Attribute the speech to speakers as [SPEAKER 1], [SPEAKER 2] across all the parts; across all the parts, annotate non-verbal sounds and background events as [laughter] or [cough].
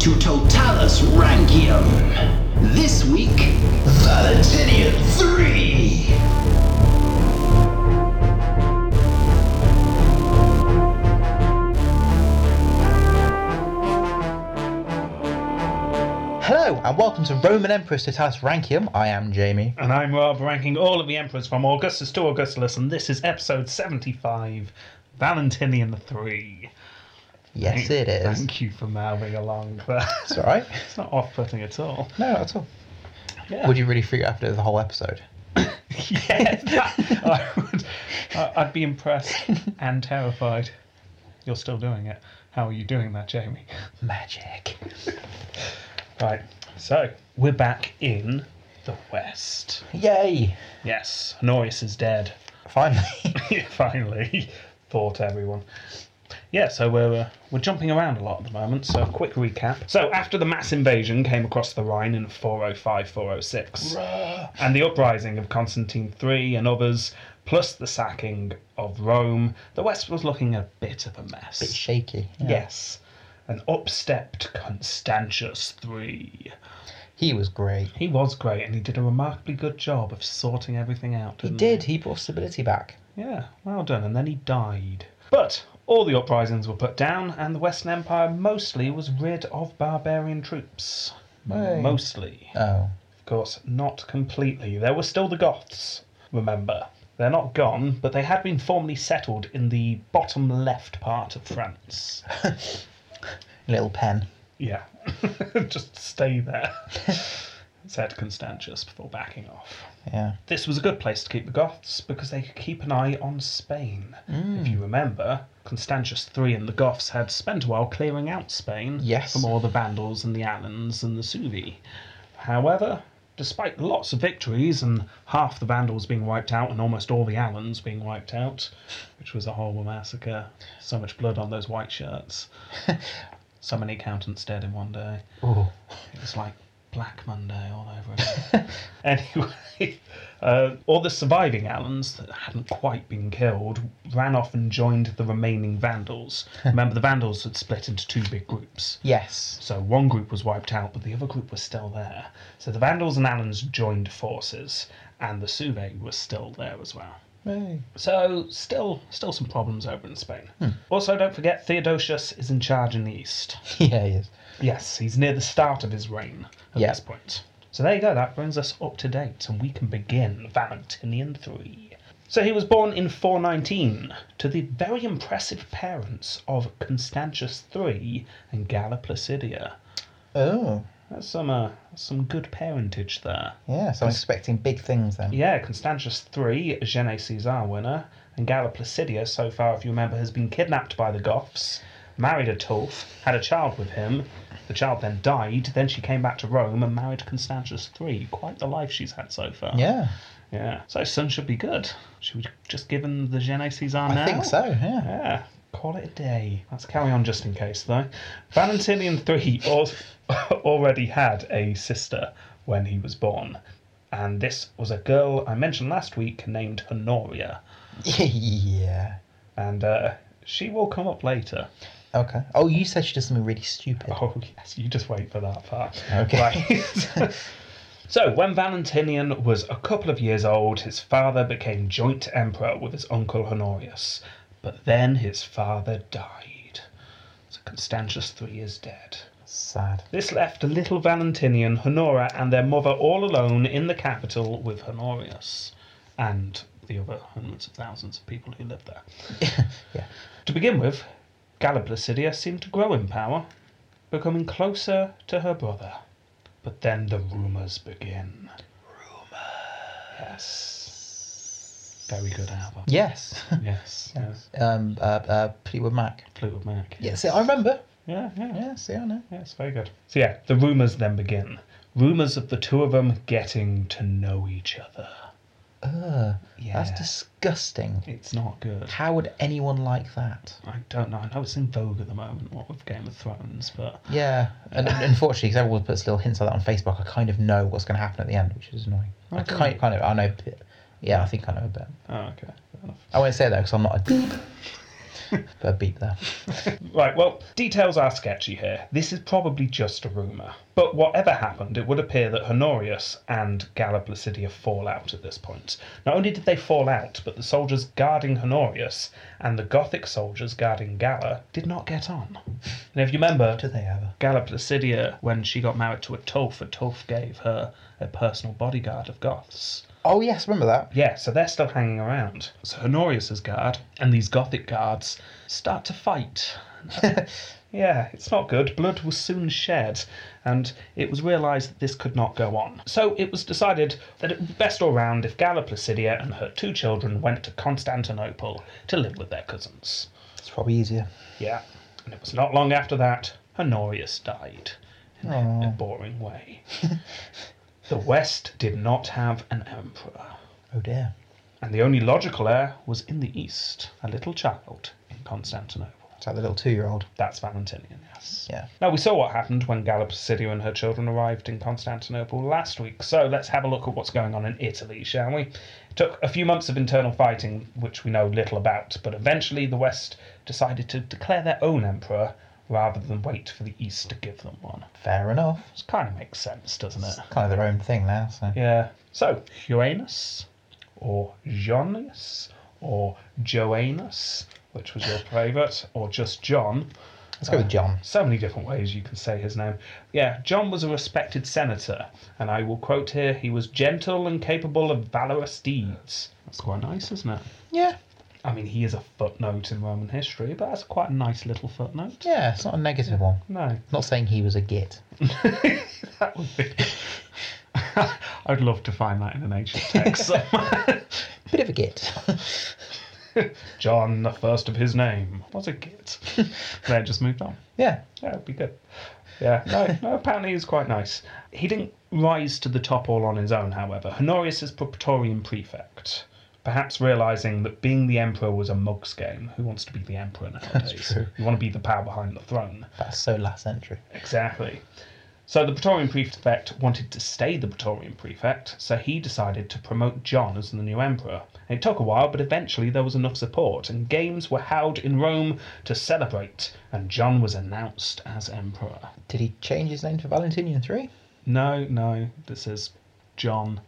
[SPEAKER 1] to Totalis Rankium. This week, Valentinian 3.
[SPEAKER 2] Hello and welcome to Roman Empress Totalis Rankium. I am Jamie.
[SPEAKER 3] And I'm Rob, ranking all of the emperors from Augustus to Augustulus, and this is episode 75 Valentinian III.
[SPEAKER 2] Yes, it is.
[SPEAKER 3] Thank you for mouthing along. But [laughs]
[SPEAKER 2] It's alright.
[SPEAKER 3] it's not off putting
[SPEAKER 2] [laughs]
[SPEAKER 3] at all.
[SPEAKER 2] No, not at all.
[SPEAKER 3] Yeah.
[SPEAKER 2] Would you really freak out after the whole episode?
[SPEAKER 3] yes. [laughs] that- I would, I- I'd be impressed and terrified. You're still doing it. How are you doing that, Jamie?
[SPEAKER 2] Magic.
[SPEAKER 3] Right. So, we're back in the West.
[SPEAKER 2] Yay!
[SPEAKER 3] Yes, Honorius is dead. [laughs]
[SPEAKER 2] Finally.
[SPEAKER 3] finally [laughs] thought everyone. Yeah, so we're uh, we're jumping around a lot at the moment. So quick recap. So after the mass invasion came across the Rhine in 405 406, and the uprising of Constantine III and others, plus the sacking of Rome, the West was looking a bit of a mess.
[SPEAKER 2] Bit shaky. Yeah.
[SPEAKER 3] Yes, and up stepped Constantius III.
[SPEAKER 2] He was great.
[SPEAKER 3] He was great, and he did a remarkably good job of sorting everything out.
[SPEAKER 2] He
[SPEAKER 3] didn't
[SPEAKER 2] did. He brought stability back.
[SPEAKER 3] Yeah, well done. And then he died. But all the uprisings were put down, and the Western Empire mostly was rid of barbarian troops.
[SPEAKER 2] Hey.
[SPEAKER 3] Mostly.
[SPEAKER 2] Oh.
[SPEAKER 3] Of course, not completely. There were still the Goths, remember. They're not gone, but they had been formerly settled in the bottom left part of France. [laughs]
[SPEAKER 2] Little pen.
[SPEAKER 3] Yeah, [laughs] just stay there, said Constantius before backing off.
[SPEAKER 2] Yeah.
[SPEAKER 3] This was a good place to keep the Goths because they could keep an eye on Spain. If you remember, Constantius III and the Goths had spent a while clearing out Spain
[SPEAKER 2] Yes.
[SPEAKER 3] from all the Vandals and the Alans and the Suevi. However, despite lots of victories and half the Vandals being wiped out and almost all the Alans being wiped out, which was a horrible massacre, so much blood on those white shirts, so many accountants dead in one day.
[SPEAKER 2] Oh.
[SPEAKER 3] It was like Black Monday all [laughs] over again. anyway, uh, all the surviving Alans that hadn't quite been killed ran off and joined the remaining [laughs] Vandals. Remember, the Vandals had split into two big groups.
[SPEAKER 2] Yes.
[SPEAKER 3] So one group was wiped out, but the other group was still there. So the Vandals and Alans joined forces, and the Suvae was still there as well.
[SPEAKER 2] Hey.
[SPEAKER 3] So still, still some problems over in Spain. Also, don't forget Theodosius is in charge in the east.
[SPEAKER 2] [laughs] Yeah, he is.
[SPEAKER 3] Yes, he's near the start of his reign at
[SPEAKER 2] Yeah.
[SPEAKER 3] this point. So there you go, that brings us up to date, and we can begin Valentinian III. So he was born in 419 to the very impressive parents of Constantius III and Galla Placidia.
[SPEAKER 2] Oh.
[SPEAKER 3] That's some, uh, some good parentage there.
[SPEAKER 2] Yeah, so I'm expecting big things then.
[SPEAKER 3] Yeah, Constantius III, Gene Caesar winner, and Galla Placidia, so far, if you remember, has been kidnapped by the Goths, married a Tulf, had a child with him. The child then died, then she came back to Rome and married Constantius III. Quite the life she's had so far.
[SPEAKER 2] Yeah.
[SPEAKER 3] Yeah. So his son should be good. Should we just give him the Gene Caesar
[SPEAKER 2] I
[SPEAKER 3] now?
[SPEAKER 2] think so, yeah.
[SPEAKER 3] Yeah, Ah, call it a day. Let's carry on just in case, though. Valentinian III al- [laughs] already had a sister when he was born, and this was a girl I mentioned last week named Honoria,
[SPEAKER 2] [laughs] yeah.
[SPEAKER 3] and uh, she will come up later.
[SPEAKER 2] Okay. Oh, you said she did something really stupid.
[SPEAKER 3] Oh, [laughs] yes, you just wait for that part.
[SPEAKER 2] Okay.
[SPEAKER 3] Right. [laughs] so, when Valentinian was a couple of years old, his father became joint emperor with his uncle Honorius, but then his father died. So, Constantius III is dead.
[SPEAKER 2] Sad.
[SPEAKER 3] This left little Valentinian, Honora, and their mother all alone in the capital with Honorius and the other hundreds of thousands of people who lived there.
[SPEAKER 2] [laughs] Yeah.
[SPEAKER 3] To begin with, Galla Placidia seemed to grow in power, becoming closer to her brother. But then the rumours begin. Rumours. Yes. Very good album.
[SPEAKER 2] Yes. [laughs]
[SPEAKER 3] Yes. yes.
[SPEAKER 2] um, uh, uh, Fleetwood Mac.
[SPEAKER 3] Fleetwood Mac.
[SPEAKER 2] Yeah, see, I remember.
[SPEAKER 3] Yeah, yeah, yeah.
[SPEAKER 2] Yeah, see, I know.
[SPEAKER 3] Yes, very good. So, yeah, the rumours then begin. Rumours of the two of them getting to know each other.
[SPEAKER 2] Ugh,
[SPEAKER 3] Yeah.
[SPEAKER 2] That's disgusting.
[SPEAKER 3] It's not good.
[SPEAKER 2] How would anyone like that?
[SPEAKER 3] I don't know. I know it's in vogue at the moment, what with Game of Thrones, but
[SPEAKER 2] Yeah, and [laughs] and unfortunately, because everyone puts little hints like that on Facebook, I kind of know what's going to happen at the end, which is annoying. I
[SPEAKER 3] Okay.
[SPEAKER 2] kind, kind of, I know. a bit- Yeah, I think I know a bit.
[SPEAKER 3] oh, okay, fair enough.
[SPEAKER 2] I won't say that because I'm not a. [laughs] But a beep there.
[SPEAKER 3] Right, well, details are sketchy here. This is probably just a rumour. But whatever happened, it would appear that Honorius and Galla Placidia fall out at this point. Not only did they fall out, but the soldiers guarding Honorius and the Gothic soldiers guarding Galla did not get on. And if you remember,
[SPEAKER 2] Do they ever?
[SPEAKER 3] Galla Placidia, uh, when she got married to a Tulf, a Tulf gave her a personal bodyguard of Goths.
[SPEAKER 2] Oh yes, remember that?
[SPEAKER 3] Yeah, so they're still hanging around. So Honorius's guard and these Gothic guards start to fight. yeah, it's not good. Blood was soon shed, and it was realised that this could not go on. So it was decided that it would be best all round if Galla Placidia and her two children went to Constantinople to live with their cousins.
[SPEAKER 2] It's probably easier.
[SPEAKER 3] Yeah, and it was not long after that Honorius died in a
[SPEAKER 2] Aw.
[SPEAKER 3] boring way. the West did not have an emperor
[SPEAKER 2] Oh dear.
[SPEAKER 3] and the only logical heir was in the east, a little child in Constantinople.
[SPEAKER 2] It's like the little two-year-old.
[SPEAKER 3] That's Valentinian, yes.
[SPEAKER 2] Yeah.
[SPEAKER 3] Now, we saw what happened when Galla Placidia and her children arrived in Constantinople last week, so let's have a look at what's going on in Italy, shall we? It took a few months of internal fighting, which we know little about, but eventually the West decided to declare their own emperor rather than wait for the East to give them one.
[SPEAKER 2] Fair enough.
[SPEAKER 3] Which kind of makes sense, doesn't it?
[SPEAKER 2] It's kind of their own thing now. So
[SPEAKER 3] Yeah. So, Joanus, or Joanus, or Joanus, which was your favourite, or just John.
[SPEAKER 2] let's go with John.
[SPEAKER 3] So many different ways you can say his name. Yeah, John was a respected senator, and I will quote here he was gentle and capable of valorous deeds. That's quite nice, isn't it?
[SPEAKER 2] Yeah.
[SPEAKER 3] I mean, he is a footnote in Roman history, but that's quite a nice little footnote.
[SPEAKER 2] Yeah. It's not a negative one.
[SPEAKER 3] No,
[SPEAKER 2] Not saying he was a git.
[SPEAKER 3] that would be. [laughs] I'd love to find that in an ancient [laughs] text somewhere.
[SPEAKER 2] Bit of a git. [laughs]
[SPEAKER 3] John, the first of his name, was a git. then just moved on.
[SPEAKER 2] yeah.
[SPEAKER 3] Yeah, it'd be good. Yeah, no, no, apparently he's quite nice. He didn't rise to the top all on his own, however. Honorius is Praetorian Prefect, perhaps realising that being the Emperor was a mug's game. Who wants to be the Emperor nowadays?
[SPEAKER 2] true.
[SPEAKER 3] You want to be the power behind the throne.
[SPEAKER 2] That's so last century.
[SPEAKER 3] Exactly. So the Praetorian Prefect wanted to stay the Praetorian Prefect, so he decided to promote John as the new emperor. It took a while, but eventually there was enough support, and games were held in Rome to celebrate, and John was announced as emperor.
[SPEAKER 2] Did he change his name to Valentinian Three?
[SPEAKER 3] No, no, this is John,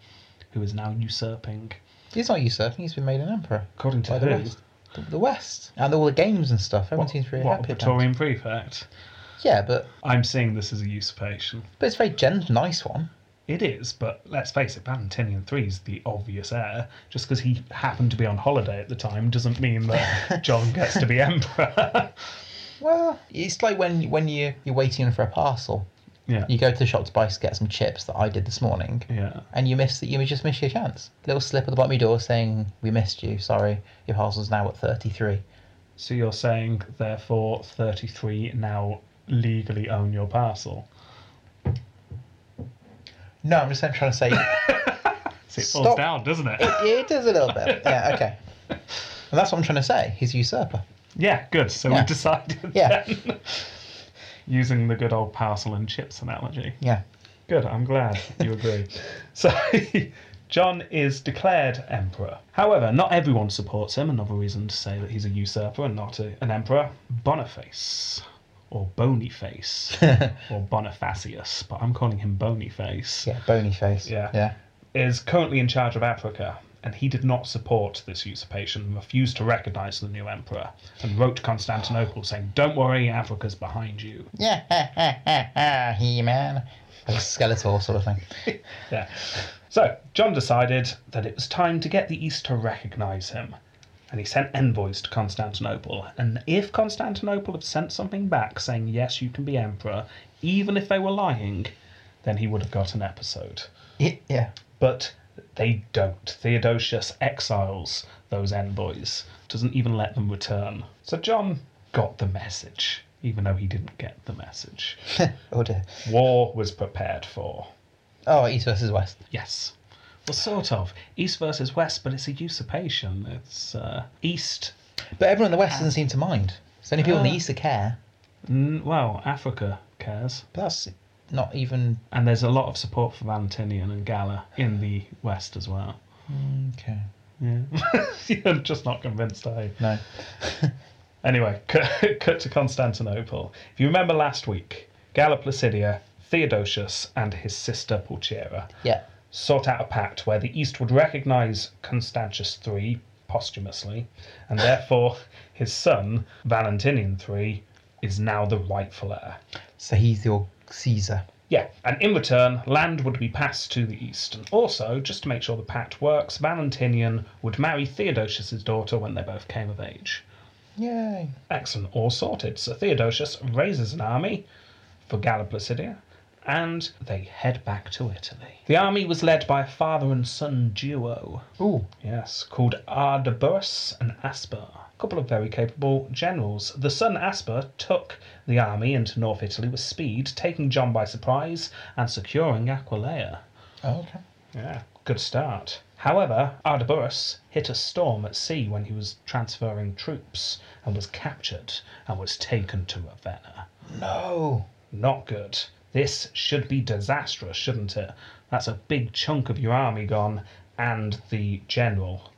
[SPEAKER 3] who is now usurping.
[SPEAKER 2] He's not usurping. He's been made an emperor.
[SPEAKER 3] According to
[SPEAKER 2] By the
[SPEAKER 3] who?
[SPEAKER 2] West. The, the West and all the games and stuff. Everyone
[SPEAKER 3] What,
[SPEAKER 2] seems really
[SPEAKER 3] what,
[SPEAKER 2] happy. about it.
[SPEAKER 3] Praetorian Prefect?
[SPEAKER 2] Yeah, but
[SPEAKER 3] I'm seeing this as a usurpation.
[SPEAKER 2] but it's a very gen- nice one.
[SPEAKER 3] It is, but let's face it, Valentinian III is the obvious heir. Just because he happened to be on holiday at the time doesn't
[SPEAKER 2] [laughs]
[SPEAKER 3] mean that John gets to be emperor. [laughs]
[SPEAKER 2] Well, it's like when when you you're waiting for a parcel.
[SPEAKER 3] yeah.
[SPEAKER 2] You go to the shop to buy to get some chips that I did this morning,
[SPEAKER 3] Yeah.
[SPEAKER 2] and you miss that you just miss your chance. Little slip at the bottom of your door saying we missed you. Sorry, your parcel's now at thirty three.
[SPEAKER 3] So you're saying, therefore, 33 now legally own your parcel.
[SPEAKER 2] No, I'm just I'm trying to say
[SPEAKER 3] So it falls
[SPEAKER 2] Stop.
[SPEAKER 3] down, doesn't it? [laughs]
[SPEAKER 2] it is a little bit. Yeah, okay. And that's what I'm trying to say. He's a usurper.
[SPEAKER 3] yeah, good. So
[SPEAKER 2] Yeah.
[SPEAKER 3] we decided
[SPEAKER 2] Yeah.
[SPEAKER 3] then. [laughs] Using the good old parcel and chips analogy.
[SPEAKER 2] Yeah.
[SPEAKER 3] Good, I'm glad you agree. so, John is declared emperor. However, not everyone supports him, another reason to say that he's a usurper and not a, an emperor. Boniface, or Bonyface, or Bonifacius, but I'm calling him Bonyface,
[SPEAKER 2] Yeah. Bony face.
[SPEAKER 3] Yeah.
[SPEAKER 2] Yeah.
[SPEAKER 3] is currently in charge of Africa. And he did not support this usurpation, refused to recognize the new emperor, and wrote to Constantinople saying, Don't worry, Africa's behind you.
[SPEAKER 2] Yeah. Ha, ha, ha, ha, [laughs] he man. Like a Skeletor sort of thing.
[SPEAKER 3] Yeah. So, John decided that it was time to get the East to recognise him. And he sent envoys to Constantinople. And if Constantinople had sent something back saying, yes, you can be emperor, even if they were lying, then he would have got an episode.
[SPEAKER 2] Y- Yeah.
[SPEAKER 3] But they don't. Theodosius exiles those envoys, doesn't even let them return. So, John got the message, even though he didn't get the message.
[SPEAKER 2] oh dear.
[SPEAKER 3] War was prepared for.
[SPEAKER 2] Oh, East versus West.
[SPEAKER 3] Yes. Well, sort of. East versus West, but it's a usurpation. It's uh, East.
[SPEAKER 2] But everyone in the West doesn't seem to mind. It's only people in
[SPEAKER 3] Uh,
[SPEAKER 2] the East that care.
[SPEAKER 3] Mm, well, Africa cares.
[SPEAKER 2] But that's not even.
[SPEAKER 3] And there's a lot of support for Valentinian and Galla in the West as well. [laughs]
[SPEAKER 2] Okay.
[SPEAKER 3] Yeah. You're just not convinced, are you?
[SPEAKER 2] No.
[SPEAKER 3] Anyway, [laughs] cut, cut to Constantinople. If you remember last week, Galla Placidia, Theodosius, and his sister Pulcheria
[SPEAKER 2] Yeah.
[SPEAKER 3] sought out a pact where the East would recognise Constantius III posthumously, and therefore his son, Valentinian III, is now the rightful heir.
[SPEAKER 2] So he's your Caesar.
[SPEAKER 3] Yeah, and in return, land would be passed to the East. And also, just to make sure the pact works, Valentinian would marry Theodosius' daughter when they both came of age.
[SPEAKER 2] Yay.
[SPEAKER 3] Excellent, all sorted. So Theodosius raises an army for Galla Placidia, and they head back to Italy. The army was led by a father and son duo,
[SPEAKER 2] Ooh.
[SPEAKER 3] yes, called Ardaburus and Asper. A couple of very capable generals. The son Asper took the army into North Italy with speed, taking John by surprise and securing Aquileia.
[SPEAKER 2] Okay.
[SPEAKER 3] Yeah, good start. However, Ardaburus hit a storm at sea when he was transferring troops and was captured and was taken to Ravenna.
[SPEAKER 2] No.
[SPEAKER 3] Not good. This should be disastrous, shouldn't it? That's a big chunk of your army gone and the general.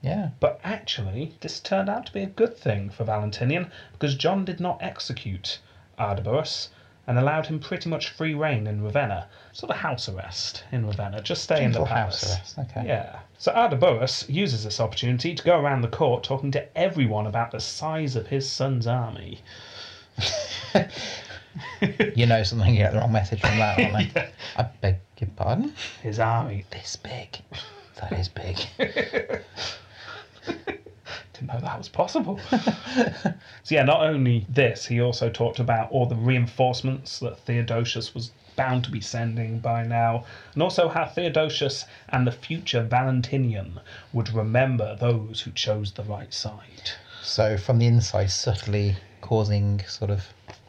[SPEAKER 2] Yeah.
[SPEAKER 3] But actually, this turned out to be a good thing for Valentinian because John did not execute Ardaburus and allowed him pretty much free reign in Ravenna. Sort of house arrest in Ravenna. Just stay in
[SPEAKER 2] Gentle
[SPEAKER 3] the palace.
[SPEAKER 2] house arrest. Okay.
[SPEAKER 3] Yeah. So Ardaburus uses this opportunity to go around the court talking to everyone about the size of his son's army.
[SPEAKER 2] You know something, you get the wrong message from that, aren't they? I beg your pardon?
[SPEAKER 3] His army.
[SPEAKER 2] This big. That is big.
[SPEAKER 3] Didn't know that was possible. [laughs] so yeah, not only this, he also talked about all the reinforcements that Theodosius was bound to be sending by now, and also how Theodosius and the future Valentinian would remember those who chose the right side.
[SPEAKER 2] So from the inside, subtly causing sort of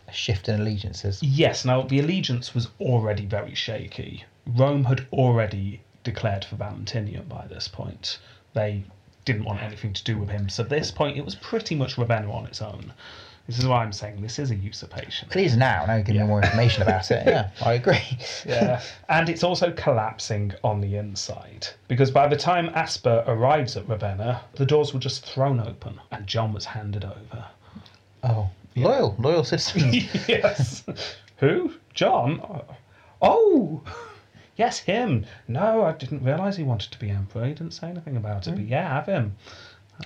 [SPEAKER 2] a shift in allegiances.
[SPEAKER 3] Yes, now the allegiance was already very shaky. Rome had already declared for Valentinian by this point. They didn't want anything to do with him. So at this point, it was pretty much Ravenna on its own. This is why I'm saying this is a usurpation.
[SPEAKER 2] It is now. Now you give me more information about it. Yeah, I agree.
[SPEAKER 3] Yeah. and it's also collapsing on the inside. Because by the time Asper arrives at Ravenna, the doors were just thrown open and John was handed over.
[SPEAKER 2] Oh, loyal, loyal
[SPEAKER 3] [laughs]
[SPEAKER 2] citizens.
[SPEAKER 3] yes. Who? John? Oh, yes, him. No, I didn't realise he wanted to be emperor. He didn't say anything about it, but yeah, have him.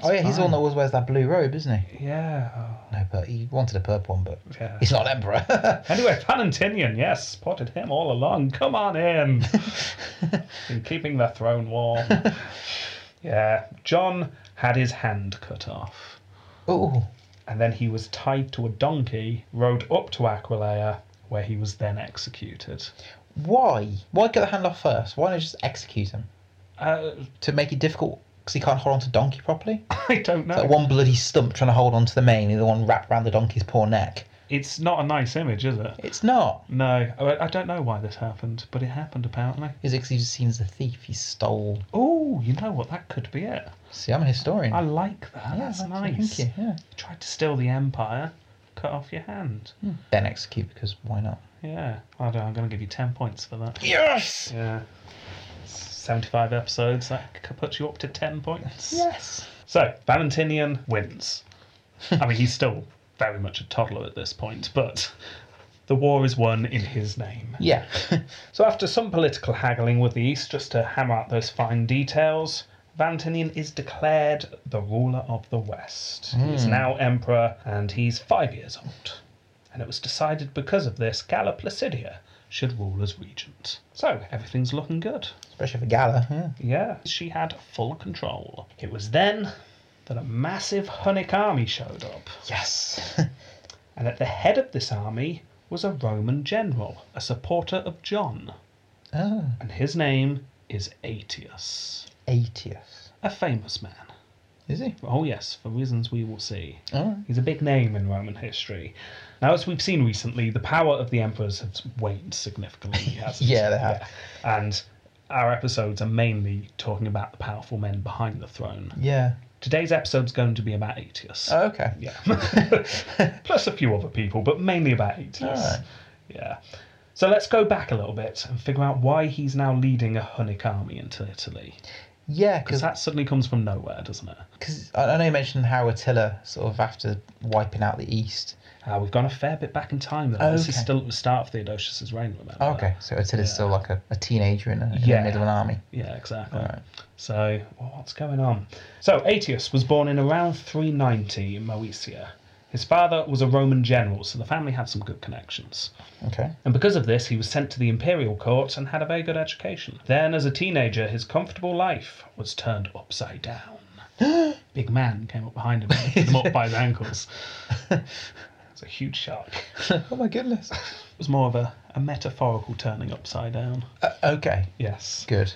[SPEAKER 2] oh yeah, he's the one
[SPEAKER 3] fine.
[SPEAKER 2] that always wears that blue robe, isn't he?
[SPEAKER 3] Yeah. oh,
[SPEAKER 2] No, but he wanted a purple one, but
[SPEAKER 3] yeah.
[SPEAKER 2] he's not an emperor. [laughs]
[SPEAKER 3] Anyway, Valentinian, yes, spotted him all along. Come on in.
[SPEAKER 2] [laughs]
[SPEAKER 3] Been keeping the throne warm. yeah, John had his hand cut off.
[SPEAKER 2] Ooh,
[SPEAKER 3] and then he was tied to a donkey, rode up to Aquileia, where he was then executed.
[SPEAKER 2] why? Why get the hand off first? Why not just execute him
[SPEAKER 3] Uh, [laughs]
[SPEAKER 2] to make it difficult? Because he can't hold on to donkey properly.
[SPEAKER 3] I don't know.
[SPEAKER 2] That one bloody stump trying to hold on to the mane, and the one wrapped around the donkey's poor neck.
[SPEAKER 3] It's not a nice image, is it?
[SPEAKER 2] It's not.
[SPEAKER 3] No, I, I don't know why this happened, but it happened apparently.
[SPEAKER 2] Is it 'cause he just seems a thief? He stole.
[SPEAKER 3] Oh, you know what? That could be it.
[SPEAKER 2] See, I'm a historian.
[SPEAKER 3] I like that.
[SPEAKER 2] Yeah,
[SPEAKER 3] That's
[SPEAKER 2] thank you,
[SPEAKER 3] nice.
[SPEAKER 2] Thank you. Yeah.
[SPEAKER 3] Tried to steal the empire, cut off your hand.
[SPEAKER 2] Then execute because why not?
[SPEAKER 3] Yeah, I don't. I'm going to give you ten points for that.
[SPEAKER 2] Yes.
[SPEAKER 3] Yeah. 75 episodes, that c- puts you up to 10 points.
[SPEAKER 2] Yes.
[SPEAKER 3] So Valentinian wins. I mean, he's still very much a toddler at this point, but the war is won in his name.
[SPEAKER 2] Yeah. [laughs]
[SPEAKER 3] So after some political haggling with the East, just to hammer out those fine details, Valentinian is declared the ruler of the West. He's now emperor, and he's five years old. And it was decided because of this, Galla Placidia should rule as regent. So everything's looking good.
[SPEAKER 2] Especially for Gala. Yeah.
[SPEAKER 3] Yeah, she had full control. It was then that a massive Hunnic army showed up,
[SPEAKER 2] Yes.
[SPEAKER 3] and at the head of this army was a Roman general, a supporter of John,
[SPEAKER 2] [laughs] oh,
[SPEAKER 3] and his name is Aetius,
[SPEAKER 2] 80th.
[SPEAKER 3] a famous man.
[SPEAKER 2] Is he?
[SPEAKER 3] Oh, yes, for reasons we will see.
[SPEAKER 2] Oh.
[SPEAKER 3] He's a big name in Roman history. Now, as we've seen recently, the power of the emperors has waned
[SPEAKER 2] [laughs]
[SPEAKER 3] significantly. hasn't
[SPEAKER 2] Yeah,
[SPEAKER 3] it?
[SPEAKER 2] they have.
[SPEAKER 3] Yeah. And our episodes are mainly talking about the powerful men behind the throne.
[SPEAKER 2] Yeah.
[SPEAKER 3] Today's episode's going to be about Aetius.
[SPEAKER 2] Oh, okay.
[SPEAKER 3] Yeah. [laughs] Plus a few other people, but mainly about Aetius.
[SPEAKER 2] Alright.
[SPEAKER 3] Yeah. So let's go back a little bit and figure out why he's now leading a Hunnic army into Italy.
[SPEAKER 2] Yeah,
[SPEAKER 3] Because
[SPEAKER 2] because
[SPEAKER 3] that suddenly comes from nowhere, doesn't it?
[SPEAKER 2] I I know you mentioned how Attila sort of after wiping out the East.
[SPEAKER 3] Uh, we've gone a fair bit back in time. Though. This is
[SPEAKER 2] Okay.
[SPEAKER 3] still at the start of Theodosius's reign. Remember?
[SPEAKER 2] Oh, okay, so Attila's
[SPEAKER 3] Yeah.
[SPEAKER 2] still like a, a teenager in, a, in
[SPEAKER 3] Yeah.
[SPEAKER 2] the middle of an army.
[SPEAKER 3] Yeah, exactly.
[SPEAKER 2] Alright.
[SPEAKER 3] So, well, what's going on? So, Aetius was born in around 390 in Moesia. His father was a Roman general, so the family had some good connections.
[SPEAKER 2] Okay.
[SPEAKER 3] And because of this, he was sent to the imperial court and had a very good education. Then, as a teenager, his comfortable life was turned
[SPEAKER 2] [gasps]
[SPEAKER 3] upside down. Big man came up behind him and picked him up by
[SPEAKER 2] [laughs]
[SPEAKER 3] his ankles. It's a huge shark.
[SPEAKER 2] oh my goodness.
[SPEAKER 3] It was more of a, a metaphorical turning upside down.
[SPEAKER 2] Uh, okay.
[SPEAKER 3] Yes.
[SPEAKER 2] Good.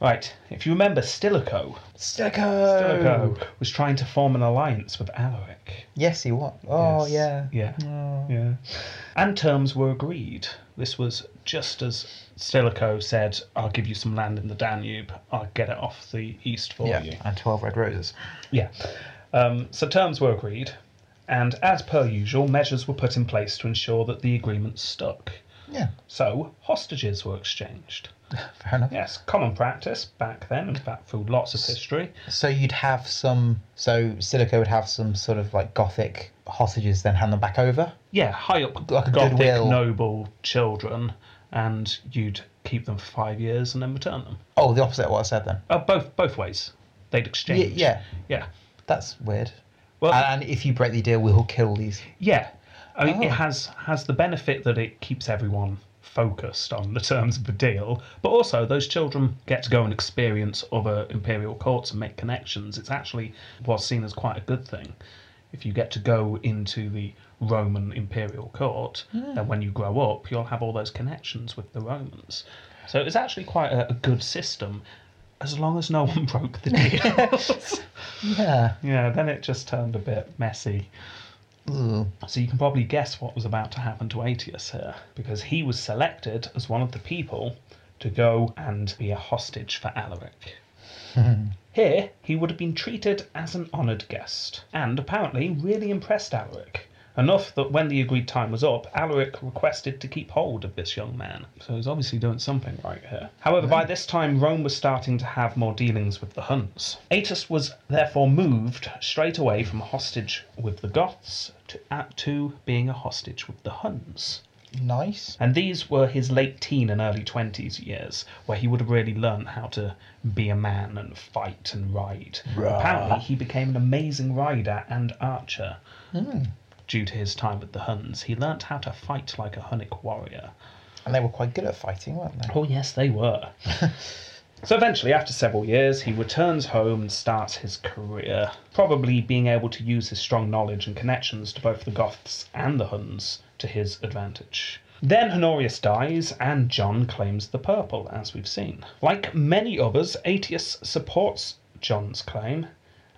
[SPEAKER 3] Right, if you remember, Stilicho
[SPEAKER 2] Stilicho.
[SPEAKER 3] Stilicho
[SPEAKER 2] Oh.
[SPEAKER 3] was trying to form an alliance with Alaric.
[SPEAKER 2] Yes, he was. Oh
[SPEAKER 3] Yes.
[SPEAKER 2] yeah.
[SPEAKER 3] Yeah.
[SPEAKER 2] Oh.
[SPEAKER 3] Yeah. And terms were agreed. This was just as Stilicho said, I'll give you some land in the Danube, I'll get it off the east for
[SPEAKER 2] Yeah,
[SPEAKER 3] you.
[SPEAKER 2] and twelve red roses.
[SPEAKER 3] Yeah. Um, so terms were agreed, and as per usual, measures were put in place to ensure that the agreement stuck.
[SPEAKER 2] Yeah,
[SPEAKER 3] So hostages were exchanged.
[SPEAKER 2] fair enough.
[SPEAKER 3] Yes, common practice back then, in fact, through lots of history.
[SPEAKER 2] So you'd have some. So Silico would have some sort of like gothic hostages, then hand them back over.
[SPEAKER 3] yeah, high up
[SPEAKER 2] Like a
[SPEAKER 3] Gothic
[SPEAKER 2] goodwill.
[SPEAKER 3] noble children, and you'd keep them for five years and then return them.
[SPEAKER 2] Oh, the opposite of what I said then.
[SPEAKER 3] Oh, both both ways, they'd
[SPEAKER 2] Yeah,
[SPEAKER 3] exchange.
[SPEAKER 2] yeah
[SPEAKER 3] yeah.
[SPEAKER 2] that's weird.
[SPEAKER 3] Well,
[SPEAKER 2] And, and if you break the deal, we'll kill these.
[SPEAKER 3] yeah. I mean,
[SPEAKER 2] Oh.
[SPEAKER 3] it has has the benefit that it keeps everyone focused on the terms of the deal, but also those children get to go and experience other imperial courts and make connections. It's actually was seen as quite a good thing. If you get to go into the Roman imperial court, then when you grow up, you'll have all those connections with the Romans. So it was actually quite a, a good system, as long as no one [laughs] broke the deal.
[SPEAKER 2] Yeah.
[SPEAKER 3] yeah, then it just turned a bit messy.
[SPEAKER 2] Ooh.
[SPEAKER 3] So you can probably guess what was about to happen to Aetius here, because he was selected as one of the people to go and be a hostage for Alaric. here, he would have been treated as an honoured guest, and apparently really impressed Alaric. Enough that when the agreed time was up, Alaric requested to keep hold of this young man. So he's obviously doing something right here. However, by this time, Rome was starting to have more dealings with the Huns. Aetus was therefore moved straight away from hostage with the Goths to, at, to being a hostage with the Huns.
[SPEAKER 2] Nice.
[SPEAKER 3] And these were his late teen and early 20s years, where he would have really learned how to be a man and fight and ride.
[SPEAKER 2] Right.
[SPEAKER 3] Apparently, he became an amazing rider and archer. Due to his time with the Huns, he learnt how to fight like a Hunnic warrior.
[SPEAKER 2] And they were quite good at fighting, weren't they?
[SPEAKER 3] Oh, yes, they were. [laughs] so eventually, after several years, he returns home and starts his career, probably being able to use his strong knowledge and connections to both the Goths and the Huns to his advantage. Then Honorius dies, and John claims the purple, as we've seen. Like many others, Aetius supports John's claim,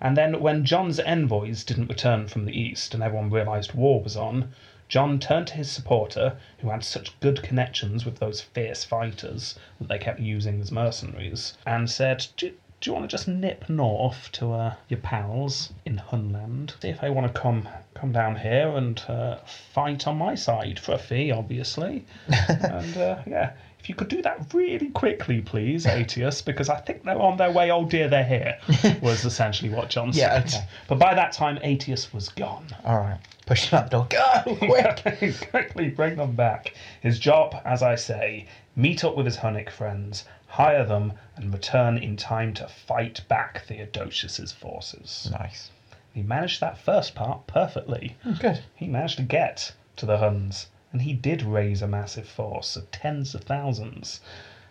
[SPEAKER 3] and then when John's envoys didn't return from the east and everyone realised war was on, John turned to his supporter, who had such good connections with those fierce fighters that they kept using as mercenaries, and said, Do, do you want to just nip north to uh, your pals in Hunland? See if they want to come come down here and uh, fight on my side for a fee, obviously. and uh, yeah, if you could do that really quickly, please, Aetius, because I think they're on their way. Oh dear, they're here. Was essentially what John
[SPEAKER 2] Yeah,
[SPEAKER 3] said.
[SPEAKER 2] okay.
[SPEAKER 3] But by that time, Aetius was gone. [laughs]
[SPEAKER 2] All right. Push him out the door. Go [laughs] quick.
[SPEAKER 3] Quickly bring them back. His job, as I say, meet up with his Hunnic friends, hire them, and return in time to fight back Theodosius's forces.
[SPEAKER 2] nice.
[SPEAKER 3] He managed that first part perfectly.
[SPEAKER 2] Hmm. Good.
[SPEAKER 3] He managed to get to the Huns, and he did raise a massive force of tens of thousands.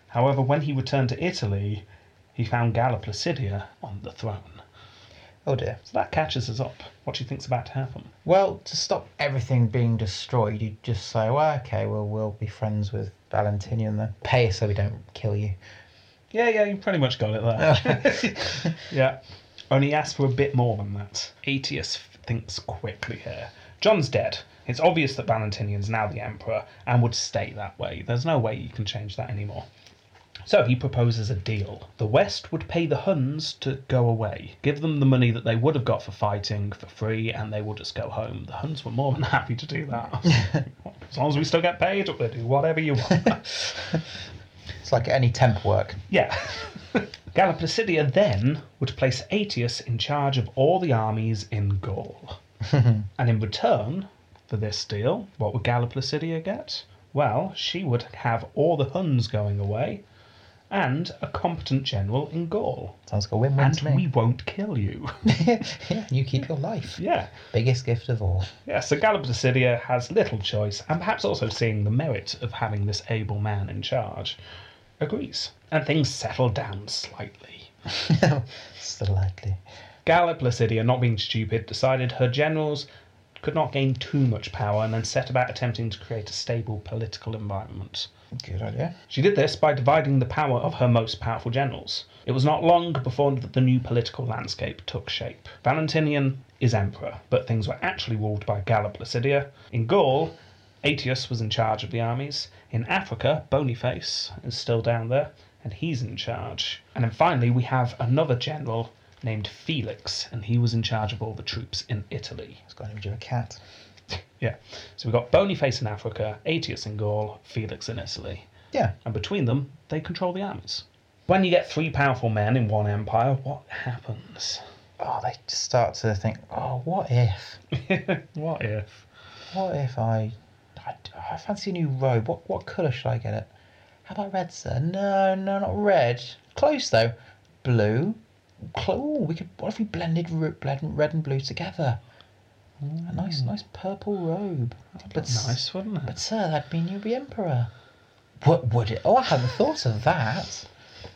[SPEAKER 3] However, when he returned to Italy, he found Galla Placidia on the throne.
[SPEAKER 2] Oh dear.
[SPEAKER 3] So that catches us up. What do you think's about to happen?
[SPEAKER 2] Well, to stop everything being destroyed, you just say, well, okay, well, we'll be friends with Valentinian then. Pay us so we don't kill you.
[SPEAKER 3] Yeah, yeah, you pretty much got it there. yeah. Only asked for a bit more than that. Aetius thinks quickly here. John's dead. It's obvious that Valentinian's now the emperor and would stay that way. There's no way you can change that anymore. So he proposes a deal. The West would pay the Huns to go away, give them the money that they would have got for fighting for free, and they will just go home. The Huns were more than happy to do that. as long as we still get paid, we'll do whatever you want.
[SPEAKER 2] It's like any temp work.
[SPEAKER 3] Yeah. [laughs] Galliplusidia then would place Aetius in charge of all the armies in Gaul. and in return for this deal, what would Galliplusidia get? Well, she would have all the Huns going away and a competent general in Gaul.
[SPEAKER 2] Sounds like a win-win
[SPEAKER 3] And
[SPEAKER 2] to me.
[SPEAKER 3] we won't kill you.
[SPEAKER 2] [laughs] yeah, you keep your life.
[SPEAKER 3] yeah.
[SPEAKER 2] Biggest gift of all. [laughs]
[SPEAKER 3] Yeah, so Galliplusidia has little choice, and perhaps also seeing the merit of having this able man in charge, agrees. And things settle down slightly.
[SPEAKER 2] Slightly.
[SPEAKER 3] Galliplusidia, not being stupid, decided her generals could not gain too much power and then set about attempting to create a stable political environment.
[SPEAKER 2] Good idea.
[SPEAKER 3] She did this by dividing the power of her most powerful generals. It was not long before the new political landscape took shape. Valentinian is emperor, but things were actually ruled by Gallop Placidia. In Gaul, Aetius was in charge of the armies. In Africa, Boniface is still down there, and he's in charge. And then finally, we have another general named Felix, and he was in charge of all the troops in Italy.
[SPEAKER 2] It's got an image of a cat.
[SPEAKER 3] Yeah, so we've got Boniface in Africa, Aetius in Gaul, Felix in Italy
[SPEAKER 2] Yeah.
[SPEAKER 3] and between them, they control the armies. When you get three powerful men in one empire, what happens?
[SPEAKER 2] Oh, they just start to think, oh, what if?
[SPEAKER 3] What if?
[SPEAKER 2] What if I, I, I fancy a new robe? What what colour should I get it? How about red, sir? No, no, not red. Close though. Blue. Cl- ooh, we could. What if we blended ru- blend red and blue together? A nice, nice purple robe. But s-
[SPEAKER 3] Nice, wouldn't it?
[SPEAKER 2] But sir, that'd mean you'd be emperor. What would it? Oh, I hadn't thought of that.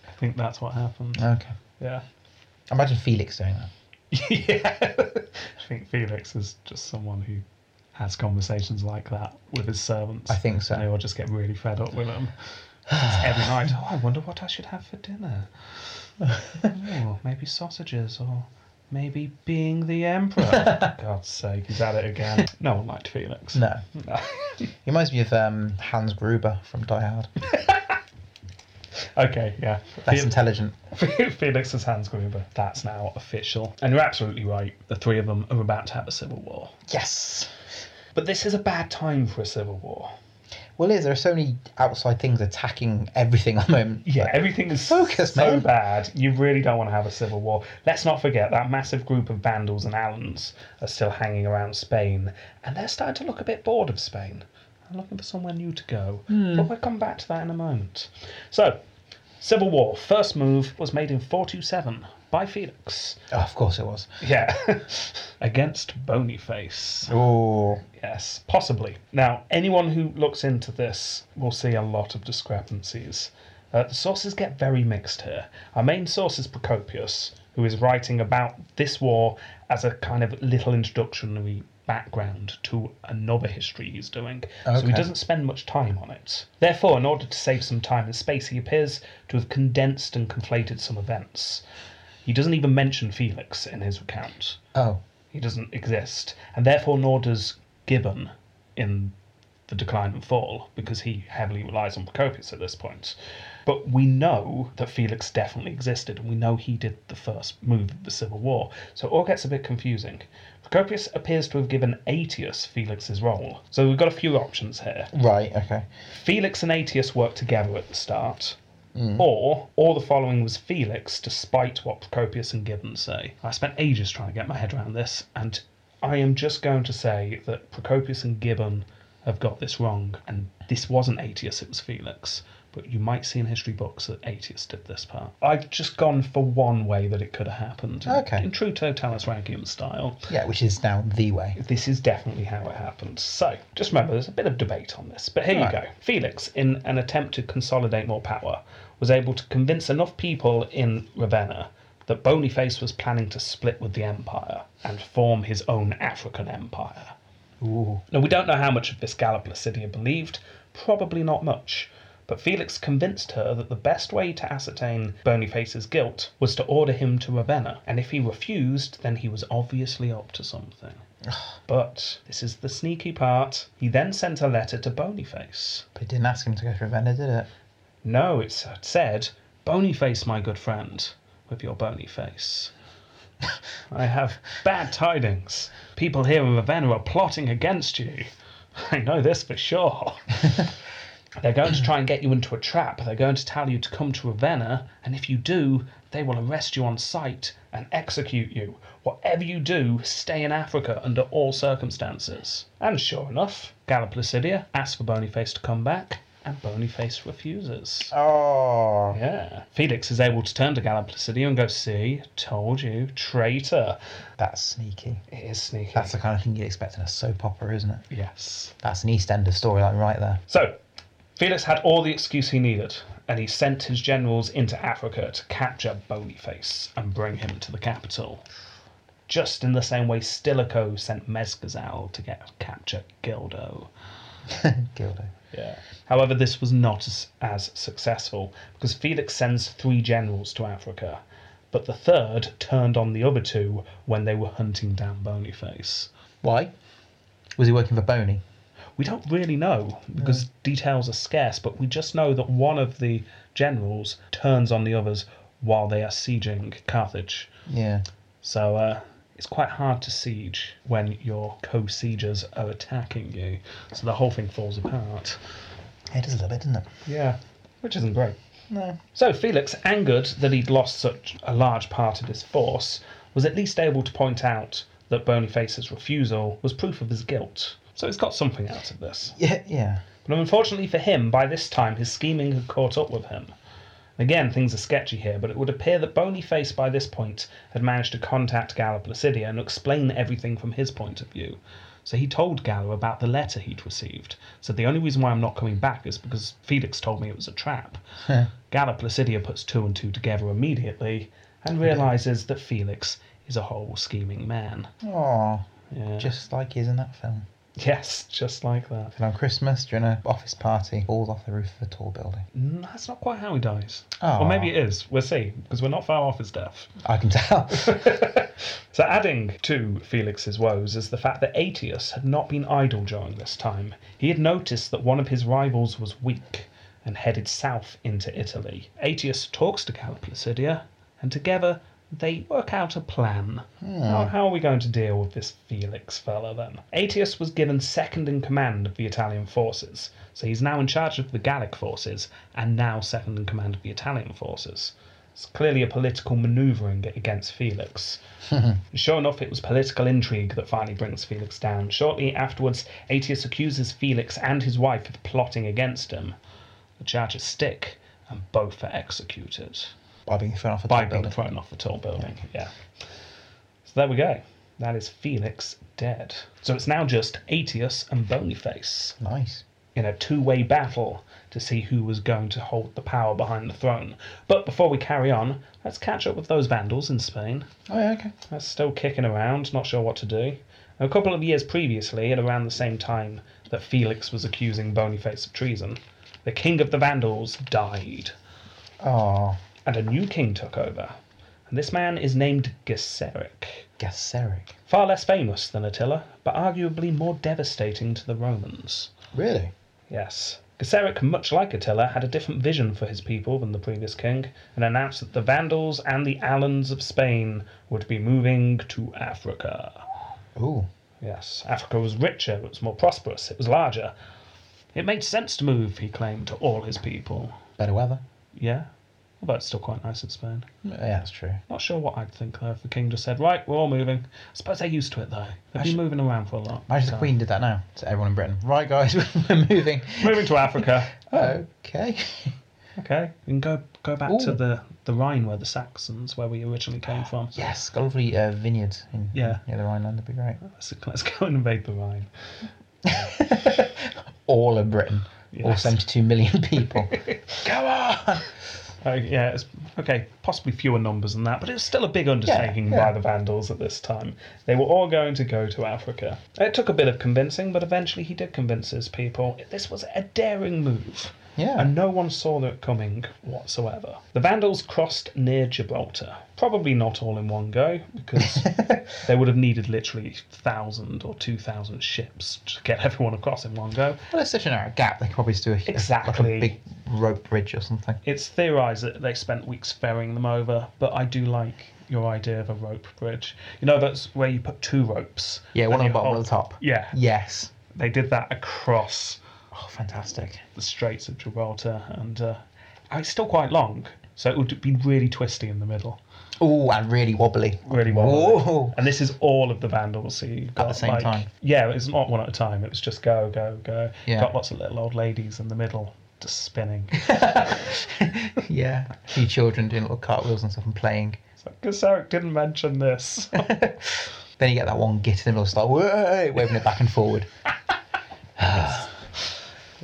[SPEAKER 3] I think that's what happened.
[SPEAKER 2] Okay.
[SPEAKER 3] Yeah.
[SPEAKER 2] Imagine Felix doing that.
[SPEAKER 3] [laughs] yeah. I think Felix is just someone who has conversations like that with his servants.
[SPEAKER 2] I think so.
[SPEAKER 3] They all just get really fed up with him. [sighs] It's every night, oh, I wonder what I should have for [laughs] dinner. Oh, maybe sausages or maybe being [laughs] the emperor. God's sake, he's at it again. No one liked Felix.
[SPEAKER 2] No,
[SPEAKER 3] No.
[SPEAKER 2] he reminds me of um, Hans Gruber from Die Hard.
[SPEAKER 3] Okay, yeah.
[SPEAKER 2] Less
[SPEAKER 3] [laughs] Fel-
[SPEAKER 2] intelligent.
[SPEAKER 3] Felix is Hans Gruber. That's now official. And you're absolutely right. The three of them are about to have a civil war.
[SPEAKER 2] Yes.
[SPEAKER 3] But this is a bad time for a civil war.
[SPEAKER 2] Well, is there are so many outside things attacking everything [laughs] at the moment?
[SPEAKER 3] Yeah,
[SPEAKER 2] Like,
[SPEAKER 3] everything is
[SPEAKER 2] Focus,
[SPEAKER 3] so
[SPEAKER 2] man.
[SPEAKER 3] bad. You really don't want to have a civil war. Let's not forget that massive group of Vandals and Alans are still hanging around Spain, and they're starting to look a bit bored of Spain. They're looking for somewhere new to go. But we'll come back to that in a moment. So, civil war. First move was made in 427 by Felix.
[SPEAKER 2] oh, of course it was.
[SPEAKER 3] Yeah. Against Bonyface.
[SPEAKER 2] Oh,
[SPEAKER 3] Yes, possibly. Now, anyone who looks into this will see a lot of discrepancies. Uh, the sources get very mixed here. Our main source is Procopius, who is writing about this war as a kind of little introductionary background to another history he's doing. So he
[SPEAKER 2] Okay.
[SPEAKER 3] doesn't spend much time on it. Therefore, in order to save some time and space, he appears to have condensed and conflated some events. He doesn't even mention Felix in his account
[SPEAKER 2] oh,
[SPEAKER 3] he doesn't exist, and therefore nor does Gibbon in the Decline and Fall, because he heavily relies on Procopius at this point. But we know that Felix definitely existed, and we know he did the first move of the Civil War, so it all gets a bit confusing. Procopius appears to have given Aetius Felix's role, so we've got a few options here.
[SPEAKER 2] right. Okay.
[SPEAKER 3] Felix and Aetius worked together at the start. Or, or the following was Felix, despite what Procopius and Gibbon say. I spent ages trying to get my head around this, and I am just going to say that Procopius and Gibbon have got this wrong, and this wasn't Aetius, it was Felix. But you might see in history books that Aetius did this part. I've just gone for one way that it could have happened.
[SPEAKER 2] Okay.
[SPEAKER 3] In true Totalis Rangium style
[SPEAKER 2] Yeah, which is now the way.
[SPEAKER 3] this is definitely how it happened. So, just remember, there's a bit of debate on this, but here you
[SPEAKER 2] Right.
[SPEAKER 3] go. Felix, in an attempt to consolidate more power, was able to convince enough people in Ravenna that Boniface was planning to split with the empire and form his own African empire.
[SPEAKER 2] Ooh.
[SPEAKER 3] Now, we don't know how much of this Gallop Placidia believed, probably not much, but Felix convinced her that the best way to ascertain Boniface's guilt was to order him to Ravenna, and if he refused, then he was obviously up to something. But this is the sneaky part. He then sent a letter to Boniface.
[SPEAKER 2] But it didn't ask him to go to Ravenna, did it?
[SPEAKER 3] No, it s- said, Bonyface, my good friend, with your bony face. [laughs] I have bad tidings. People here in Ravenna are plotting against you. [laughs] I know this for sure. They're going to try and get you into a trap. They're going to tell you to come to Ravenna, and if you do, They will arrest you on sight and execute you. Whatever you do, stay in Africa under all circumstances. And sure enough, Galla Placidia asks for Bonyface to come back, and Bonyface refuses.
[SPEAKER 2] Oh.
[SPEAKER 3] Yeah. Felix is able to turn to Galla Placidia and go, See, told you, traitor.
[SPEAKER 2] That's sneaky.
[SPEAKER 3] It is sneaky.
[SPEAKER 2] That's the kind of thing you'd expect in a soap opera, isn't it?
[SPEAKER 3] yes.
[SPEAKER 2] That's an EastEnders storyline right there.
[SPEAKER 3] So, Felix had all the excuse he needed, and he sent his generals into Africa to capture Bonyface and bring him to the capital. Just in the same way Stilicho sent Mezcazal to get capture Gildo.
[SPEAKER 2] Gildo.
[SPEAKER 3] Yeah. However, this was not as, as successful because Felix sends three generals to Africa, but the third turned on the other two when they were hunting down Bonyface.
[SPEAKER 2] Why? Was he working for Boney?
[SPEAKER 3] We don't really know because details are scarce, but we just know that one of the generals turns on the others while they are sieging Carthage.
[SPEAKER 2] Yeah.
[SPEAKER 3] So uh, it's quite hard to siege when your co siegers are attacking you. So the whole thing falls apart.
[SPEAKER 2] It is a little bit, isn't it?
[SPEAKER 3] Yeah, which isn't great.
[SPEAKER 2] No.
[SPEAKER 3] So Felix, angered that he'd lost such a large part of his force, was at least able to point out that Bonyface's refusal was proof of his guilt. So he's got something out of this.
[SPEAKER 2] Yeah, yeah.
[SPEAKER 3] But unfortunately for him, by this time his scheming had caught up with him. Again, things are sketchy here, but it would appear that Bonyface by this point had managed to contact Galla Placidia and explain everything from his point of view. So he told Galla about the letter he'd received. So the only reason why I'm not coming back is because Felix told me it was a trap. Galla Placidia puts two and two together immediately and realizes that Felix is a whole scheming man.
[SPEAKER 2] Oh,
[SPEAKER 3] Yeah. [laughs]
[SPEAKER 2] just like he is in that film.
[SPEAKER 3] yes, just like that.
[SPEAKER 2] And on Christmas, during an office party, falls off the roof of a tall building.
[SPEAKER 3] Mm, That's not quite how he dies.
[SPEAKER 2] Oh.
[SPEAKER 3] Or maybe it is. We'll see, because we're not far off his death.
[SPEAKER 2] I can tell.
[SPEAKER 3] So, adding to Felix's woes is the fact that Aetius had not been idle during this time. He had noticed that one of his rivals was weak and headed south into Italy. Aetius talks to Galla Placidia, and together they work out a plan. How, how are we going to deal with this Felix fella then? Aetius was given second in command of the Italian forces, so he's now in charge of the Gallic forces and now second in command of the Italian forces. It's clearly a political manoeuvring against Felix. Sure enough, it was political intrigue that finally brings Felix down. Shortly afterwards, Aetius accuses Felix and his wife of plotting against him. The charges stick, and both are executed
[SPEAKER 2] By being thrown off a
[SPEAKER 3] by
[SPEAKER 2] tall
[SPEAKER 3] being
[SPEAKER 2] building.
[SPEAKER 3] thrown off the tall building. Yeah. So there we go. That is Felix dead. So it's now just Aetius and Bonyface
[SPEAKER 2] Nice.
[SPEAKER 3] in a two way battle to see who was going to hold the power behind the throne. But before we carry on, let's catch up with those Vandals in Spain.
[SPEAKER 2] Oh, yeah, okay.
[SPEAKER 3] That's still kicking around, not sure what to do. A couple of years previously, at around the same time that Felix was accusing Boniface of treason, the king of the Vandals died,
[SPEAKER 2] Oh,
[SPEAKER 3] and a new king took over. And this man is named Gesseric.
[SPEAKER 2] Gesseric.
[SPEAKER 3] Far less famous than Attila, but arguably more devastating to the Romans.
[SPEAKER 2] Really?
[SPEAKER 3] Yes. Gesseric, much like Attila, had a different vision for his people than the previous king, and announced that the Vandals and the Alans of Spain would be moving to Africa.
[SPEAKER 2] Ooh.
[SPEAKER 3] Yes, Africa was richer, it was more prosperous, it was larger. It made sense to move, he claimed, to all his people.
[SPEAKER 2] Better weather.
[SPEAKER 3] Yeah? Although it's still quite nice in Spain.
[SPEAKER 2] Yeah, that's true.
[SPEAKER 3] Not sure what I'd think, though, if the king just said, right, we're all moving. I suppose they're used to it, though. They've been
[SPEAKER 2] Imagine-
[SPEAKER 3] moving around for a lot.
[SPEAKER 2] Imagine
[SPEAKER 3] so-
[SPEAKER 2] the Queen did that now to everyone in Britain. Right, guys, [laughs] we're moving.
[SPEAKER 3] Moving to Africa.
[SPEAKER 2] [laughs] Okay.
[SPEAKER 3] Okay. We can go, go back to
[SPEAKER 2] Ooh.
[SPEAKER 3] the, the Rhine, where the Saxons, where we originally came from.
[SPEAKER 2] Yes, got a lovely uh, vineyard in
[SPEAKER 3] Yeah.
[SPEAKER 2] near the Rhineland. That'd be great.
[SPEAKER 3] Let's, let's go and invade the Rhine.
[SPEAKER 2] All of Britain, all
[SPEAKER 3] Yes.
[SPEAKER 2] 72 million
[SPEAKER 3] [laughs]
[SPEAKER 2] people. Go on!
[SPEAKER 3] Uh, yeah, it's, okay, possibly fewer numbers than that, but it's still a big undertaking
[SPEAKER 2] yeah.
[SPEAKER 3] by the Vandals at this time. They were all going to go to Africa. It took a bit of convincing, but eventually he did convince his people. This was a daring move,
[SPEAKER 2] Yeah.
[SPEAKER 3] and no one saw it coming whatsoever. The Vandals crossed near Gibraltar. Probably not all in one go,
[SPEAKER 2] [laughs]
[SPEAKER 3] because they would have needed literally 1,000 or 2,000 ships to get everyone across in one go.
[SPEAKER 2] well, it's such a narrow gap. They could probably just do a, like
[SPEAKER 3] Exactly.
[SPEAKER 2] a big rope bridge or something.
[SPEAKER 3] It's theorised that they spent weeks ferrying them over, but I do like your idea of a rope bridge. You know, that's where you put two ropes.
[SPEAKER 2] Yeah, one
[SPEAKER 3] and
[SPEAKER 2] on
[SPEAKER 3] you
[SPEAKER 2] the bottom, one on
[SPEAKER 3] hold-
[SPEAKER 2] the top.
[SPEAKER 3] Yeah,
[SPEAKER 2] Yes.
[SPEAKER 3] they did that across
[SPEAKER 2] Oh, fantastic.
[SPEAKER 3] the Straits of Gibraltar, and uh, it's still quite long. So it would be really twisty in the middle.
[SPEAKER 2] Oh, and really wobbly.
[SPEAKER 3] Really wobbly.
[SPEAKER 2] Whoa.
[SPEAKER 3] And this is all of the vandals. So you got
[SPEAKER 2] the same
[SPEAKER 3] like-
[SPEAKER 2] time?
[SPEAKER 3] Yeah, it's not one at a time. It was just go, go, go.
[SPEAKER 2] Yeah.
[SPEAKER 3] Got lots of little old ladies in the middle just spinning. [laughs]
[SPEAKER 2] Yeah. A few children doing little cartwheels and stuff and playing.
[SPEAKER 3] it's like, Eric didn't mention this.
[SPEAKER 2] Then you get that one git in the middle, it's like, "Whoa," waving it back and forward. [laughs]
[SPEAKER 3] yeah.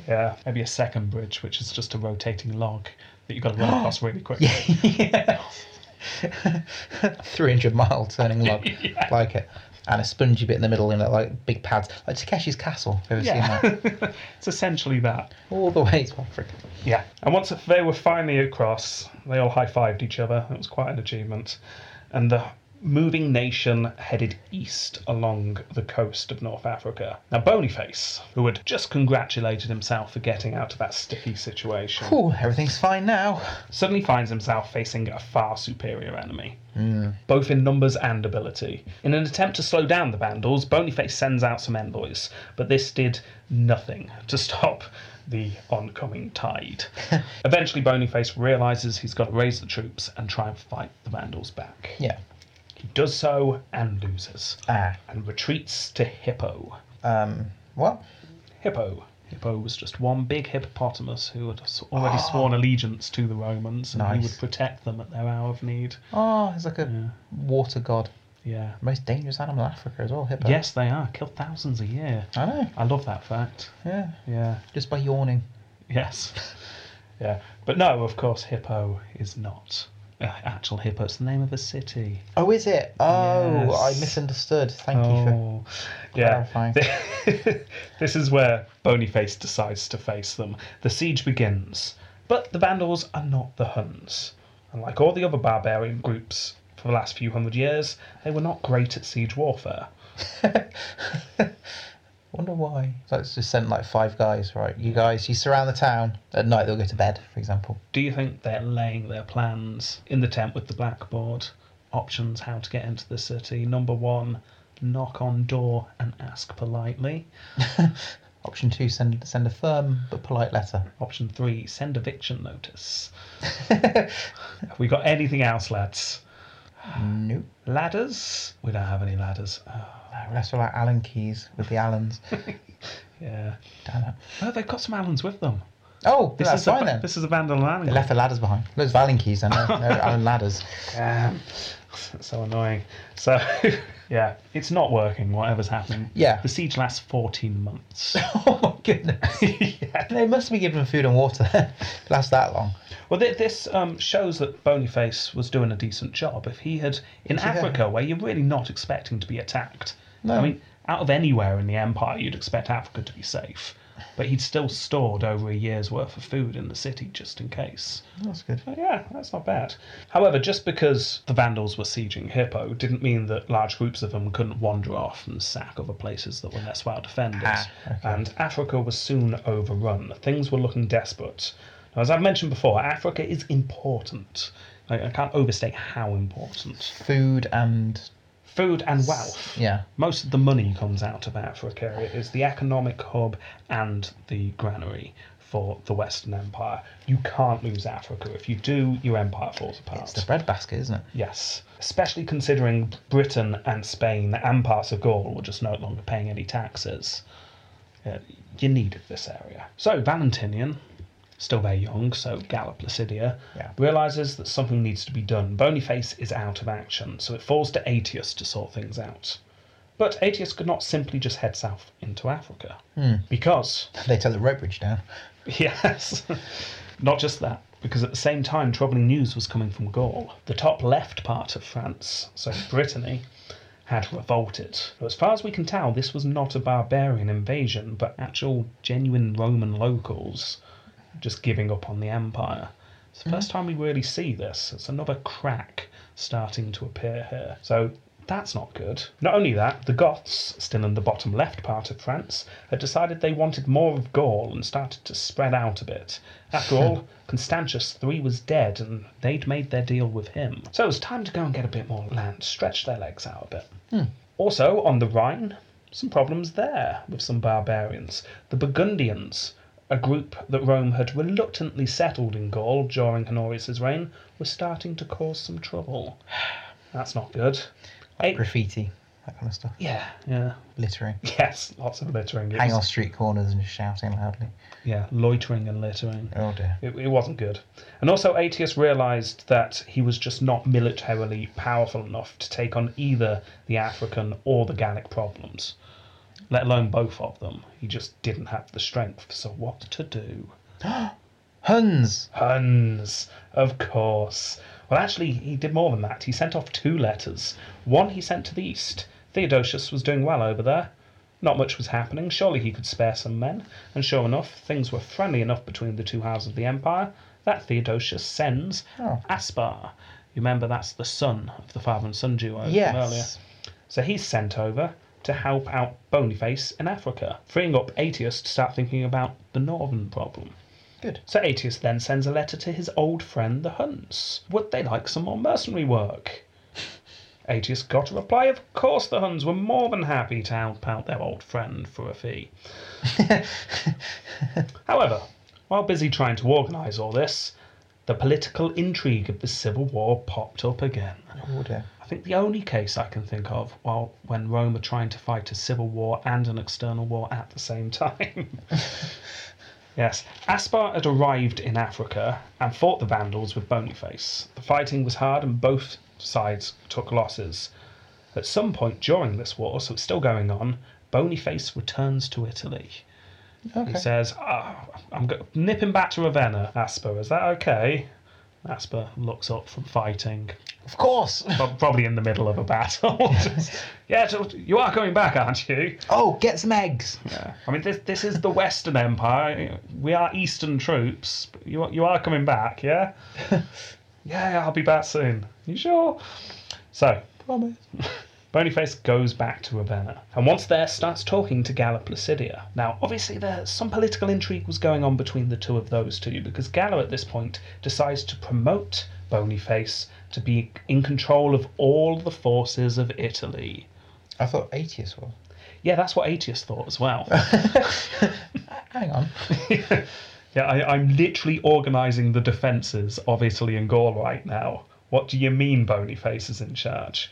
[SPEAKER 3] uh, Maybe a second bridge, which is just a rotating log that you've got to run across really quickly.
[SPEAKER 2] yeah. 300 mile turning log. Like it. And a spongy bit in the middle in it, like big pads. Like Takeshi's Castle, if you've ever
[SPEAKER 3] Yeah.
[SPEAKER 2] seen that.
[SPEAKER 3] [laughs] it's essentially that.
[SPEAKER 2] All the way to Africa.
[SPEAKER 3] Yeah. And once they were finally across, they all high fived each other. It was quite an achievement. And the moving nation headed east along the coast of North Africa. Now, Bonyface, who had just congratulated himself for getting out of that sticky situation,
[SPEAKER 2] Cool, everything's fine now.
[SPEAKER 3] suddenly finds himself facing a far superior enemy. Both in numbers and ability. In an attempt to slow down the Vandals, Bonyface sends out some envoys, but this did nothing to stop the oncoming tide. Eventually, Bonyface realizes he's got to raise the troops and try and fight the Vandals back.
[SPEAKER 2] Yeah.
[SPEAKER 3] He does so and loses,
[SPEAKER 2] Ah.
[SPEAKER 3] and retreats to Hippo.
[SPEAKER 2] Um, what?
[SPEAKER 3] Hippo. Hippo was just one big hippopotamus who had s- already sworn allegiance to the Romans, and he
[SPEAKER 2] Nice.
[SPEAKER 3] would protect them at their hour of need.
[SPEAKER 2] Oh, he's like a water god.
[SPEAKER 3] Yeah.
[SPEAKER 2] Most dangerous animal in Africa as well, hippo.
[SPEAKER 3] Yes, they are. Kill thousands a year.
[SPEAKER 2] I know.
[SPEAKER 3] I love that fact.
[SPEAKER 2] Yeah.
[SPEAKER 3] Yeah.
[SPEAKER 2] Just by yawning.
[SPEAKER 3] Yes. [laughs] yeah. But no, of course, Hippo is not an actual hippo. It's the name of a city.
[SPEAKER 2] Oh, is it? Oh,
[SPEAKER 3] Yes.
[SPEAKER 2] I misunderstood. Thank you for.
[SPEAKER 3] Oh. Yeah.
[SPEAKER 2] Clarifying.
[SPEAKER 3] [laughs] this is where Bonyface decides to face them. The siege begins. But the Vandals are not the Huns. And like all the other barbarian groups for the last few hundred years, they were not great at siege warfare.
[SPEAKER 2] Wonder why. So it's just sent like five guys, right? You guys, you surround the town at night. They'll go to bed, for example.
[SPEAKER 3] Do you think they're laying their plans in the tent with the blackboard? Options how to get into the city. Number one, knock on door and ask politely.
[SPEAKER 2] Option two, send send a firm but polite letter.
[SPEAKER 3] Option three, send
[SPEAKER 2] [laughs]
[SPEAKER 3] eviction notice. Have we got anything else, lads?
[SPEAKER 2] Nope.
[SPEAKER 3] Ladders? We don't have any ladders. Oh,
[SPEAKER 2] No, That's all like Allen keys with the Allens.
[SPEAKER 3] yeah.
[SPEAKER 2] Damn it.
[SPEAKER 3] Oh, they've got some Allens with them.
[SPEAKER 2] Oh,
[SPEAKER 3] This
[SPEAKER 2] that's
[SPEAKER 3] is
[SPEAKER 2] fine
[SPEAKER 3] a,
[SPEAKER 2] then.
[SPEAKER 3] This is a Vandal Allen.
[SPEAKER 2] They left the ladders behind. Those Allen keys, I know.
[SPEAKER 3] [laughs]
[SPEAKER 2] No Allen ladders. [laughs]
[SPEAKER 3] Damn. That's [laughs] so annoying. So, [laughs] yeah, it's not working, whatever's happening.
[SPEAKER 2] Yeah.
[SPEAKER 3] The siege lasts 14 months.
[SPEAKER 2] Oh my goodness.
[SPEAKER 3] [laughs] yeah.
[SPEAKER 2] They must be giving them food and water. then. [laughs] Last that long.
[SPEAKER 3] Well, th- this um, shows that Bonyface was doing a decent job. If he had in Africa, where you're really not expecting to be attacked,
[SPEAKER 2] No.
[SPEAKER 3] I mean, out of anywhere in the empire, you'd expect Africa to be safe. But he'd still stored over a year's worth of food in the city just in case.
[SPEAKER 2] That's good.
[SPEAKER 3] But Oh, yeah, that's not bad. However, just because the Vandals were sieging Hippo didn't mean that large groups of them couldn't wander off and sack other places that were less well defended.
[SPEAKER 2] Ah, okay.
[SPEAKER 3] And Africa was soon overrun. Things were looking desperate. Now, as I've mentioned before, Africa is important. I, I can't overstate how important.
[SPEAKER 2] Food and
[SPEAKER 3] Food and wealth.
[SPEAKER 2] yeah.
[SPEAKER 3] Most of the money comes out of Africa. It is the economic hub and the granary for the Western Empire. You can't lose Africa. If you do, your empire falls apart.
[SPEAKER 2] It's the breadbasket, isn't it?
[SPEAKER 3] Yes, especially considering Britain and Spain and parts of Gaul were just no longer paying any taxes. Uh, you needed this area. So Valentinian, still very young, so Galla Placidia,
[SPEAKER 2] Yeah.
[SPEAKER 3] realizes that something needs to be done. Bonyface is out of action, so it falls to Aetius to sort things out. But Aetius could not simply just head south into Africa because
[SPEAKER 2] They took the rope bridge down.
[SPEAKER 3] [laughs] Yes. Not just that, because at the same time, troubling news was coming from Gaul. The top left part of France, so Brittany, had revolted. Now, as far as we can tell, this was not a barbarian invasion, but actual genuine Roman locals just giving up on the empire. It's the first time we really see this. It's another crack starting to appear here. So that's not good. Not only that, the Goths, still in the bottom left part of France, had decided they wanted more of Gaul and started to spread out a bit. After all, Constantius III was dead and they'd made their deal with him. So it was time to go and get a bit more land, stretch their legs out a bit. Also, on the Rhine, some problems there with some barbarians. The Burgundians A group that Rome had reluctantly settled in Gaul during Honorius's reign was starting to cause some trouble. That's not good. Eight-
[SPEAKER 2] graffiti, that kind of stuff,
[SPEAKER 3] yeah, yeah, [laughs]
[SPEAKER 2] littering,
[SPEAKER 3] yes, lots of littering. It
[SPEAKER 2] hang
[SPEAKER 3] was-
[SPEAKER 2] off street corners and shouting loudly.
[SPEAKER 3] Yeah, loitering and littering.
[SPEAKER 2] Oh dear.
[SPEAKER 3] It, it wasn't good. And also, Aetius realised that he was just not militarily powerful enough to take on either the African or the Gallic problems, let alone both of them. He just didn't have the strength. So, what to do?
[SPEAKER 2] Huns.
[SPEAKER 3] Huns, of course. Well, actually, he did more than that. He sent off two letters. One he sent to the east. Theodosius was doing well over there. Not much was happening. Surely he could spare some men. And sure enough, things were friendly enough between the two halves of the empire that Theodosius sends
[SPEAKER 2] Oh.
[SPEAKER 3] Aspar. You remember that's the son of the father and son duo from earlier.
[SPEAKER 2] Yes.
[SPEAKER 3] So he's sent over to help out Boniface in Africa, freeing up Aetius to start thinking about the northern problem.
[SPEAKER 2] Good.
[SPEAKER 3] So Aetius then sends a letter to his old friend the Huns. Would they like some more mercenary work? Aetius got a reply. Of course, the Huns were more than happy to help out their old friend for a fee. However, while busy trying to organise all this, the political intrigue of the Civil War popped up again.
[SPEAKER 2] Oh dear.
[SPEAKER 3] I think the only case I can think of while when Rome are trying to fight a civil war and an external war at the same time. [laughs] yes, Aspar had arrived in Africa and fought the Vandals with Boniface. The fighting was hard and both sides took losses. At some point during this war, so it's still going on, Boniface returns to Italy.
[SPEAKER 2] Okay.
[SPEAKER 3] He says, "Ah, I'm go- nipping back to Ravenna, Aspar. Is that okay? Aspar looks up from fighting,
[SPEAKER 2] Of course.
[SPEAKER 3] Pro- probably in the middle of a battle. [laughs] Just, yeah, so you are coming back, aren't you?
[SPEAKER 2] Oh, get some eggs.
[SPEAKER 3] I mean, this this is the Western Empire. We are Eastern troops. But you are- you are coming back, yeah? yeah, yeah, I'll be back soon. You sure? So
[SPEAKER 2] Promise.
[SPEAKER 3] Boniface goes back to Ravenna, and once there, starts talking to Galla Placidia. Now, obviously, there some political intrigue was going on between the two of those two because Galla at this point decides to promote Boniface to be in control of all the forces of Italy.
[SPEAKER 2] I thought Aetius was.
[SPEAKER 3] Yeah, that's what Aetius thought as well.
[SPEAKER 2] Hang on.
[SPEAKER 3] yeah, I, I'm literally organising the defences of Italy and Gaul right now. What do you mean Boniface is in charge?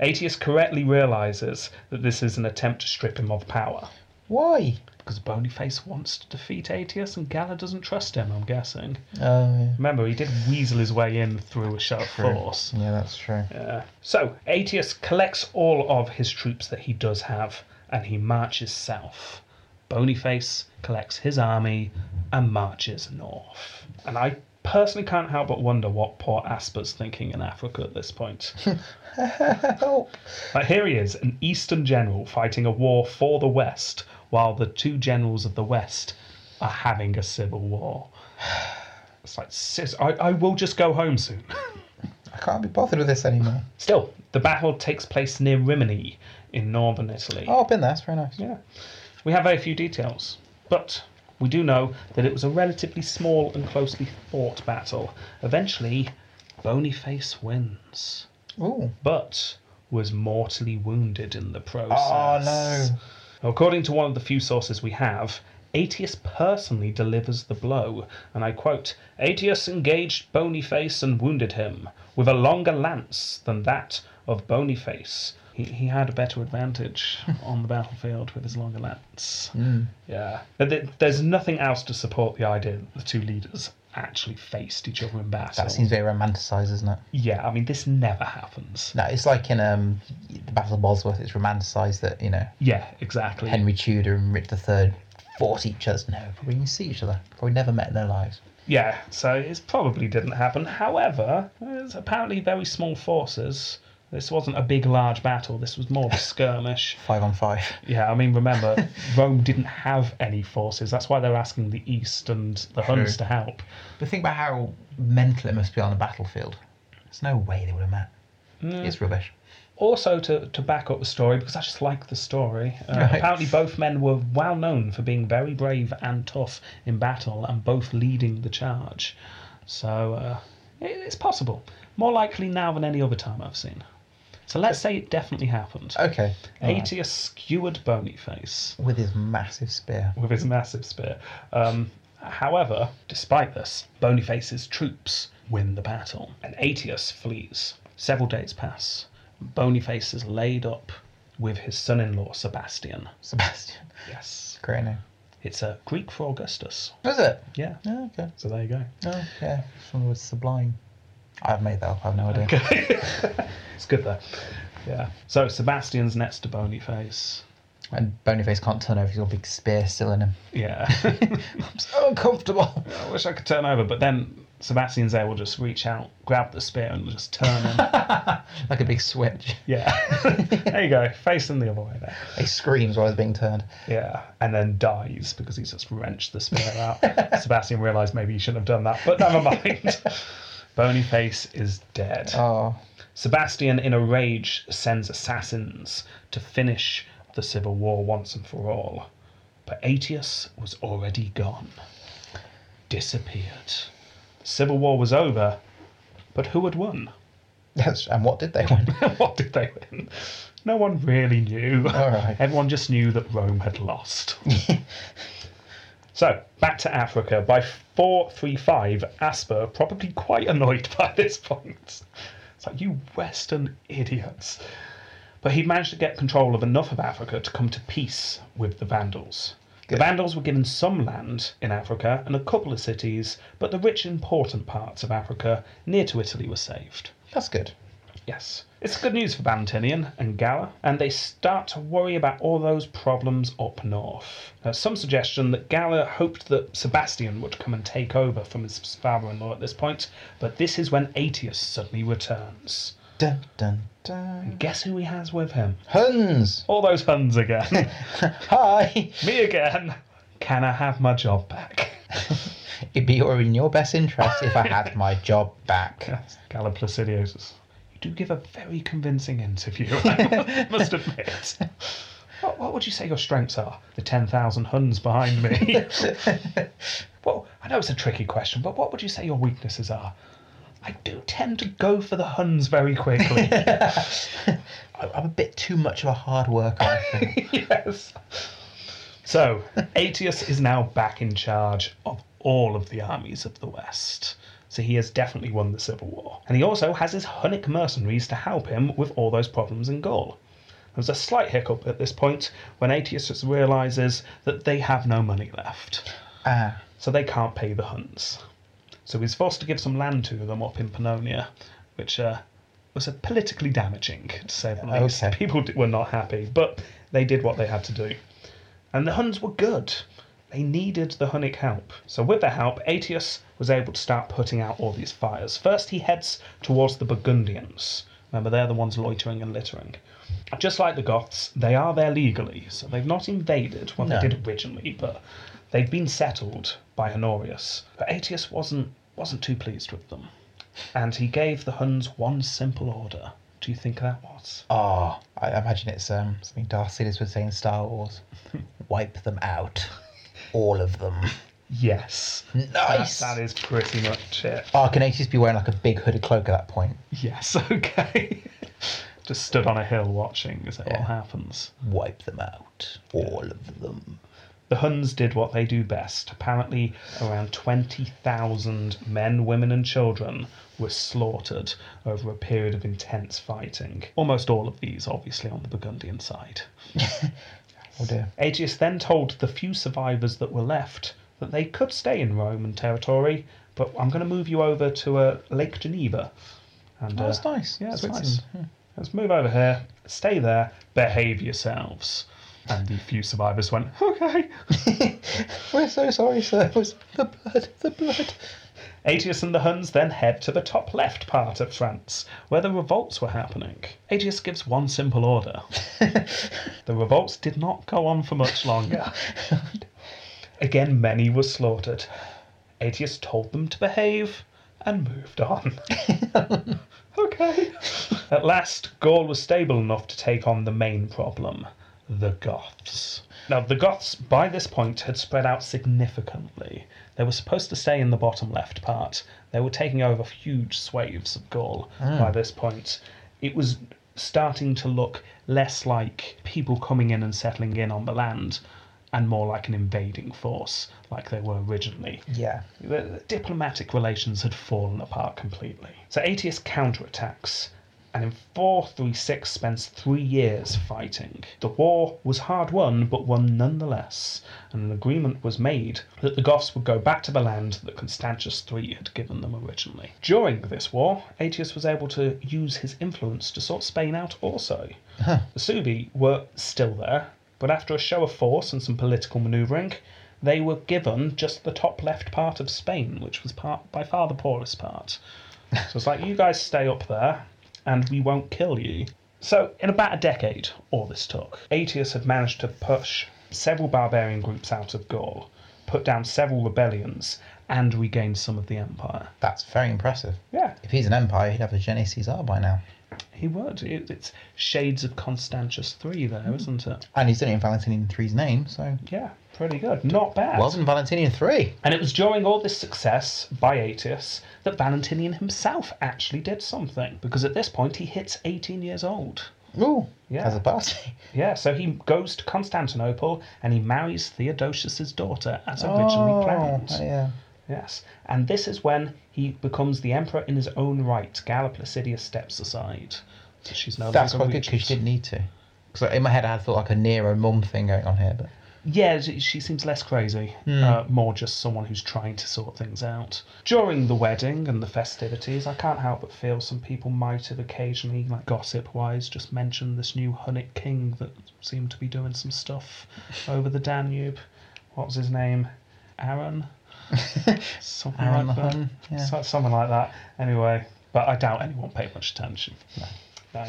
[SPEAKER 3] Aetius correctly realises that this is an attempt to strip him of power.
[SPEAKER 2] Why?
[SPEAKER 3] Because Boniface wants to defeat Aetius and Galla doesn't trust him, I'm guessing.
[SPEAKER 2] Oh,
[SPEAKER 3] Remember, he did weasel his way in through a show of
[SPEAKER 2] True.
[SPEAKER 3] force.
[SPEAKER 2] yeah. yeah, that's true.
[SPEAKER 3] Uh, so, Aetius collects all of his troops that he does have and he marches south. Boniface collects his army and marches north. And I personally can't help but wonder what poor Asper's thinking in Africa at this point.
[SPEAKER 2] Help.
[SPEAKER 3] But here he is, an Eastern general fighting a war for the West, while the two generals of the West are having a civil war. [sighs] It's like, sis, I, I will just go home soon.
[SPEAKER 2] I can't be bothered with this anymore.
[SPEAKER 3] Still, the battle takes place near Rimini in northern Italy.
[SPEAKER 2] Oh, I've been there. It's very nice.
[SPEAKER 3] Yeah. We have very few details, but we do know that it was a relatively small and closely fought battle. Eventually, Bonyface wins,
[SPEAKER 2] Ooh.
[SPEAKER 3] but was mortally wounded in the
[SPEAKER 2] Oh,
[SPEAKER 3] process.
[SPEAKER 2] no.
[SPEAKER 3] According to one of the few sources we have, Aetius personally delivers the blow, and I quote Aetius engaged Bonyface and wounded him with a longer lance than that of Bonyface. He, he had a
[SPEAKER 2] [laughs]
[SPEAKER 3] better advantage on the battlefield with his longer lance.
[SPEAKER 2] Mm.
[SPEAKER 3] Yeah. But th- There's nothing else to support the idea that the two leaders actually faced each other in battle.
[SPEAKER 2] That seems very romanticised, isn't it?
[SPEAKER 3] Yeah, I mean, this never happens.
[SPEAKER 2] No, it's like in um, the Battle of Bosworth. It's romanticised that you know
[SPEAKER 3] Yeah, exactly.
[SPEAKER 2] Henry Tudor and Richard III fought each other. No, probably didn't see each other. Probably never met in their lives.
[SPEAKER 3] Yeah, so it probably didn't happen. However, there's apparently very small forces. This wasn't a big, large battle. This was more of a skirmish.
[SPEAKER 2] Five on five.
[SPEAKER 3] Yeah, I mean, remember, Rome didn't have any forces. That's why they're asking the East and the Huns to
[SPEAKER 2] True.
[SPEAKER 3] help.
[SPEAKER 2] But think about how mental it must be on the battlefield. There's no way they would have met. It's rubbish.
[SPEAKER 3] Also, to, to back up the story, because I just like the story, uh,
[SPEAKER 2] Right.
[SPEAKER 3] apparently both men were well known for being very brave and tough in battle and both leading the charge. So, uh, it, it's possible. More likely now than any other time I've seen. So let's say it definitely happened.
[SPEAKER 2] Okay. alright.
[SPEAKER 3] Aetius skewered Bonyface
[SPEAKER 2] With his massive spear. [laughs]
[SPEAKER 3] with his massive spear. Um, however, despite this, Bonyface's troops win the battle, and Aetius flees. Several days pass. Bonyface is laid up with his son-in-law Sebastian.
[SPEAKER 2] Sebastian.
[SPEAKER 3] Yes,
[SPEAKER 2] Great name.
[SPEAKER 3] it's a Greek for Augustus.
[SPEAKER 2] Is it?
[SPEAKER 3] Yeah.
[SPEAKER 2] Yeah, okay.
[SPEAKER 3] So there you go. [laughs]
[SPEAKER 2] Oh, yeah. Someone was sublime. I've made that up. I have no idea.
[SPEAKER 3] It's good though. Yeah. So Sebastian's next to Bonyface.
[SPEAKER 2] And Bonyface can't turn over. He's got a big spear still in him.
[SPEAKER 3] Yeah. [laughs]
[SPEAKER 2] I'm so uncomfortable. [laughs]
[SPEAKER 3] I wish I could turn over, but then Sebastian's there will just reach out, grab the spear, and just turn him.
[SPEAKER 2] Like a big switch.
[SPEAKER 3] yeah. [laughs] there you go. Facing the other way there.
[SPEAKER 2] He screams while he's being turned.
[SPEAKER 3] Yeah. And then dies because he's just wrenched the spear [laughs] out. Sebastian realised maybe he shouldn't have done that, but never [laughs] mind. Bonyface is dead.
[SPEAKER 2] Oh,
[SPEAKER 3] Sebastian, in a rage, sends assassins to finish the civil war once and for all. But Aetius was already gone, disappeared. Civil war was over, but who had won?
[SPEAKER 2] that's and what did they win? [laughs]
[SPEAKER 3] [laughs] what did they win? No one really knew.
[SPEAKER 2] All right.
[SPEAKER 3] Everyone just knew that Rome
[SPEAKER 2] [laughs]
[SPEAKER 3] had lost. so, back to Africa. By 435, Asper, probably quite annoyed [laughs] by this point. It's like, you Western idiots. But he managed to get control of enough of Africa to come to peace with the Vandals. The
[SPEAKER 2] Good.
[SPEAKER 3] Vandals were given some land in Africa and a couple of cities, but the rich, important parts of Africa near to Italy were saved.
[SPEAKER 2] That's good.
[SPEAKER 3] Yes. It's good news for Valentinian and Gala, and they start to worry about all those problems up north. Now, some suggestion that Gala hoped that Sebastian would come and take over from his father in law at this point, but this is when Aetius suddenly returns.
[SPEAKER 2] Dun dun dun.
[SPEAKER 3] Guess who he has with him?
[SPEAKER 2] Huns.
[SPEAKER 3] All those Huns again.
[SPEAKER 2] Hi.
[SPEAKER 3] Me again. Can I have my job back? [laughs]
[SPEAKER 2] It'd be in your best interest if I had my job back.
[SPEAKER 3] Yes. Gala Placidius. is- You do give a very convincing interview, I must admit. What, what would you say your strengths are? The 10,000 Huns behind me. well, I know it's a tricky question, but what would you say your weaknesses are? I do tend to go for the Huns very quickly.
[SPEAKER 2] I- I'm a bit too much of a hard worker. I
[SPEAKER 3] [laughs]
[SPEAKER 2] think.
[SPEAKER 3] yes. So, Aetius is now back in charge of all of the armies of the West. So he has definitely won the civil war. And he also has his Hunnic mercenaries to help him with all those problems in Gaul. There's a slight hiccup at this point when Aetius just realizes that they have no money left,
[SPEAKER 2] Ah,
[SPEAKER 3] so they can't pay the Huns. So he's forced to give some land to them up in Pannonia, which uh, was uh, politically damaging, to say the least.
[SPEAKER 2] Okay.
[SPEAKER 3] People d- were not happy, but they did what they had to do. And the Huns were good. They needed the Hunnic help. So, with their help, Aetius was able to start putting out all these fires. First, he heads towards the Burgundians. Remember, they're the ones loitering and littering. Just like the Goths, they are there legally, so they've not invaded when
[SPEAKER 2] No.
[SPEAKER 3] they did originally, but they've been settled by Honorius. But Aetius wasn't wasn't too pleased with them, and he gave the Huns one simple order. Do you think that was?
[SPEAKER 2] ah. I imagine it's um, something Darth Sidious would say in Star
[SPEAKER 3] [laughs]
[SPEAKER 2] Wars. Wipe them out, all of them.
[SPEAKER 3] Yes.
[SPEAKER 2] Nice.
[SPEAKER 3] [laughs] That, that is pretty much it.
[SPEAKER 2] Ah, can Aetius be wearing like a big hooded cloak at that point? [laughs]
[SPEAKER 3] Yes, okay. Just stood on a hill watching as it all
[SPEAKER 2] Yeah.
[SPEAKER 3] happens.
[SPEAKER 2] Wipe them out, all of them.
[SPEAKER 3] The Huns did what they do best. Apparently, around 20,000 men, women, and children were slaughtered over a period of intense fighting. Almost all of these, obviously, on the Burgundian side.
[SPEAKER 2] Oh dear.
[SPEAKER 3] Aetius then told the few survivors that were left that they could stay in Roman territory, but I'm going to move you over to uh, Lake Geneva. And, uh,
[SPEAKER 2] Oh, that's nice. Hmm.
[SPEAKER 3] Yeah, it's nice.
[SPEAKER 2] Switzerland,
[SPEAKER 3] Let's move over here, stay there, behave yourselves. And the few survivors went, okay. [laughs]
[SPEAKER 2] We're so sorry, sir. It was the blood, the blood.
[SPEAKER 3] Aetius and the Huns then head to the top left part of France, where the revolts were happening. Aetius gives one simple order. the revolts did not go on for much longer. Again, many were slaughtered. Aetius told them to behave and moved on. [laughs] okay. At last, Gaul was stable enough to take on the main problem the Goths. Now, the Goths by this point had spread out significantly. They were supposed to stay in the bottom left part. They were taking over huge swathes of Gaul by this point. It was starting to look less like people coming in and settling in on the land and more like an invading force, like they were originally.
[SPEAKER 2] Yeah.
[SPEAKER 3] The the diplomatic relations had fallen apart completely. So Aetius counterattacks, and in 436 spends three years fighting. The war was hard won, but won nonetheless, and an agreement was made that the Goths would go back to the land that Constantius III had given them originally. During this war, Aetius was able to use his influence to sort Spain out also. The Subi were still there, but after a show of force and some political manoeuvring, they were given just the top left part of Spain, which was part, by far the poorest part. So it's like, you guys stay up there, and we won't kill you. So, in about a decade, all this took. Aetius had managed to push several barbarian groups out of Gaul, put down several rebellions, and regain some of the empire.
[SPEAKER 2] That's very impressive.
[SPEAKER 3] Yeah,
[SPEAKER 2] If he's an empire, he'd have a Gene Caesar by now.
[SPEAKER 3] he would. It, it's shades of Constantius III there, not it?
[SPEAKER 2] And he's done it in Valentinian III's name, so.
[SPEAKER 3] Yeah, pretty good. Not bad.
[SPEAKER 2] Well done, Valentinian III.
[SPEAKER 3] And it was during all this success by Aetius that Valentinian himself actually did something, because at this point he hits 18 years old.
[SPEAKER 2] Ooh,
[SPEAKER 3] Yeah.
[SPEAKER 2] as a bastard.
[SPEAKER 3] Yeah, so he goes to Constantinople and he marries Theodosius's daughter as originally planned.
[SPEAKER 2] Oh, yeah.
[SPEAKER 3] Yes, and this is when he becomes the emperor in his own right. Galla Placidia steps aside. So she's no
[SPEAKER 2] That's
[SPEAKER 3] longer
[SPEAKER 2] quite good because
[SPEAKER 3] regent.
[SPEAKER 2] she didn't need to. Because in my head, I had thought like a Nero mum thing going on here, but
[SPEAKER 3] Yeah, she she seems less crazy, uh, more just someone who's trying to sort things out. During the wedding and the festivities, I can't help but feel some people might have occasionally, like gossip-wise, just mentioned this new Hunnic king that seemed to be doing some stuff over the Danube. What was his name? Aaron. Something
[SPEAKER 2] Aaron
[SPEAKER 3] like
[SPEAKER 2] the
[SPEAKER 3] that.
[SPEAKER 2] Hun, yeah.
[SPEAKER 3] So- something like that. Anyway, but I doubt anyone paid much attention. No.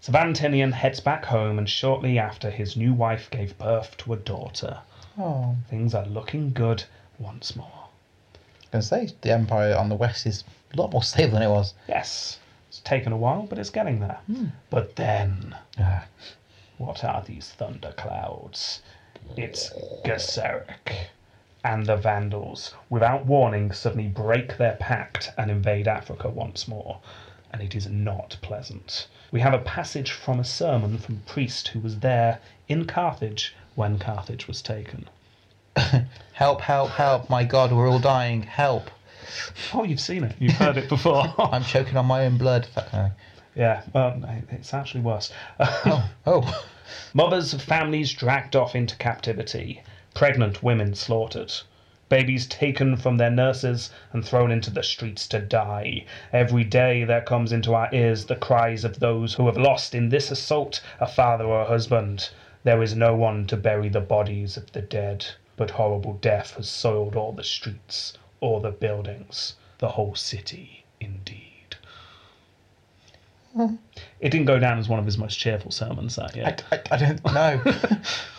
[SPEAKER 3] So Valentinian heads back home, and shortly after, his new wife gave birth to a daughter.
[SPEAKER 2] oh,
[SPEAKER 3] Things are looking good once more.
[SPEAKER 2] I was gonna say the empire on the west is a lot more stable than it was.
[SPEAKER 3] Yes, it's taken a while, but it's getting there. But then,
[SPEAKER 2] Ah,
[SPEAKER 3] what are these thunderclouds? It's Gesseric. And the Vandals, without warning, suddenly break their pact and invade Africa once more. And it is not pleasant. We have a passage from a sermon from a priest who was there in Carthage when Carthage was taken.
[SPEAKER 2] help! Help! Help! My God, we're all dying! Help!
[SPEAKER 3] Oh, you've seen it. You've heard it before.
[SPEAKER 2] I'm choking on my own blood. That kind of thing.
[SPEAKER 3] [laughs] yeah, well, it's actually worse.
[SPEAKER 2] [laughs] Oh,
[SPEAKER 3] Mothers of families dragged off into captivity, pregnant women slaughtered, babies taken from their nurses and thrown into the streets to die. Every day there comes into our ears the cries of those who have lost in this assault a father or a husband. There is no one to bury the bodies of the dead, but horrible death has soiled all the streets, all the buildings, the whole city, indeed. It didn't go down as one of his most cheerful sermons that year
[SPEAKER 2] I, I, I don't know.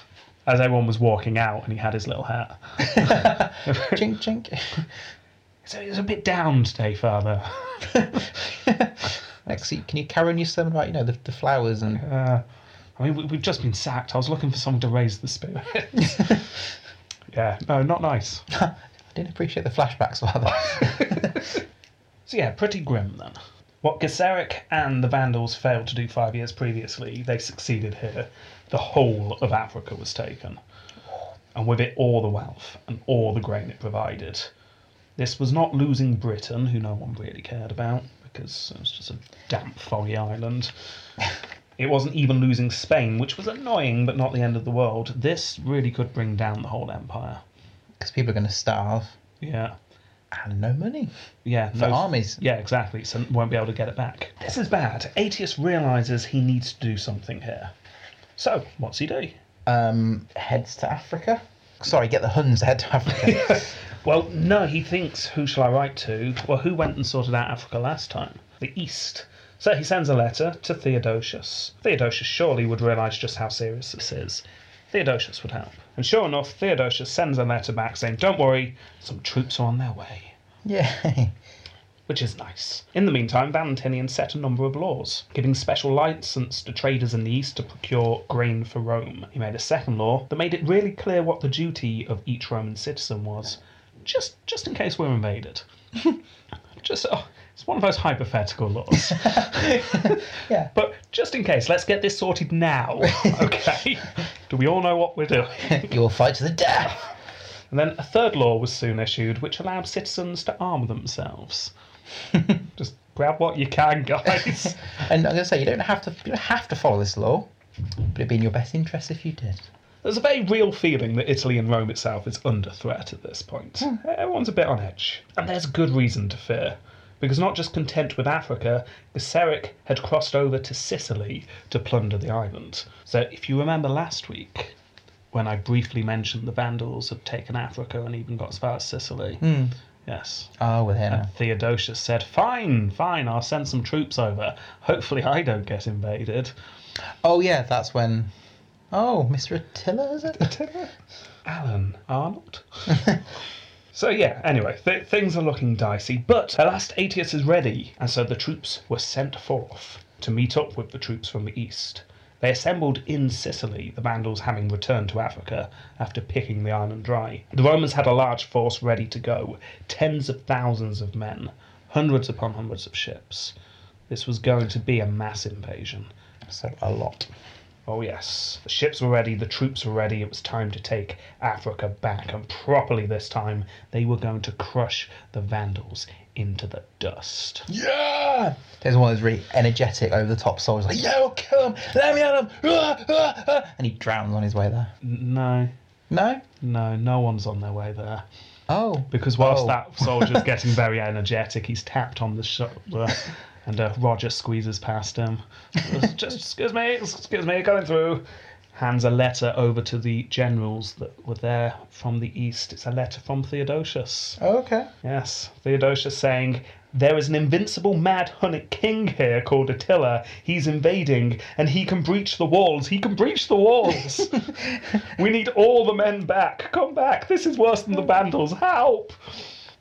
[SPEAKER 2] [laughs]
[SPEAKER 3] as everyone was walking out and he had his little hat.
[SPEAKER 2] chink chink.
[SPEAKER 3] So he was a bit down today, Father.
[SPEAKER 2] Next, seat, can you carry on your sermon about you know the, the flowers and
[SPEAKER 3] Uh, I mean, we, we've just been sacked. I was looking for someone to raise the spirits. [laughs] yeah, no, not nice.
[SPEAKER 2] I didn't appreciate the flashbacks [laughs] rather.
[SPEAKER 3] So yeah, pretty grim then. What Gesseric and the Vandals failed to do five years previously, they succeeded here. The whole of Africa was taken, and with it all the wealth and all the grain it provided. This was not losing Britain, who no one really cared about, because it was just a damp, foggy island. It wasn't even losing Spain, which was annoying, but not the end of the world. This really could bring down the whole empire.
[SPEAKER 2] Because people are going to starve
[SPEAKER 3] Yeah.
[SPEAKER 2] and no money.
[SPEAKER 3] Yeah,
[SPEAKER 2] For armies.
[SPEAKER 3] Yeah, exactly. So won't be able to get it back. This is bad. Aetius realizes he needs to do something here. So what's he do?
[SPEAKER 2] Um, heads to Africa. Sorry, get the Huns to head to
[SPEAKER 3] [laughs]
[SPEAKER 2] Africa.
[SPEAKER 3] Well, no, he thinks who shall I write to? Well, who went and sorted out Africa last time? The East. So he sends a letter to Theodosius. Theodosius surely would realize just how serious this is. Theodosius would help. And sure enough, Theodosius sends a letter back saying, "Don't worry, some troops are on their way."
[SPEAKER 2] yeah.
[SPEAKER 3] which is nice. In the meantime, Valentinian set a number of laws, giving special license to traders in the East to procure grain for Rome. He made a second law that made it really clear what the duty of each Roman citizen was, just just in case we're invaded. just oh, It's one of those hypothetical laws.
[SPEAKER 2] [laughs] Yeah.
[SPEAKER 3] but just in case, let's get this sorted now. Okay. Do we all know what we're doing?
[SPEAKER 2] you will fight to the death.
[SPEAKER 3] And then a third law was soon issued, which allowed citizens to arm themselves. just grab what you can, guys.
[SPEAKER 2] And I'm gonna say you don't have to you don't have to follow this law, but it'd be in your best interest if you did.
[SPEAKER 3] There's a very real feeling that Italy and Rome itself is under threat at this point. Everyone's a bit on edge. And there's good reason to fear. Because not just content with Africa, Gesseric had crossed over to Sicily to plunder the island. So if you remember last week, when I briefly mentioned the Vandals had taken Africa and even got as far as Sicily,
[SPEAKER 2] Hmm.
[SPEAKER 3] yes,
[SPEAKER 2] Oh, we're here now.
[SPEAKER 3] and Theodosius said, Fine, fine, I'll send some troops over. Hopefully I don't get invaded.
[SPEAKER 2] Oh yeah, that's when. Oh, Mr. Attila, is it?
[SPEAKER 3] Alan Arnold. [laughs] so yeah, anyway, th- things are looking dicey, but at last Aetius is ready, and so the troops were sent forth to meet up with the troops from the east. They assembled in Sicily, the Vandals having returned to Africa after picking the island dry. The Romans had a large force ready to go, tens of thousands of men, hundreds upon hundreds of ships. This was going to be a mass invasion.
[SPEAKER 2] So a lot.
[SPEAKER 3] Oh, yes. The ships were ready, the troops were ready. It was time to take Africa back, and properly this time, they were going to crush the Vandals into the dust.
[SPEAKER 2] Yeah. There's one that's really energetic, over the top soldiers like, "Yo, kill him! Let me at him!" Ah, ah, ah," And he drowns on his way there.
[SPEAKER 3] N- No,
[SPEAKER 2] No.
[SPEAKER 3] no, no one's on their way there.
[SPEAKER 2] Oh.
[SPEAKER 3] Because whilst
[SPEAKER 2] Oh.
[SPEAKER 3] that soldier's getting very energetic, he's tapped on the shoulder. And uh, Roger squeezes past him. Just excuse me, excuse me, going through. Hands a letter over to the generals that were there from the east. It's a letter from Theodosius.
[SPEAKER 2] Okay.
[SPEAKER 3] Yes, Theodosius saying, There is an invincible mad Hunnic king here called Attila. He's invading and he can breach the walls. He can breach the walls. we need all the men back. Come back. This is worse than the Vandals. Help!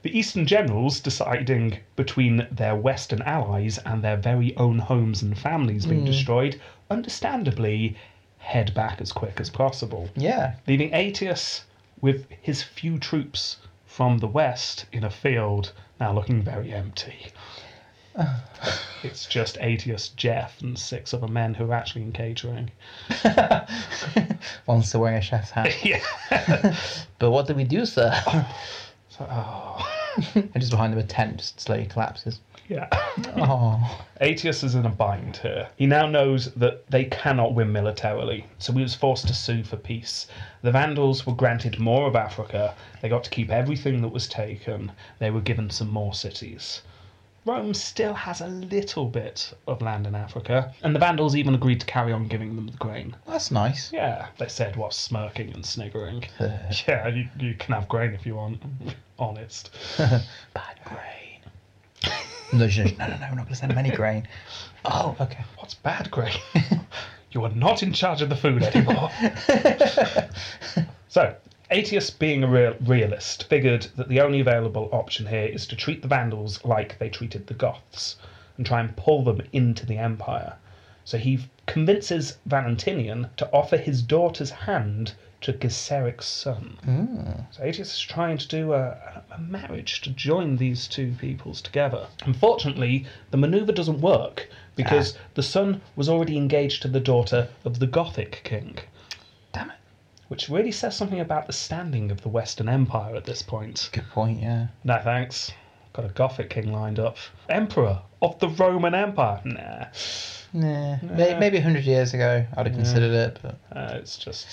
[SPEAKER 3] The Eastern generals deciding between their Western allies and their very own homes and families being destroyed, understandably, head back as quick as possible
[SPEAKER 2] Yeah.
[SPEAKER 3] leaving Aetius with his few troops from the west in a field now looking very empty. it's just Aetius, Jeff, and six other men who are actually in catering.
[SPEAKER 2] One's still wearing a chef's hat. [laughs]
[SPEAKER 3] Yeah.
[SPEAKER 2] But what do we do, [coughs] sir? oh. and [laughs] just behind them, a tent just slowly collapses.
[SPEAKER 3] Yeah.
[SPEAKER 2] Oh.
[SPEAKER 3] Aetius is in a bind here. He now knows that they cannot win militarily, so he was forced to sue for peace. The Vandals were granted more of Africa, they got to keep everything that was taken, they were given some more cities. Rome still has a little bit of land in Africa, and the Vandals even agreed to carry on giving them the grain.
[SPEAKER 2] That's nice.
[SPEAKER 3] Yeah, they said while smirking and sniggering. [laughs] yeah, you, you can have grain if you want. [laughs] Honest.
[SPEAKER 2] Bad grain. [laughs] No, no, no, no, we're not going to send them any grain. Oh, okay.
[SPEAKER 3] What's bad, Greg? [laughs] you are not in charge of the food anymore. so, Aetius, being a real, realist, figured that the only available option here is to treat the Vandals like they treated the Goths and try and pull them into the empire. So he convinces Valentinian to offer his daughter's hand to Gesseric's son. So Aetius is trying to do a, a marriage to join these two peoples together. Unfortunately, the maneuver doesn't work
[SPEAKER 2] Ah.
[SPEAKER 3] because the son was already engaged to the daughter of the Gothic king,
[SPEAKER 2] Damn it.
[SPEAKER 3] which really says something about the standing of the Western Empire at this point.
[SPEAKER 2] Good point, yeah.
[SPEAKER 3] No thanks. Got a Gothic king lined up. Emperor of the Roman Empire. Nah.
[SPEAKER 2] Nah. May Maybe 100 years ago, I'd have considered it, but.
[SPEAKER 3] Uh, it's just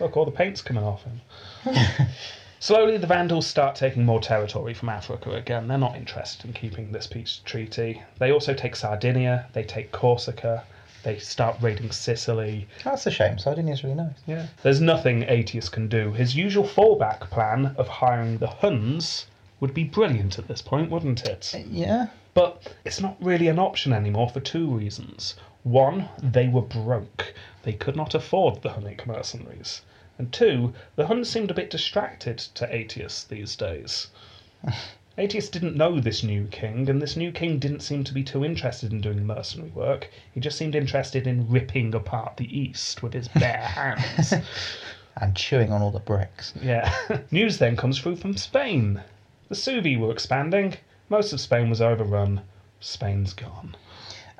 [SPEAKER 3] look, all the paint's coming off him. [laughs] Slowly, the Vandals start taking more territory from Africa again. They're not interested in keeping this peace treaty. They also take Sardinia. They take Corsica. They start raiding Sicily.
[SPEAKER 2] That's a shame. Sardinia's really nice.
[SPEAKER 3] Yeah. There's nothing Aetius can do. His usual fallback plan of hiring the Huns would be brilliant at this point, wouldn't it?
[SPEAKER 2] Yeah.
[SPEAKER 3] But it's not really an option anymore for two reasons. One, they were broke. They could not afford the Hunnic mercenaries. And two, the Huns seemed a bit distracted to Aetius these days. Aetius didn't know this new king, and this new king didn't seem to be too interested in doing mercenary work. He just seemed interested in ripping apart the East with his bare hands.
[SPEAKER 2] And chewing on all the bricks.
[SPEAKER 3] Yeah. [laughs] News then comes through from Spain. The Suvi were expanding. Most of Spain was overrun. Spain's gone.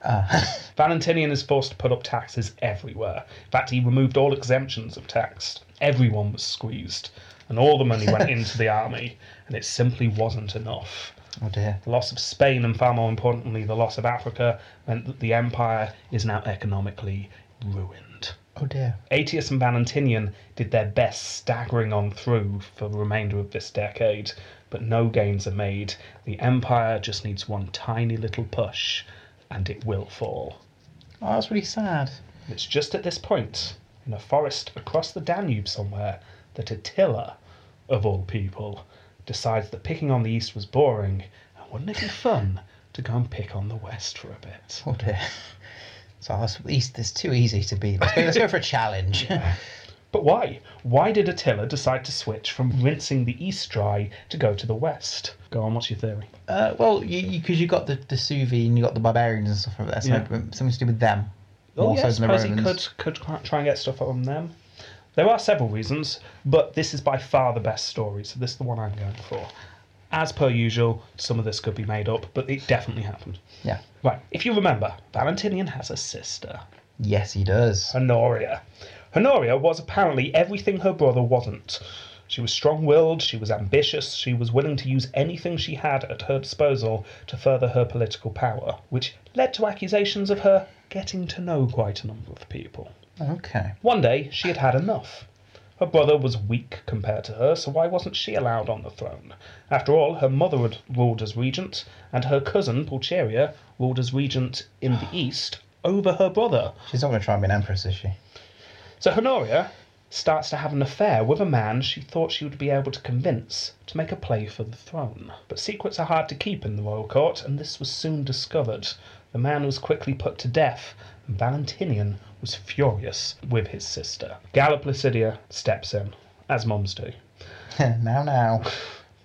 [SPEAKER 2] Ah.
[SPEAKER 3] Valentinian is forced to put up taxes everywhere. In fact, he removed all exemptions of tax. Everyone was squeezed, and all the money went into the army, and it simply wasn't enough.
[SPEAKER 2] oh dear.
[SPEAKER 3] The loss of Spain, and far more importantly, the loss of Africa, meant that the empire is now economically ruined.
[SPEAKER 2] Oh dear.
[SPEAKER 3] Aetius and Valentinian did their best staggering on through for the remainder of this decade, but no gains are made. The empire just needs one tiny little push, and it will fall.
[SPEAKER 2] Oh, that's really sad.
[SPEAKER 3] It's just at this point, in a forest across the Danube somewhere, that Attila, of all people, decides that picking on the east was boring, and wouldn't it be fun to go and pick on the west for a bit?
[SPEAKER 2] Oh dear. So that's east. It's too easy to be. Let's go, let's go for a
[SPEAKER 3] [laughs]
[SPEAKER 2] challenge.
[SPEAKER 3] But why? Why did Attila decide to switch from rinsing the east dry to go to the west? Go on, what's your theory?
[SPEAKER 2] Uh, well, because you, because you got the the Suvi and you got the barbarians and stuff like that. So
[SPEAKER 3] Yeah.
[SPEAKER 2] something to do with them.
[SPEAKER 3] Oh,
[SPEAKER 2] More so
[SPEAKER 3] yeah, I
[SPEAKER 2] than the
[SPEAKER 3] suppose he could,
[SPEAKER 2] Romans.
[SPEAKER 3] could cr- try and get stuff on them. There are several reasons, but this is by far the best story, so this is the one I'm going for. As per usual, some of this could be made up, but it definitely happened.
[SPEAKER 2] Yeah.
[SPEAKER 3] Right, if you remember, Valentinian has a sister,
[SPEAKER 2] Yes, he does.
[SPEAKER 3] Honoria. Honoria was apparently everything her brother wasn't. She was strong willed, she was ambitious, she was willing to use anything she had at her disposal to further her political power, which led to accusations of her getting to know quite a number of people.
[SPEAKER 2] Okay.
[SPEAKER 3] One day, she had had enough. Her brother was weak compared to her, so why wasn't she allowed on the throne? After all, her mother had ruled as regent, and her cousin, Pulcheria, ruled as regent in the east over her brother.
[SPEAKER 2] She's not going to try and be an empress, is she? [laughs]
[SPEAKER 3] So Honoria starts to have an affair with a man she thought she would be able to convince to make a play for the throne. But secrets are hard to keep in the royal court, and this was soon discovered. The man was quickly put to death, and Valentinian was furious with his sister. Galla Placidia steps in, as mums do.
[SPEAKER 2] now, now.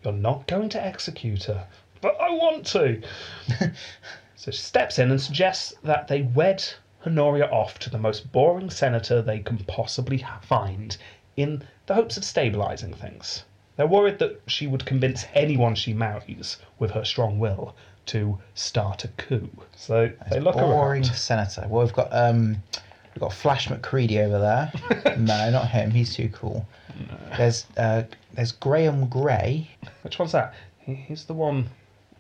[SPEAKER 3] You're not going to execute her. But I want to. so she steps in and suggests that they wed Honoria off to the most boring senator they can possibly ha- find in the hopes of stabilising things. They're worried that she would convince anyone she marries with her strong will to start a coup. So they look
[SPEAKER 2] Boring
[SPEAKER 3] around.
[SPEAKER 2] senator. Well, we've got um, we've got Flash McCready over
[SPEAKER 3] [laughs]
[SPEAKER 2] there. no, not him. He's too cool. There's uh, there's Graham Gray.
[SPEAKER 3] Which one's that? He- He's the one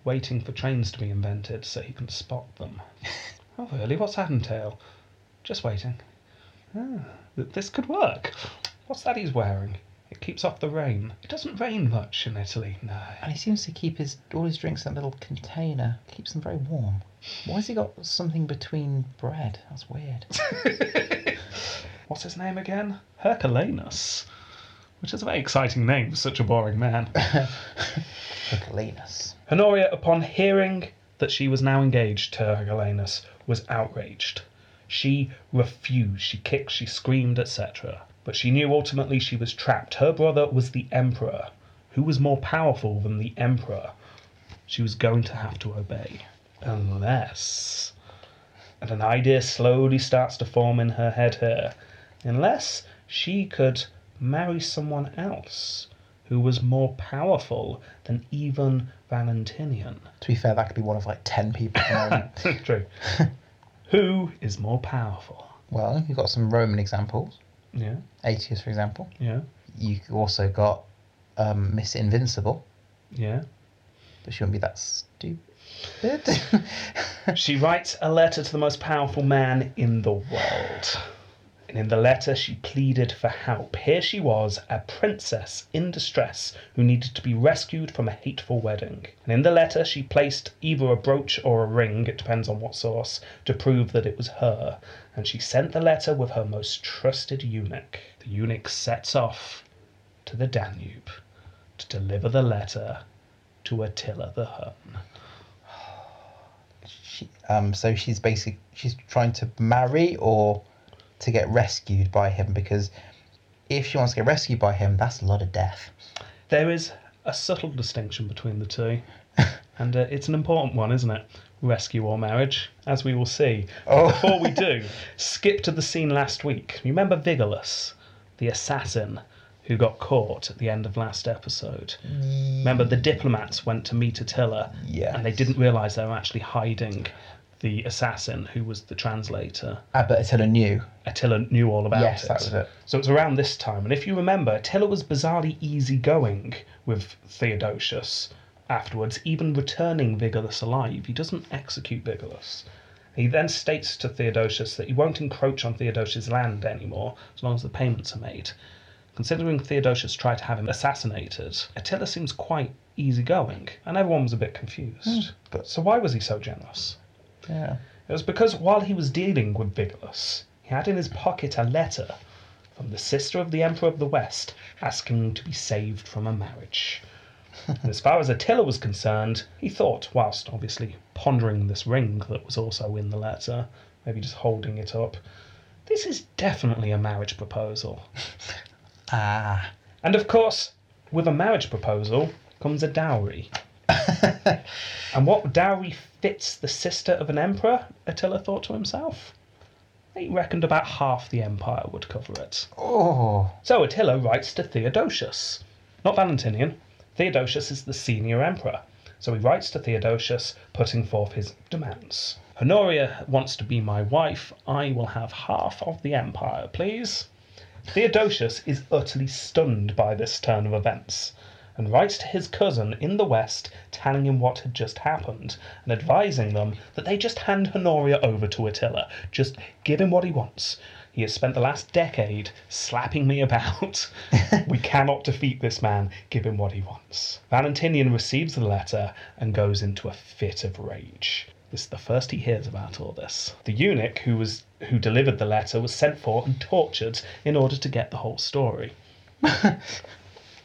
[SPEAKER 3] waiting for trains to be invented so he can spot them. oh, really? What's that entail? Just waiting. Ah, th- this could work. What's that he's wearing? It keeps off the rain. It doesn't rain much in Italy, no.
[SPEAKER 2] And he seems to keep his all his drinks in a little container. Keeps them very warm. Why has he got something between bread? That's weird.
[SPEAKER 3] What's his name again? Herculanus. Which is a very exciting name for such a boring man.
[SPEAKER 2] Herculanus.
[SPEAKER 3] Honoria, upon hearing that she was now engaged to Herculanus, was outraged. She refused. She kicked, she screamed, etc. But she knew ultimately she was trapped. Her brother was the emperor. Who was more powerful than the emperor? She was going to have to obey. Unless. And an idea slowly starts to form in her head here. Unless she could marry someone else who was more powerful than even Valentinian.
[SPEAKER 2] To be fair, that could be one of like ten people. at the moment.
[SPEAKER 3] True. Who is more powerful?
[SPEAKER 2] well, you've got some Roman examples.
[SPEAKER 3] Yeah,
[SPEAKER 2] Aetius, for example.
[SPEAKER 3] yeah,
[SPEAKER 2] You also got um, Miss Invincible,
[SPEAKER 3] yeah.
[SPEAKER 2] but she wouldn't be that stupid. [laughs]
[SPEAKER 3] She writes a letter to the most powerful man in the world. And in the letter, she pleaded for help. Here she was, a princess in distress who needed to be rescued from a hateful wedding. And in the letter, she placed either a brooch or a ring, it depends on what source, to prove that it was her. And she sent the letter with her most trusted eunuch. The eunuch sets off to the Danube to deliver the letter to Attila the Hun.
[SPEAKER 2] she, um, so she's basic. She's trying to marry or to get rescued by him because if she wants to get rescued by him, that's a lot of death.
[SPEAKER 3] There is a subtle distinction between
[SPEAKER 2] [laughs]
[SPEAKER 3] the two, and uh, it's an important one, isn't it? Rescue or marriage, as we will see.
[SPEAKER 2] Oh.
[SPEAKER 3] Before we do, skip to the scene last week. You remember Vigilus, the assassin who got caught at the end of last episode. Remember, the diplomats went to meet Attila,
[SPEAKER 2] Yes.
[SPEAKER 3] and they didn't realise they were actually hiding the assassin who was the translator.
[SPEAKER 2] Ah, but Attila knew.
[SPEAKER 3] Attila knew all about
[SPEAKER 2] Yes,
[SPEAKER 3] it.
[SPEAKER 2] that was it.
[SPEAKER 3] So it's around this time, and if you remember, Attila was bizarrely easygoing with Theodosius afterwards, even returning Vigilus alive. He doesn't execute Vigilus. He then states to Theodosius that he won't encroach on Theodosius' land anymore as long as the payments are made. Considering Theodosius tried to have him assassinated, Attila seems quite easygoing, and everyone was a bit confused.
[SPEAKER 2] Hmm. but-
[SPEAKER 3] so why was he so generous?
[SPEAKER 2] Yeah.
[SPEAKER 3] It was because while he was dealing with Vigilus, he had in his pocket a letter from the sister of the Emperor of the West asking to be saved from a marriage. And as far as Attila was concerned, he thought, whilst obviously pondering this ring that was also in the letter, maybe just holding it up, this is definitely a marriage proposal.
[SPEAKER 2] Ah.
[SPEAKER 3] And of course, with a marriage proposal comes a dowry. and what dowry fits the sister of an emperor? Attila thought to himself. He reckoned about half the empire would cover it.
[SPEAKER 2] Oh.
[SPEAKER 3] So Attila writes to Theodosius, not Valentinian. Theodosius is the senior emperor. So he writes to Theodosius, putting forth his demands. Honoria wants to be my wife. I will have half of the empire, please. Theodosius is utterly stunned by this turn of events and writes to his cousin in the West, telling him what had just happened and advising them that they just hand Honoria over to Attila. Just give him what he wants. He has spent the last decade slapping me about. we cannot defeat this man. Give him what he wants. Valentinian receives the letter and goes into a fit of rage. This is the first he hears about all this. The eunuch who was who delivered the letter was sent for and tortured in order to get the whole story. [laughs]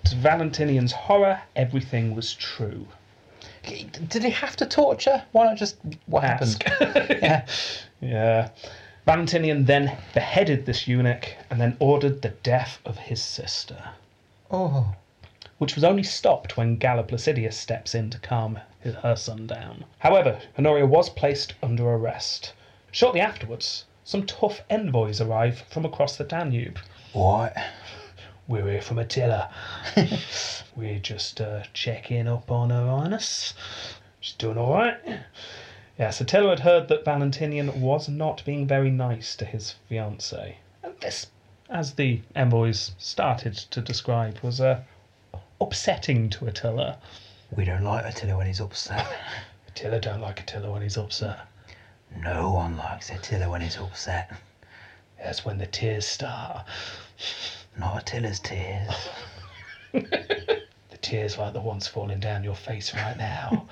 [SPEAKER 3] To Valentinian's horror, everything was true.
[SPEAKER 2] Did he have to torture? Why not just what happened?
[SPEAKER 3] yeah. [laughs] yeah. Valentinian then beheaded this eunuch and then ordered the death of his sister,
[SPEAKER 2] Oh.
[SPEAKER 3] which was only stopped when Galla Placidius steps in to calm his, her son down. However, Honoria was placed under arrest. Shortly afterwards, some tough envoys arrive from across the Danube.
[SPEAKER 2] What?
[SPEAKER 3] We're here from Attila. We're just uh, checking up on her highness. She's doing all right. Yes, Attila had heard that Valentinian was not being very nice to his fiancée. And this, as the envoys started to describe, was uh, upsetting to Attila.
[SPEAKER 2] We don't like Attila when he's upset.
[SPEAKER 3] Attila don't like Attila when he's upset.
[SPEAKER 2] no one likes Attila when he's upset.
[SPEAKER 3] That's when the tears start.
[SPEAKER 2] Not Attila's tears.
[SPEAKER 3] The tears like the ones falling down your face right now.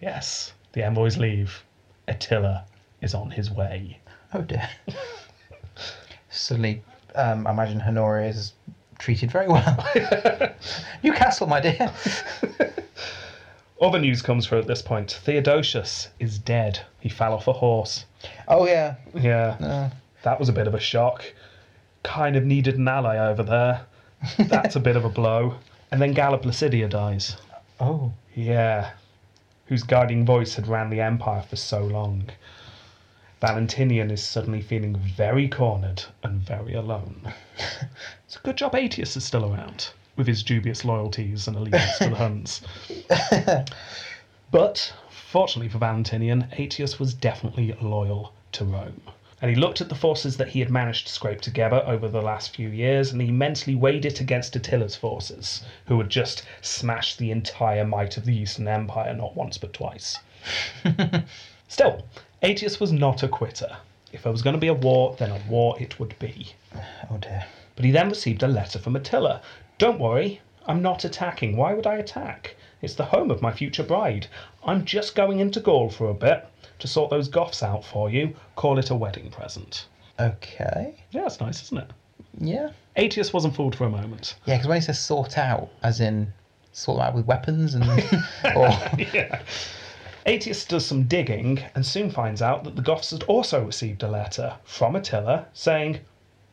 [SPEAKER 3] yes, the envoys leave. Attila is on his way.
[SPEAKER 2] Oh dear. Suddenly, um, I imagine Honoria is treated very well. [laughs] Newcastle, my dear.
[SPEAKER 3] Other news comes through at this point. Theodosius is dead. He fell off a horse.
[SPEAKER 2] Oh yeah.
[SPEAKER 3] Yeah,
[SPEAKER 2] Uh,
[SPEAKER 3] that was a bit of a shock. Kind of needed an ally over there. That's a bit of a blow. And then Galla Placidia dies.
[SPEAKER 2] oh.
[SPEAKER 3] Yeah, whose guiding voice had ran the empire for so long. Valentinian is suddenly feeling very cornered and very alone. [laughs] it's a good job Aetius is still around, with his dubious loyalties and allegiance to the Huns. but, fortunately for Valentinian, Aetius was definitely loyal to Rome. And he looked at the forces that he had managed to scrape together over the last few years and he mentally weighed it against Attila's forces, who had just smashed the entire might of the Eastern Empire not once but twice. Still, Aetius was not a quitter. If there was going to be a war, then a war it would be.
[SPEAKER 2] Oh dear.
[SPEAKER 3] But he then received a letter from Attila. Don't worry, I'm not attacking. Why would I attack? It's the home of my future bride. I'm just going into Gaul for a bit to sort those Goths out for you. Call it a wedding present.
[SPEAKER 2] Okay.
[SPEAKER 3] Yeah, that's nice, isn't it?
[SPEAKER 2] Yeah.
[SPEAKER 3] Aetius wasn't fooled for a moment.
[SPEAKER 2] Yeah, because when he says sort out, as in sort out with weapons [laughs] and or
[SPEAKER 3] yeah. Aetius does some digging and soon finds out that the Goths had also received a letter from Attila saying,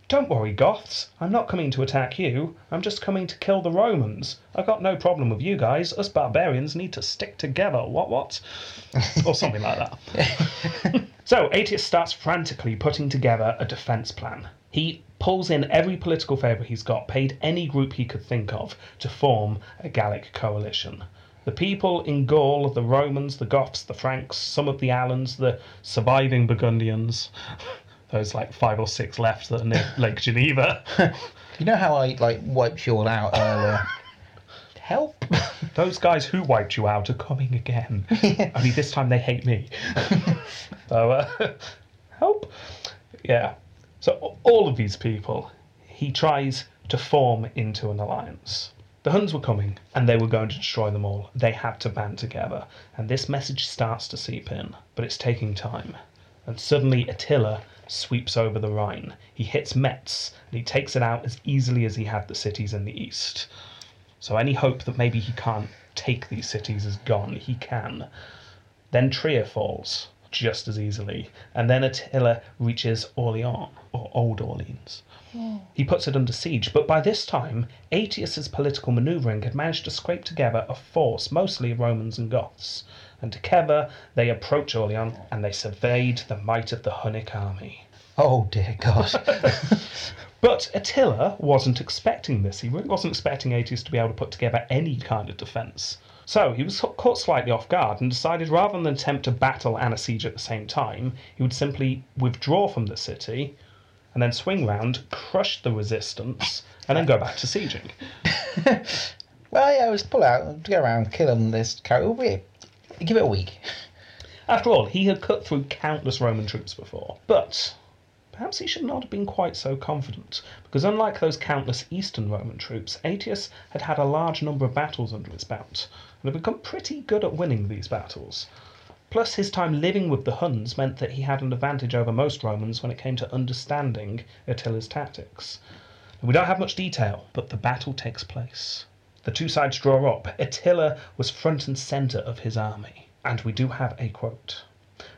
[SPEAKER 3] Don't worry, Goths, I'm not coming to attack you, I'm just coming to kill the Romans. I've got no problem with you guys, us barbarians need to stick together, what, what? or something like that. So Aetius starts frantically putting together a defense plan. He pulls in every political favor he's got, paid any group he could think of, to form a Gallic coalition. The people in Gaul, the Romans, the Goths, the Franks, some of the Alans, the surviving Burgundians, [laughs] those like five or six left that are near Lake Geneva,
[SPEAKER 2] You know how I like wiped you all out earlier? [laughs] Help!
[SPEAKER 3] Those guys who wiped you out are coming again. Only this time they hate me. so, uh, [laughs] help. Yeah. So, a- all of these people, he tries to form into an alliance. The Huns were coming, and they were going to destroy them all. They had to band together. And this message starts to seep in, but it's taking time. And suddenly, Attila sweeps over the Rhine. He hits Metz, and he takes it out as easily as he had the cities in the east. So any hope that maybe he can't take these cities is gone. He can. Then Trier falls just as easily, and then Attila reaches Orleans or Old Orleans. He puts it under siege, but by this time, Aetius's political manoeuvring had managed to scrape together a force, mostly of Romans and Goths, and together they approach Orleans and they surveyed the might of the Hunnic army.
[SPEAKER 2] [laughs] Oh dear [laughs] God.
[SPEAKER 3] But Attila wasn't expecting this. He really wasn't expecting Aetius to be able to put together any kind of defence. So he was caught slightly off guard and decided rather than attempt to battle and a siege at the same time, he would simply withdraw from the city and then swing round, crush the resistance, and then go back to sieging.
[SPEAKER 2] well, yeah, let's pull out, get around, kill him. This character. We, give it a week.
[SPEAKER 3] After all, he had cut through countless Roman troops before. But perhaps he should not have been quite so confident, because unlike those countless Eastern Roman troops, Aetius had had a large number of battles under his belt, and had become pretty good at winning these battles. Plus, his time living with the Huns meant that he had an advantage over most Romans when it came to understanding Attila's tactics. And we don't have much detail, but the battle takes place. The two sides draw up. Attila was front and centre of his army. And we do have a quote.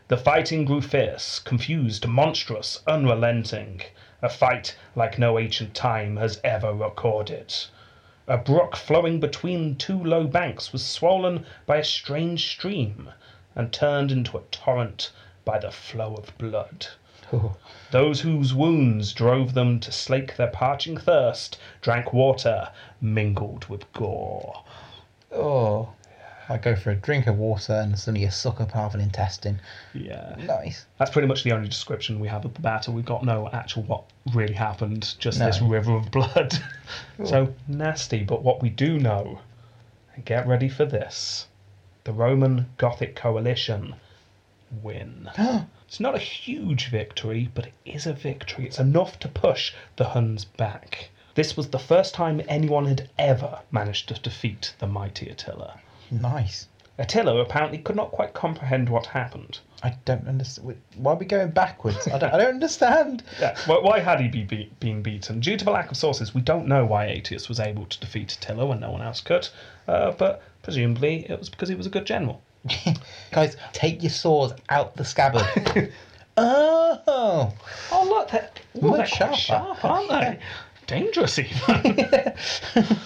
[SPEAKER 3] The fighting grew fierce, confused, monstrous, unrelenting. A fight like no ancient time has ever recorded. A brook flowing between two low banks was swollen by a strange stream and turned into a torrent by the flow of blood.
[SPEAKER 2] [laughs] Oh,
[SPEAKER 3] Those whose wounds drove them to slake their parching thirst drank water mingled with gore.
[SPEAKER 2] oh. I go for a drink of water and suddenly you suck up half an intestine.
[SPEAKER 3] Yeah.
[SPEAKER 2] Nice.
[SPEAKER 3] That's pretty much the only description we have of the battle. We've got no actual what really happened, just
[SPEAKER 2] No.
[SPEAKER 3] this river of blood. so nasty, but what we do know, and get ready for this the Roman Gothic coalition win. it's not a huge victory, but it is a victory. It's enough to push the Huns back. This was the first time anyone had ever managed to defeat the mighty Attila.
[SPEAKER 2] Nice.
[SPEAKER 3] Attila apparently could not quite comprehend what happened.
[SPEAKER 2] I don't understand. Why are we going backwards? I don't, I don't [laughs] understand.
[SPEAKER 3] Yeah, why, why had he be beat, been beaten? Due to the lack of sources, we don't know why Aetius was able to defeat Attila when no one else could, uh, but presumably it was because he was a good general.
[SPEAKER 2] Guys, take your swords out the scabbard. [laughs] oh!
[SPEAKER 3] Oh, look, they're, ooh,
[SPEAKER 2] Much
[SPEAKER 3] they're quite
[SPEAKER 2] sharper.
[SPEAKER 3] sharp, aren't they? [laughs] Dangerous, even. [laughs]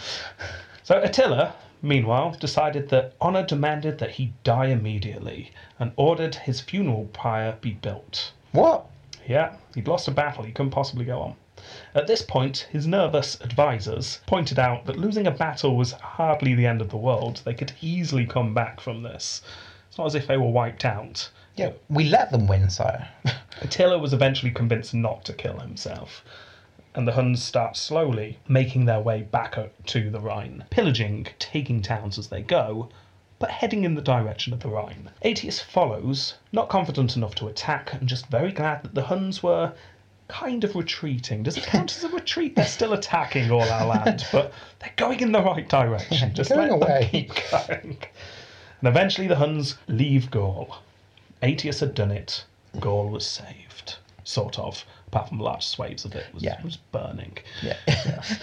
[SPEAKER 3] so Attila, meanwhile, decided that honour demanded that he die immediately and ordered his funeral pyre be built.
[SPEAKER 2] What?
[SPEAKER 3] Yeah, he'd lost a battle, he couldn't possibly go on. At this point, his nervous advisors pointed out that losing a battle was hardly the end of the world. They could easily come back from this. It's not as if they were wiped out.
[SPEAKER 2] Yeah, we let them win, sire.
[SPEAKER 3] Attila was eventually convinced not to kill himself, and the Huns start slowly making their way back o- to the Rhine, pillaging, taking towns as they go, but heading in the direction of the Rhine. Aetius follows, not confident enough to attack, and just very glad that the Huns were kind of retreating. Does it count as a retreat? They're still attacking all our land, but they're going in the right
[SPEAKER 2] [laughs]
[SPEAKER 3] direction. Just
[SPEAKER 2] Going
[SPEAKER 3] let them
[SPEAKER 2] away.
[SPEAKER 3] keep going. And eventually the Huns leave Gaul. Aetius had done it. Gaul was saved, sort of. Apart from large swathes of it was,
[SPEAKER 2] Yeah.
[SPEAKER 3] was burning.
[SPEAKER 2] Yeah. [laughs]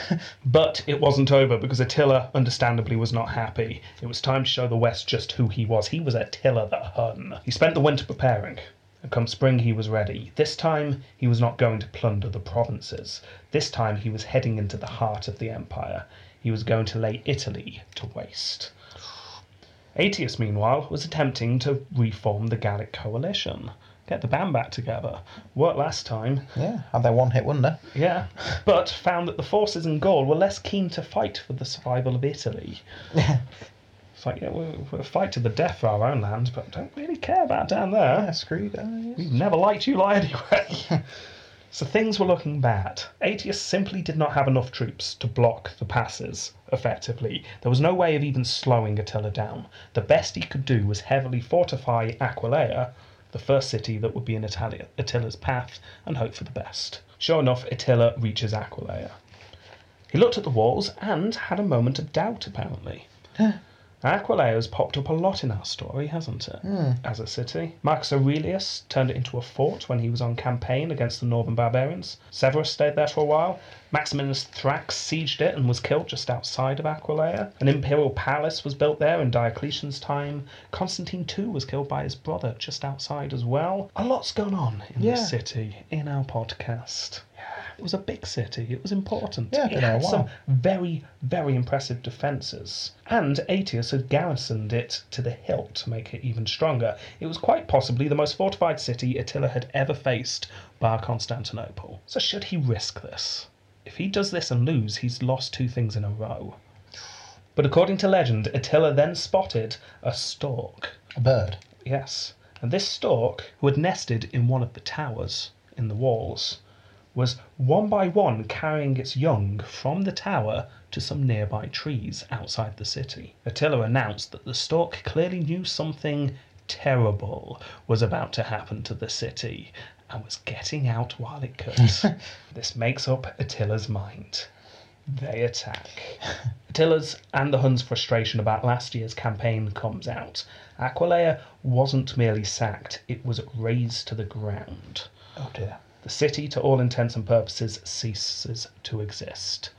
[SPEAKER 3] But it wasn't over because Attila, understandably, was not happy. It was time to show the West just who he was. He was Attila the Hun. He spent the winter preparing, and come spring he was ready. This time he was not going to plunder the provinces. This time he was heading into the heart of the empire. He was going to lay Italy to waste. Aetius, meanwhile, was attempting to reform the Gallic coalition. Get the band back together. Worked last time.
[SPEAKER 2] Yeah, had their one hit wonder.
[SPEAKER 3] Yeah, but found that the forces in Gaul were less keen to fight for the survival of Italy. it's like, yeah, we'll, we'll fight to the death for our own land, but don't really care about down
[SPEAKER 2] Yeah,
[SPEAKER 3] there.
[SPEAKER 2] Ah, screw you guys.
[SPEAKER 3] We've never liked you lot anyway. so things were looking bad. Aetius simply did not have enough troops to block the passes effectively. There was no way of even slowing Attila down. The best he could do was heavily fortify Aquileia, the first city that would be in Italia, Attila's path, and hope for the best. Sure enough, Attila reaches Aquileia. He looked at the walls and had a moment of doubt, apparently. Aquileia's popped up a lot in our story, hasn't it? As a city. Marcus Aurelius turned it into a fort when he was on campaign against the northern barbarians. Severus stayed there for a while. Maximinus Thrax sieged it and was killed just outside of Aquileia. An imperial palace was built there in Diocletian's time. Constantine too was killed by his brother just outside as well. A lot's gone on in
[SPEAKER 2] Yeah.
[SPEAKER 3] this city in our podcast. It was a big city. It was important.
[SPEAKER 2] Yeah, I've
[SPEAKER 3] it
[SPEAKER 2] been there a
[SPEAKER 3] had some
[SPEAKER 2] while.
[SPEAKER 3] very, very impressive defences. And Aetius had garrisoned it to the hilt to make it even stronger. It was quite possibly the most fortified city Attila had ever faced, bar Constantinople. So, should he risk this? If he does this and lose, he's lost two things in a row. But according to legend, Attila then spotted a stork.
[SPEAKER 2] A bird.
[SPEAKER 3] Yes. And this stork, who had nested in one of the towers in the walls, was one by one carrying its young from the tower to some nearby trees outside the city. Attila announced that the stork clearly knew something terrible was about to happen to the city and was getting out while it could. this makes up Attila's mind. They attack. Attila's and the Huns' frustration about last year's campaign comes out. Aquileia wasn't merely sacked, it was razed to the ground.
[SPEAKER 2] Oh dear.
[SPEAKER 3] The city, to all intents and purposes, ceases to exist.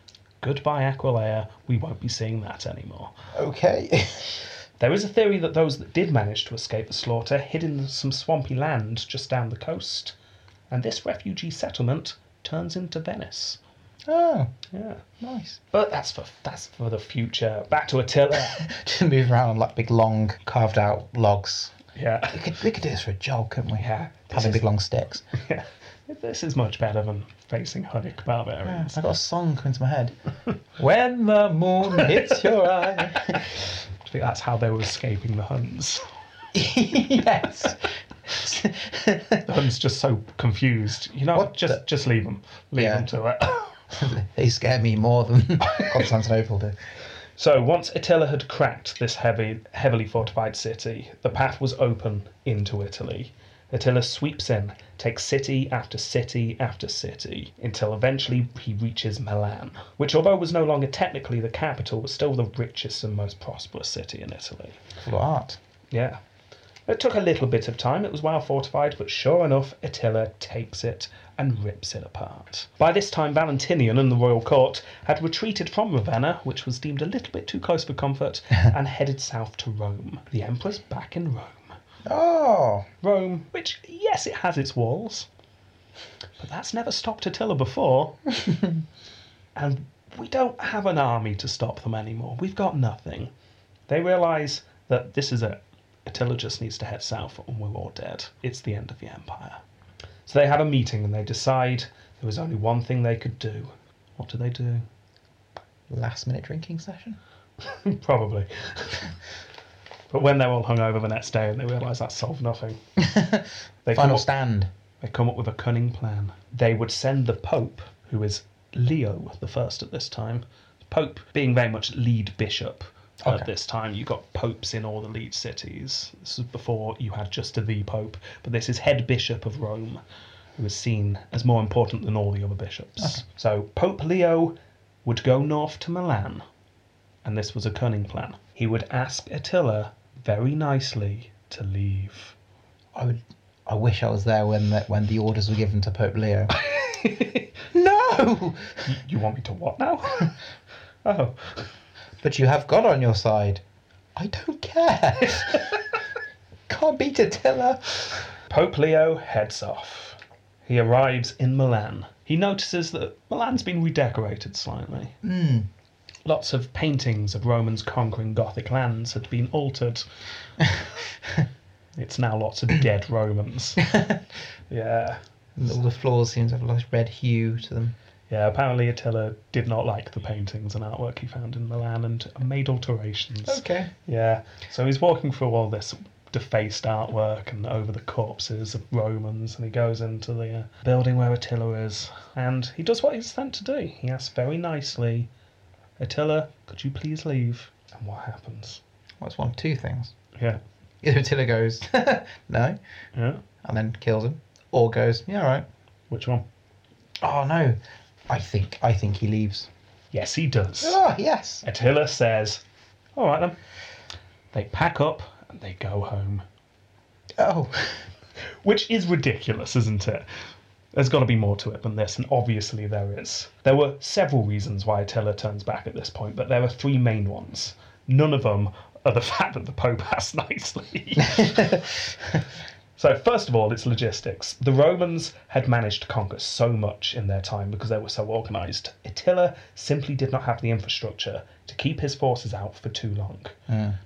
[SPEAKER 3] Goodbye, Aquileia. We won't be seeing that anymore.
[SPEAKER 2] Okay. [laughs]
[SPEAKER 3] There is a theory that those that did manage to escape the slaughter hid in some swampy land just down the coast, and this refugee settlement turns into Venice.
[SPEAKER 2] oh,
[SPEAKER 3] Yeah.
[SPEAKER 2] nice.
[SPEAKER 3] But that's for that's for the future. Back to Attila.
[SPEAKER 2] Just move around on like big long carved out logs.
[SPEAKER 3] yeah.
[SPEAKER 2] We could, we could do this for a job, couldn't we?
[SPEAKER 3] Yeah. This
[SPEAKER 2] Having
[SPEAKER 3] is,
[SPEAKER 2] big long sticks.
[SPEAKER 3] yeah.
[SPEAKER 2] [laughs]
[SPEAKER 3] [laughs] This is much better than facing Hunnic barbarians.
[SPEAKER 2] I got a song coming to my head. [laughs] when the moon hits your eye.
[SPEAKER 3] I think that's how they were escaping the Huns.
[SPEAKER 2] [laughs] yes. [laughs]
[SPEAKER 3] The Hun's just so confused. You know,
[SPEAKER 2] What
[SPEAKER 3] just
[SPEAKER 2] the-
[SPEAKER 3] just leave him, leave
[SPEAKER 2] Yeah.
[SPEAKER 3] him to it.
[SPEAKER 2] they scare me more than [laughs] Constantinople do.
[SPEAKER 3] [laughs] so once Attila had cracked this heavy, heavily fortified city, the path was open into Italy. Attila sweeps in, takes city after city after city, until eventually he reaches Milan, which, although was no longer technically the capital, was still the richest and most prosperous city in Italy.
[SPEAKER 2] Full of art.
[SPEAKER 3] Yeah. It took a little bit of time, it was well fortified, but sure enough, Attila takes it and rips it apart. By this time, Valentinian and the royal court had retreated from Ravenna, which was deemed a little bit too close for comfort, and headed south to Rome. The emperor's back in Rome.
[SPEAKER 2] Oh,
[SPEAKER 3] Rome, which, yes, it has its walls, but that's never stopped Attila before. and we don't have an army to stop them anymore. We've got nothing. They realise that this is it. Attila just needs to head south and we're all dead. It's the end of the empire. So they have a meeting and they decide there was only one thing they could do. What do they do? [laughs]
[SPEAKER 2] last minute drinking session.
[SPEAKER 3] Probably. but when they're all hungover the next day and they realise that solved nothing, they come
[SPEAKER 2] Final
[SPEAKER 3] up-
[SPEAKER 2] stand.
[SPEAKER 3] They come up with a cunning plan. They would send the Pope, who is Leo the First at this time, Pope being very much lead bishop
[SPEAKER 2] Okay.
[SPEAKER 3] at this time. You got popes in all the lead cities. This is before you had just a the Pope, but this is head bishop of Rome, who is seen as more important than all the other bishops. So Pope Leo would go north to Milan, and this was a cunning plan. He would ask Attila very nicely to leave.
[SPEAKER 2] I would. I wish I was there when the, when the orders were given to Pope Leo. no,
[SPEAKER 3] You want me to what now? [laughs] oh.
[SPEAKER 2] but you have God on your side. I don't care. Can't beat Attila.
[SPEAKER 3] Pope Leo heads off. He arrives in Milan. He notices that Milan's been redecorated slightly. Lots of paintings of Romans conquering Gothic lands had been altered. It's now lots of dead Romans. yeah.
[SPEAKER 2] And all the floors seem to have a nice red hue to them.
[SPEAKER 3] Yeah, apparently Attila did not like the paintings and artwork he found in Milan and made alterations.
[SPEAKER 2] Okay.
[SPEAKER 3] Yeah, so he's walking through all this defaced artwork and over the corpses of Romans, and he goes into the uh, building where Attila is, and he does what he's sent to do. He asks very nicely, Attila, could you please leave? And what happens?
[SPEAKER 2] Well, it's one of two things.
[SPEAKER 3] Yeah,
[SPEAKER 2] Either Attila goes, [laughs] no,
[SPEAKER 3] yeah.
[SPEAKER 2] and then kills him, or goes, yeah, all right.
[SPEAKER 3] Which one?
[SPEAKER 2] Oh, no. I think I think he leaves.
[SPEAKER 3] Yes, he does.
[SPEAKER 2] Oh, yes.
[SPEAKER 3] Attila says, All right then. They pack up and they go home.
[SPEAKER 2] Oh,
[SPEAKER 3] Which is ridiculous, isn't it? There's got to be more to it than this, and obviously there is. There were several reasons why Attila turns back at this point, but there are three main ones. None of them are the [laughs] fact that the Pope [laughs] asked nicely. so, first of all, it's logistics. The Romans had managed to conquer so much in their time because they were so organised. Attila simply did not have the infrastructure to keep his forces out for too long.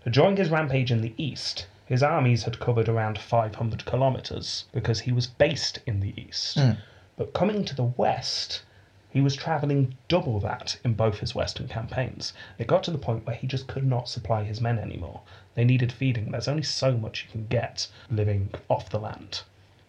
[SPEAKER 3] During his rampage in the east, his armies had covered around 500 kilometres because he was based in the east. But coming to the west, he was travelling double that in both his western campaigns. It got to the point where he just could not supply his men anymore. They needed feeding. There's only so much you can get living off the land.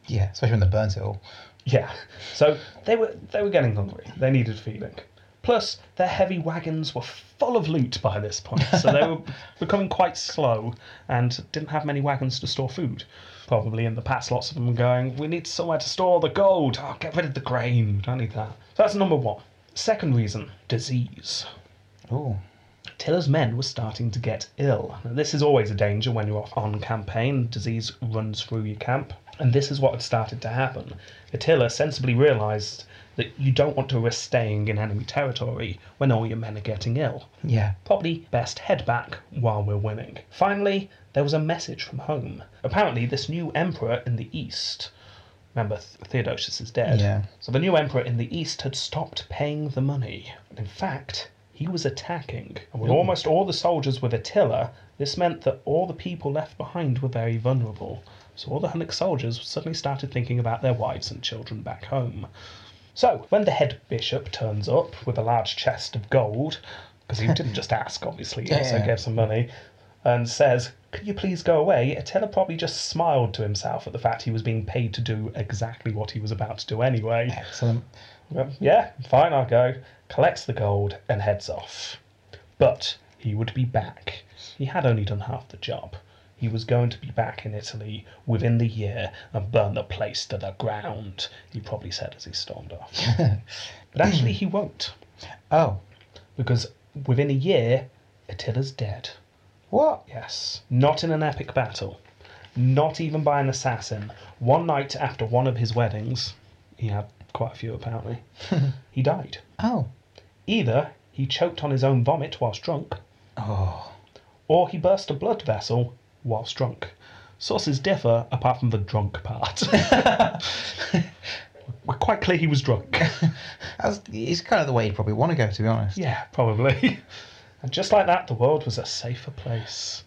[SPEAKER 2] yeah, especially when they burnt it all.
[SPEAKER 3] Yeah. So they were they were getting hungry. They needed feeding. Plus, their heavy wagons were full of loot by this point, so they were becoming quite slow and didn't have many wagons to store food. Probably in the past, lots of them were going, "We need somewhere to store the gold. Oh, get rid of the grain. Don't need that." So that's number one. Second reason: disease.
[SPEAKER 2] Oh,
[SPEAKER 3] Tiller's men were starting to get ill. Now, this is always a danger when you're off on campaign. Disease runs through your camp, and this is what had started to happen. Attila sensibly realised that you don't want to risk staying in enemy territory when all your men are getting ill.
[SPEAKER 2] yeah.
[SPEAKER 3] Probably best head back while we're winning. Finally, there was a message from home. Apparently, this new emperor in the east. Remember, Th- Theodosius is dead.
[SPEAKER 2] Yeah.
[SPEAKER 3] So the new emperor in the east had stopped paying the money. In fact, he was attacking. And with almost all the soldiers with Attila, this meant that all the people left behind were very vulnerable. So all the Hunnic soldiers suddenly started thinking about their wives and children back home. So, when the head bishop turns up with a large chest of gold, because he didn't just ask, obviously, he
[SPEAKER 2] Yeah,
[SPEAKER 3] also
[SPEAKER 2] yeah.
[SPEAKER 3] gave some money, and says, Could you please go away? Attila probably just smiled to himself at the fact he was being paid to do exactly what he was about to do anyway.
[SPEAKER 2] Excellent.
[SPEAKER 3] Um, yeah, fine, I'll go. Collects the gold and heads off. But he would be back. He had only done half the job. He was going to be back in Italy within the year and burn the place to the ground, he probably said as he stormed off. but actually, he won't,
[SPEAKER 2] Oh,
[SPEAKER 3] because within a year, Attila's dead.
[SPEAKER 2] what?
[SPEAKER 3] Yes. Not in an epic battle. Not even by an assassin. One night after one of his weddings, he had quite a few apparently, he died.
[SPEAKER 2] Oh,
[SPEAKER 3] Either he choked on his own vomit whilst drunk,
[SPEAKER 2] oh,
[SPEAKER 3] or he burst a blood vessel whilst drunk. Sources differ apart from the drunk part. We're quite clear he was drunk.
[SPEAKER 2] that's it's kind of the way you probably want to go, to be honest.
[SPEAKER 3] yeah, probably. And just like that, the world was a safer place.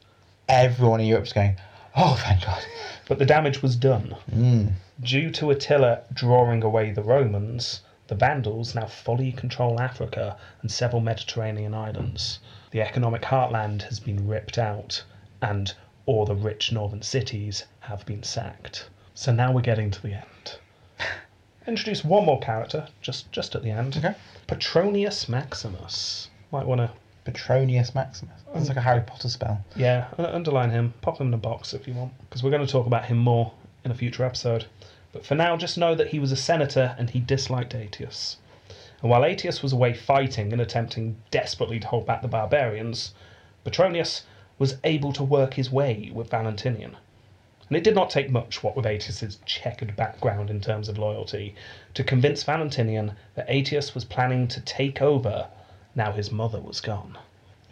[SPEAKER 2] Everyone in Europe's going, oh, thank God.
[SPEAKER 3] But the damage was done. Due to Attila drawing away the Romans, the Vandals now fully control Africa and several Mediterranean islands. The economic heartland has been ripped out, and all the rich northern cities have been sacked. So now we're getting to the end. Introduce one more character, just just at the end.
[SPEAKER 2] Okay.
[SPEAKER 3] Petronius Maximus. Might want to,
[SPEAKER 2] Petronius Maximus. It's like a Harry Potter spell.
[SPEAKER 3] yeah, un- underline him. Pop him in a box if you want, because we're going to talk about him more in a future episode. But for now, just know that he was a senator and he disliked Aetius. And while Aetius was away fighting and attempting desperately to hold back the barbarians, Petronius was able to work his way with Valentinian. And it did not take much, what with Aetius's checkered background in terms of loyalty, to convince Valentinian that Aetius was planning to take over now his mother was gone.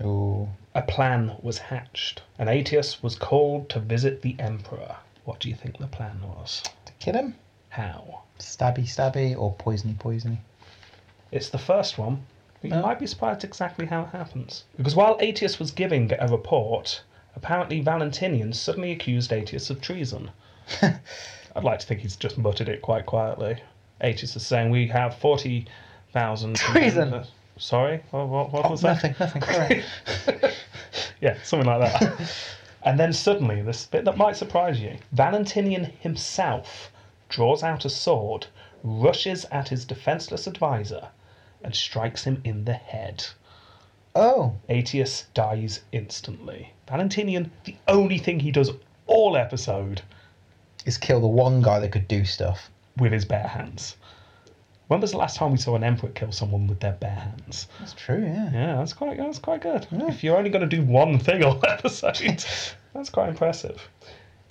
[SPEAKER 2] Oh,
[SPEAKER 3] A plan was hatched, and Aetius was called to visit the Emperor. What do you think the plan was?
[SPEAKER 2] to kill him?
[SPEAKER 3] How?
[SPEAKER 2] Stabby, stabby, or poisony, poisony.
[SPEAKER 3] It's the first one, but you
[SPEAKER 2] Oh.
[SPEAKER 3] might be surprised exactly how it happens. Because while Aetius was giving a report, Apparently, Valentinian suddenly accused Aetius
[SPEAKER 2] [laughs]
[SPEAKER 3] of treason. I'd like to think he's just muttered it quite quietly. Aetius is saying, We have 40,000.
[SPEAKER 2] Treason. Oh,
[SPEAKER 3] condemned- Sorry? What, what, what was that?
[SPEAKER 2] Nothing, nothing. Sorry.
[SPEAKER 3] Yeah, something like that. and then suddenly, this bit that might surprise you Valentinian himself draws out a sword, rushes at his defenseless advisor, and strikes him in the head.
[SPEAKER 2] oh,
[SPEAKER 3] Aetius dies instantly. Valentinian, the only thing he does all episode
[SPEAKER 2] is kill the one guy that could do stuff.
[SPEAKER 3] with his bare hands. When was the last time we saw an emperor kill someone with their bare hands?
[SPEAKER 2] That's true, yeah.
[SPEAKER 3] Yeah, that's quite that's quite good. If you're only going to do one thing all [laughs] episode, that's quite impressive.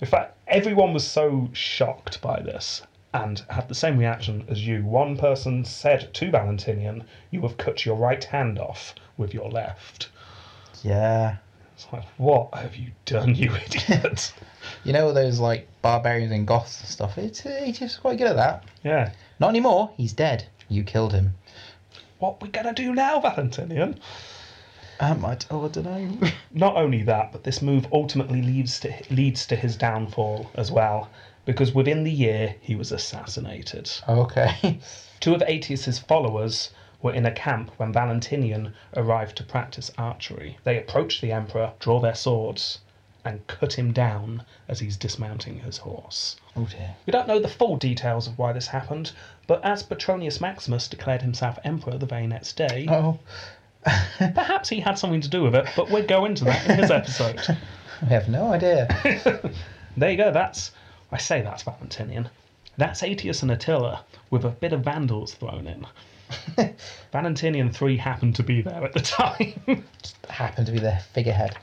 [SPEAKER 3] In fact, everyone was so shocked by this and had the same reaction as you. One person said to Valentinian, "You have cut your right hand off with your left."
[SPEAKER 2] Yeah.
[SPEAKER 3] It's like, what have you done, you [laughs] idiot?
[SPEAKER 2] You know those like barbarians and goths and stuff. It's uh, he's just quite good at that.
[SPEAKER 3] yeah.
[SPEAKER 2] Not anymore. He's dead. You killed him.
[SPEAKER 3] What we gonna do now, Valentinian?
[SPEAKER 2] Um, I, oh, I don't know.
[SPEAKER 3] Not only that, but this move ultimately leads to leads to his downfall as well, because within the year he was assassinated.
[SPEAKER 2] okay.
[SPEAKER 3] Two of Aetius's followers were in a camp when Valentinian arrived to practice archery. They approach the emperor, draw their swords, and cut him down as he's dismounting his horse.
[SPEAKER 2] [laughs] Oh dear.
[SPEAKER 3] We don't know the full details of why this happened, but as Petronius Maximus declared himself emperor the very next day,
[SPEAKER 2] Oh,
[SPEAKER 3] perhaps he had something to do with it, but we'll go into that in this episode.
[SPEAKER 2] I have no
[SPEAKER 3] [laughs]
[SPEAKER 2] idea.
[SPEAKER 3] There you go, that's. I say that's Valentinian. That's Aetius and Attila, with a bit of Vandals thrown in. [laughs] Valentinian 3 happened to be there at the time. [laughs]
[SPEAKER 2] Happened to be the figurehead.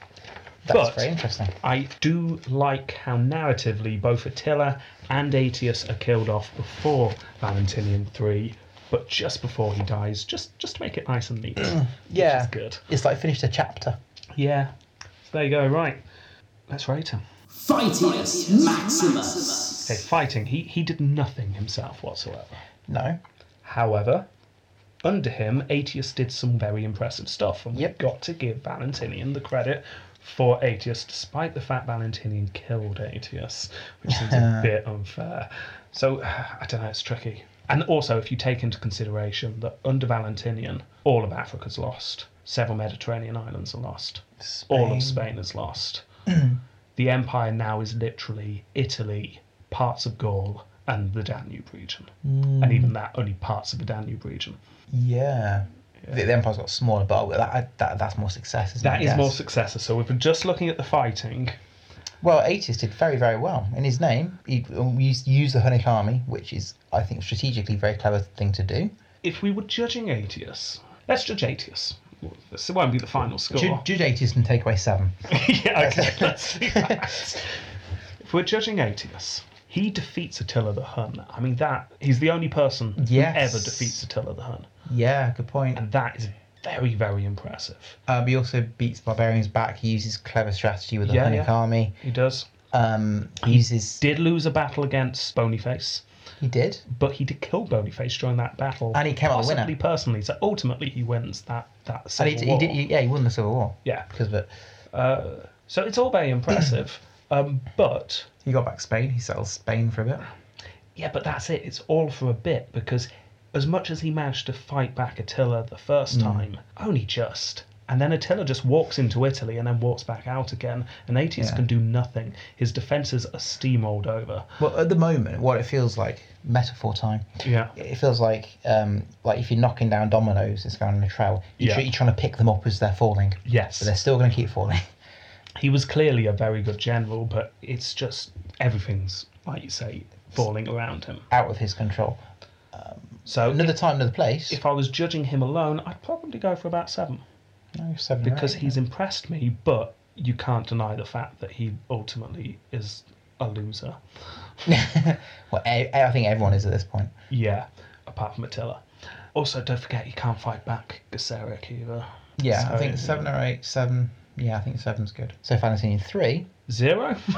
[SPEAKER 2] That's
[SPEAKER 3] But-
[SPEAKER 2] very interesting.
[SPEAKER 3] I do like how narratively both Attila and Aetius are killed off before Valentinian 3, but just before he dies, just, just to make it nice and neat.
[SPEAKER 2] Yeah.
[SPEAKER 3] good.
[SPEAKER 2] It's like finished a chapter.
[SPEAKER 3] yeah. So there you go, right. Let's rate him.
[SPEAKER 1] Fightius Maximus.
[SPEAKER 3] Okay, fighting. He, he did nothing himself whatsoever.
[SPEAKER 2] No.
[SPEAKER 3] However, under him, Aetius did some very impressive stuff, and
[SPEAKER 2] Yep.
[SPEAKER 3] we've got to give Valentinian the credit for Aetius, despite the fact Valentinian killed Aetius, which seems a bit unfair. So, I don't know, it's tricky. And also, if you take into consideration that under Valentinian, all of Africa's lost, several Mediterranean islands are lost, all of Spain
[SPEAKER 2] [clears throat]
[SPEAKER 3] is lost. the empire now is literally Italy, parts of Gaul, and the Danube region.
[SPEAKER 2] Mm.
[SPEAKER 3] And even that, only parts of the Danube region.
[SPEAKER 2] Yeah. The, the empire's got smaller, but that, that that's more success, isn't
[SPEAKER 3] That
[SPEAKER 2] it?
[SPEAKER 3] is
[SPEAKER 2] I
[SPEAKER 3] more
[SPEAKER 2] guess?
[SPEAKER 3] successor. So if we're just looking at the fighting,
[SPEAKER 2] Well, Aetius did very, very well. In his name, he um, used, used the Hunnic army, which is, I think, strategically a very clever thing to do.
[SPEAKER 3] if we were judging Aetius, let's judge Aetius. This won't be the final score.
[SPEAKER 2] Ju- Judge Aetius and take away seven.
[SPEAKER 3] [laughs] yeah,
[SPEAKER 2] [laughs]
[SPEAKER 3] okay, let's do that. If we're judging Aetius, he defeats Attila the Hun. I mean, that he's the only person
[SPEAKER 2] Yes.
[SPEAKER 3] who ever defeats Attila the Hun.
[SPEAKER 2] Yeah, good point.
[SPEAKER 3] And that is very, very impressive.
[SPEAKER 2] Um, he also beats barbarians back. He uses clever strategy with the
[SPEAKER 3] Yeah,
[SPEAKER 2] Hunnic
[SPEAKER 3] yeah.
[SPEAKER 2] army.
[SPEAKER 3] He does.
[SPEAKER 2] Um, he uses.
[SPEAKER 3] Did lose a battle against Bonyface,
[SPEAKER 2] He did.
[SPEAKER 3] but he did kill Bonyface during that battle.
[SPEAKER 2] And he came out the winner.
[SPEAKER 3] possibly personally, so ultimately he wins that that
[SPEAKER 2] And
[SPEAKER 3] civil
[SPEAKER 2] he,
[SPEAKER 3] war.
[SPEAKER 2] he did. He, yeah, he won the civil war
[SPEAKER 3] yeah.
[SPEAKER 2] because of it.
[SPEAKER 3] So it's all
[SPEAKER 2] [clears throat]
[SPEAKER 3] very impressive. um, but
[SPEAKER 2] He got back Spain. He settled Spain for a bit.
[SPEAKER 3] yeah, but that's it. It's all for a bit because as much as he managed to fight back Attila the first
[SPEAKER 2] Mm.
[SPEAKER 3] time, only just. And then Attila just walks into Italy and then walks back out again, and Aetius
[SPEAKER 2] Yeah.
[SPEAKER 3] can do nothing. His defences are steamrolled over.
[SPEAKER 2] Well, at the moment, what it feels like, metaphor time.
[SPEAKER 3] Yeah.
[SPEAKER 2] It feels like, um, like if you're knocking down dominoes, it's going on a trail. You're,
[SPEAKER 3] Yeah.
[SPEAKER 2] tr- you're trying to pick them up as they're falling,
[SPEAKER 3] Yes.
[SPEAKER 2] but they're still going to keep falling. [laughs]
[SPEAKER 3] he was clearly a very good general, but it's just everything's like you say falling around him.
[SPEAKER 2] Out of his control.
[SPEAKER 3] So
[SPEAKER 2] Another time, another place.
[SPEAKER 3] if I was judging him alone, I'd probably go for about seven
[SPEAKER 2] no, seven or
[SPEAKER 3] because
[SPEAKER 2] eight.
[SPEAKER 3] he's impressed me, but you can't deny the fact that he ultimately is a loser.
[SPEAKER 2] [laughs] Well, I, I think everyone is at this point.
[SPEAKER 3] Yeah, apart from Attila. Also, don't forget he can't fight back Gesseric either.
[SPEAKER 2] Yeah, I
[SPEAKER 3] So-
[SPEAKER 2] think seven or eight, seven. Yeah, I think seven's good. So Valentinian three.
[SPEAKER 3] Zero. [laughs]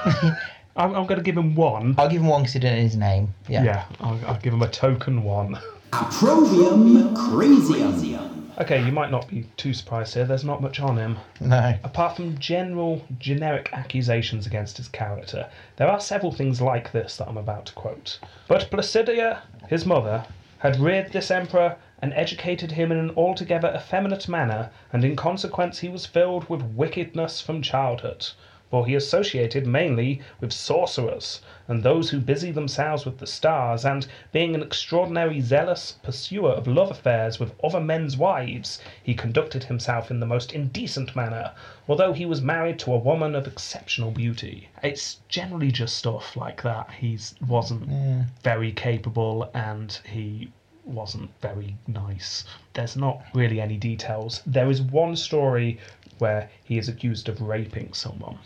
[SPEAKER 3] I'm, I'm going to give him one.
[SPEAKER 2] I'll give him one because he didn't know his name. Yeah.
[SPEAKER 3] Yeah, I'll, I'll give him a token one.
[SPEAKER 1] Approvium Crazium.
[SPEAKER 3] [laughs] Okay, you might not be too surprised here. There's not much on him.
[SPEAKER 2] No.
[SPEAKER 3] Apart from general, generic accusations against his character, there are several things like this that I'm about to quote. But Placidia, his mother, had reared this emperor and educated him in an altogether effeminate manner, and in consequence he was filled with wickedness from childhood. For he associated mainly with sorcerers, and those who busy themselves with the stars, and being an extraordinary zealous pursuer of love affairs with other men's wives, he conducted himself in the most indecent manner, although he was married to a woman of exceptional beauty. It's generally just stuff like that. He wasn't very capable, and he wasn't very nice. There's not really any details. There is one story where he is accused of raping someone,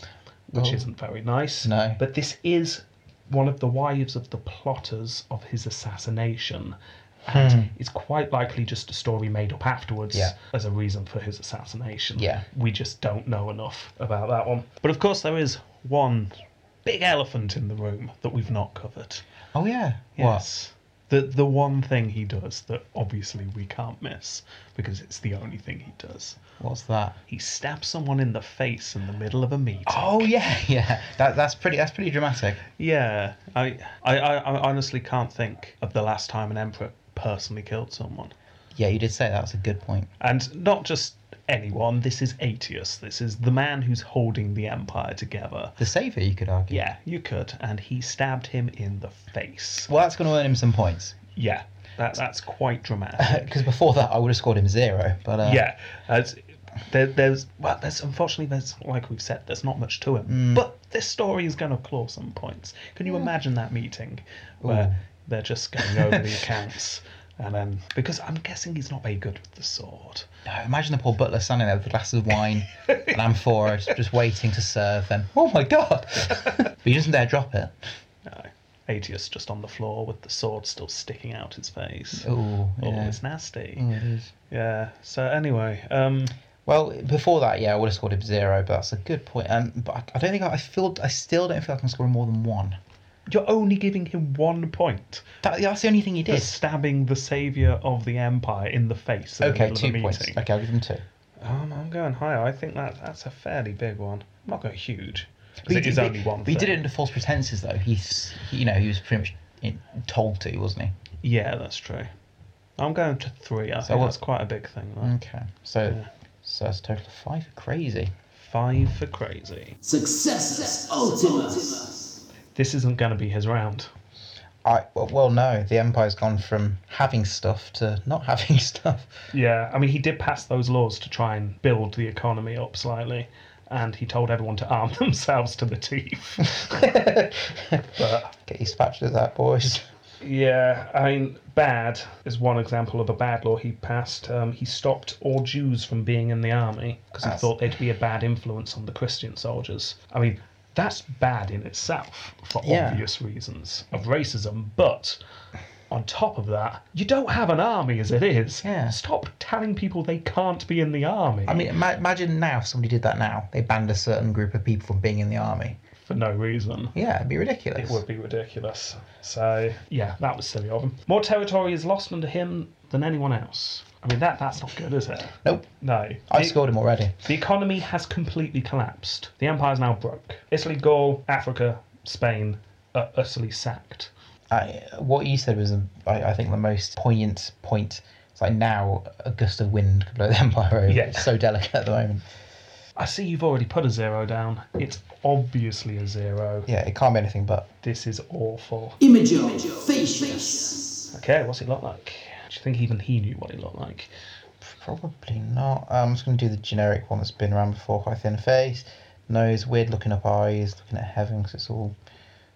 [SPEAKER 3] which
[SPEAKER 2] Oh.
[SPEAKER 3] isn't very nice.
[SPEAKER 2] No.
[SPEAKER 3] But this is one of the wives of the plotters of his assassination. And it's quite likely just a story made up afterwards
[SPEAKER 2] Hmm. Yeah.
[SPEAKER 3] as a reason for his assassination.
[SPEAKER 2] Yeah.
[SPEAKER 3] We just don't know enough about that one. But of course, there is one big elephant in the room that we've not covered.
[SPEAKER 2] Oh yeah.
[SPEAKER 3] Yes. The the one thing he does that obviously we can't miss because it's the only thing he does.
[SPEAKER 2] What? What's that?
[SPEAKER 3] He stabs someone in the face in the middle of a meeting.
[SPEAKER 2] Oh yeah, [laughs] yeah. That, that's pretty. That's pretty dramatic.
[SPEAKER 3] Yeah. I, I I I honestly can't think of the last time an emperor personally killed someone.
[SPEAKER 2] Yeah, you did say that. That's a good point.
[SPEAKER 3] And not just anyone, this is Aetius. This is the man who's holding the empire together.
[SPEAKER 2] The savior, you could argue.
[SPEAKER 3] Yeah, you could. And he stabbed him in the face.
[SPEAKER 2] Well, that's going to earn him some points
[SPEAKER 3] Yeah. That, that's quite
[SPEAKER 2] [laughs]
[SPEAKER 3] dramatic.
[SPEAKER 2] because before that, I would have scored him zero. But uh,
[SPEAKER 3] yeah, as there, there's well, there's unfortunately there's like we've said, there's not much to it.
[SPEAKER 2] Mm.
[SPEAKER 3] But this story is going to claw some points. Can you imagine that meeting where
[SPEAKER 2] Ooh.
[SPEAKER 3] they're just going over the
[SPEAKER 2] [laughs]
[SPEAKER 3] accounts? And then, because I'm guessing he's not very good with the sword.
[SPEAKER 2] no, imagine the poor butler standing there with glasses of wine
[SPEAKER 3] [laughs]
[SPEAKER 2] and amphora, just waiting to serve them. Oh my
[SPEAKER 3] [laughs]
[SPEAKER 2] god! but he doesn't dare drop it.
[SPEAKER 3] No, Aetius just on the floor with the sword still sticking out his face.
[SPEAKER 2] Oh,
[SPEAKER 3] Oh,
[SPEAKER 2] yeah.
[SPEAKER 3] it's nasty.
[SPEAKER 2] Oh, it is.
[SPEAKER 3] Yeah. So anyway, um,
[SPEAKER 2] Well, before that, yeah, I would have scored him zero, but that's a good point. Um, but I, I don't think I, I feel. I still don't feel I can score him more than one.
[SPEAKER 3] you're only giving him one point.
[SPEAKER 2] That, that's the only thing he
[SPEAKER 3] for
[SPEAKER 2] did.
[SPEAKER 3] stabbing the savior of the empire in the face. In
[SPEAKER 2] Okay,
[SPEAKER 3] the middle
[SPEAKER 2] two
[SPEAKER 3] of a
[SPEAKER 2] points.
[SPEAKER 3] meeting.
[SPEAKER 2] Okay, I'll give him two.
[SPEAKER 3] Um, I'm going higher. I think that that's a fairly big one. I'm not going huge. 'cause
[SPEAKER 2] But
[SPEAKER 3] it
[SPEAKER 2] he
[SPEAKER 3] is
[SPEAKER 2] did-
[SPEAKER 3] only one.
[SPEAKER 2] but He did
[SPEAKER 3] thing.
[SPEAKER 2] it under false pretenses, though. He's, he, you know, he was pretty much in- told to, wasn't he?
[SPEAKER 3] Yeah, that's true. I'm going to three. I
[SPEAKER 2] So
[SPEAKER 3] think
[SPEAKER 2] what-
[SPEAKER 3] that's quite a big thing. Though.
[SPEAKER 2] Okay. So,
[SPEAKER 3] Yeah.
[SPEAKER 2] so that's a total of five. Crazy.
[SPEAKER 3] Five for crazy.
[SPEAKER 1] Successus Ultimus.
[SPEAKER 3] This isn't going to be his round.
[SPEAKER 2] I well, well, no, the empire's gone from having stuff to not [laughs] having stuff.
[SPEAKER 3] Yeah, I mean, he did pass those laws to try and build the economy up slightly, and he told everyone to arm [laughs] themselves to the teeth. but
[SPEAKER 2] Get your spatulas out, boys.
[SPEAKER 3] Yeah, I mean, bad is one example of a bad law he passed. Um, he stopped all Jews from being in the army because he
[SPEAKER 2] That's-
[SPEAKER 3] thought they'd be a bad influence on the Christian soldiers. I mean, that's bad in itself for
[SPEAKER 2] Yeah.
[SPEAKER 3] obvious reasons of racism, but on top of that, you don't have an army as it is.
[SPEAKER 2] Yeah.
[SPEAKER 3] Stop telling people they can't be in the army
[SPEAKER 2] I mean, ima- imagine now if somebody did that now. They banned a certain group of people from being in the army.
[SPEAKER 3] for no reason.
[SPEAKER 2] Yeah, it'd be ridiculous.
[SPEAKER 3] It would be ridiculous. So yeah, that was silly of him. More territory is lost under him than anyone else. I mean that that's not good, is it?
[SPEAKER 2] Nope.
[SPEAKER 3] No.
[SPEAKER 2] I
[SPEAKER 3] The-
[SPEAKER 2] scored him already.
[SPEAKER 3] the economy has completely collapsed. The empire's now broke. Italy, Gaul, Africa, Spain are utterly sacked.
[SPEAKER 2] I, what you said was, um, I, I think, the most poignant point. It's like now a gust of wind could blow [laughs] the empire over.
[SPEAKER 3] Yeah.
[SPEAKER 2] It's so delicate at the moment.
[SPEAKER 3] I see you've already put a zero down. It's obviously a zero.
[SPEAKER 2] Yeah, it can't be anything but.
[SPEAKER 3] This is awful.
[SPEAKER 1] Imago Facius.
[SPEAKER 3] Okay, what's he look like? Do you think even he knew what he looked like?
[SPEAKER 2] Probably not. Um, I'm just going to do the generic one that's been around before quite thin face, nose, weird looking up eyes, looking at heaven because it's all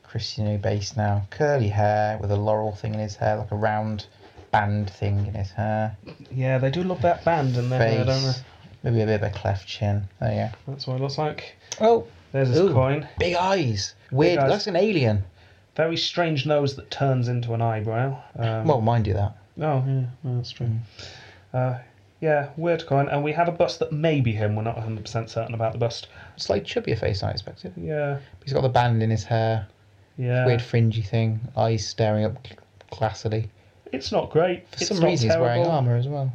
[SPEAKER 2] Christian based now. Curly hair with a laurel thing in his hair, like a round band thing in his hair.
[SPEAKER 3] Yeah, they do love that band in their hair, don't
[SPEAKER 2] Face.
[SPEAKER 3] they?
[SPEAKER 2] Maybe a bit of a cleft chin. There you
[SPEAKER 3] That's what it looks like.
[SPEAKER 2] go. Oh,
[SPEAKER 3] There's his
[SPEAKER 2] Ooh.
[SPEAKER 3] coin.
[SPEAKER 2] big eyes. Weird.
[SPEAKER 3] eyes.
[SPEAKER 2] That's an alien.
[SPEAKER 3] Very strange nose that turns into an eyebrow. Um,
[SPEAKER 2] Well, mine do that.
[SPEAKER 3] oh, yeah, well, that's true. Uh, yeah, weird coin. And we have a bust that may be him. We're not 100% certain about the bust.
[SPEAKER 2] Slightly chubbier face than I expected.
[SPEAKER 3] Yeah,
[SPEAKER 2] He's got the band in his hair,
[SPEAKER 3] yeah.
[SPEAKER 2] weird fringy thing, eyes staring up classily.
[SPEAKER 3] It's not great.
[SPEAKER 2] For
[SPEAKER 3] it's
[SPEAKER 2] some
[SPEAKER 3] not
[SPEAKER 2] reason, he's
[SPEAKER 3] terrible.
[SPEAKER 2] wearing armour as well.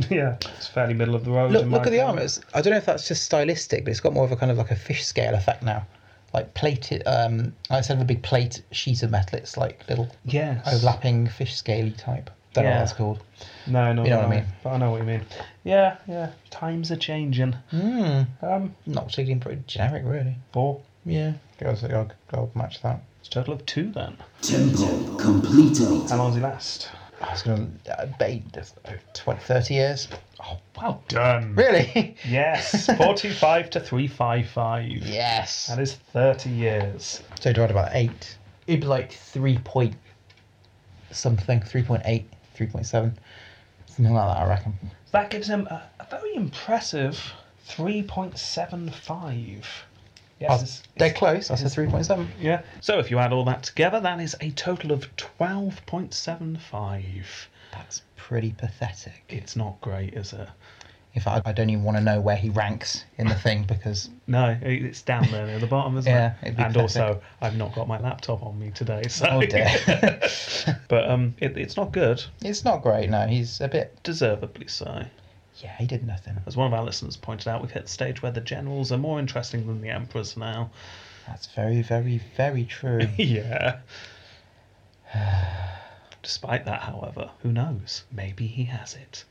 [SPEAKER 3] [laughs] yeah, it's fairly middle of the road.
[SPEAKER 2] Look,
[SPEAKER 3] in
[SPEAKER 2] look
[SPEAKER 3] my
[SPEAKER 2] at the
[SPEAKER 3] opinion.
[SPEAKER 2] arm. It's, I don't know if that's just stylistic, but it's got more of a kind of like a fish scale effect now. Like plated, um, like instead of a big plate sheet of metal, it's like little
[SPEAKER 3] Yes.
[SPEAKER 2] overlapping fish scaly type. Don't know
[SPEAKER 3] Yeah.
[SPEAKER 2] what that's called.
[SPEAKER 3] No, no,
[SPEAKER 2] You know what I
[SPEAKER 3] no,
[SPEAKER 2] mean.
[SPEAKER 3] But I know what you mean. Yeah, yeah. Times are changing.
[SPEAKER 2] Mm,
[SPEAKER 3] Um,
[SPEAKER 2] not particularly pretty generic, really.
[SPEAKER 3] four.
[SPEAKER 2] Yeah, I'll, I'll, I'll match that.
[SPEAKER 3] It's a total of two then.
[SPEAKER 1] Tempo completo.
[SPEAKER 3] How long's he last?
[SPEAKER 2] I was gonna uh, bait this, uh, 20, 30 years.
[SPEAKER 3] Oh, well done.
[SPEAKER 2] Really?
[SPEAKER 3] Yes, forty-five to three five five.
[SPEAKER 2] [laughs] yes.
[SPEAKER 3] That is thirty years.
[SPEAKER 2] So divided by eight, it'd be like three point something, 3.8, 3.7, something like that. I reckon.
[SPEAKER 3] That gives him a, a very impressive three point seven five. Yes,
[SPEAKER 2] Oh,
[SPEAKER 3] it's-
[SPEAKER 2] they're close. I said 3.7.
[SPEAKER 3] Yeah. So if you add all that together, that is a total of twelve point seven five.
[SPEAKER 2] That's pretty pathetic.
[SPEAKER 3] It's not great, is it?
[SPEAKER 2] In fact, I don't even want to know where he ranks in the thing because
[SPEAKER 3] No, it's down there near the bottom, isn't
[SPEAKER 2] [laughs] Yeah,
[SPEAKER 3] it?
[SPEAKER 2] it'd be
[SPEAKER 3] and
[SPEAKER 2] pathetic.
[SPEAKER 3] also, I've not got my laptop on me today, so.
[SPEAKER 2] oh dear,
[SPEAKER 3] [laughs] but um, it, it's not good.
[SPEAKER 2] it's not great. No, he's a bit.
[SPEAKER 3] Deservedly so.
[SPEAKER 2] Yeah, he did nothing.
[SPEAKER 3] As one of our listeners pointed out, we've hit the stage where the generals are more interesting than the emperors now.
[SPEAKER 2] That's very, very, very [laughs] true.
[SPEAKER 3] yeah. [sighs] Despite that, however, who knows? Maybe he has it.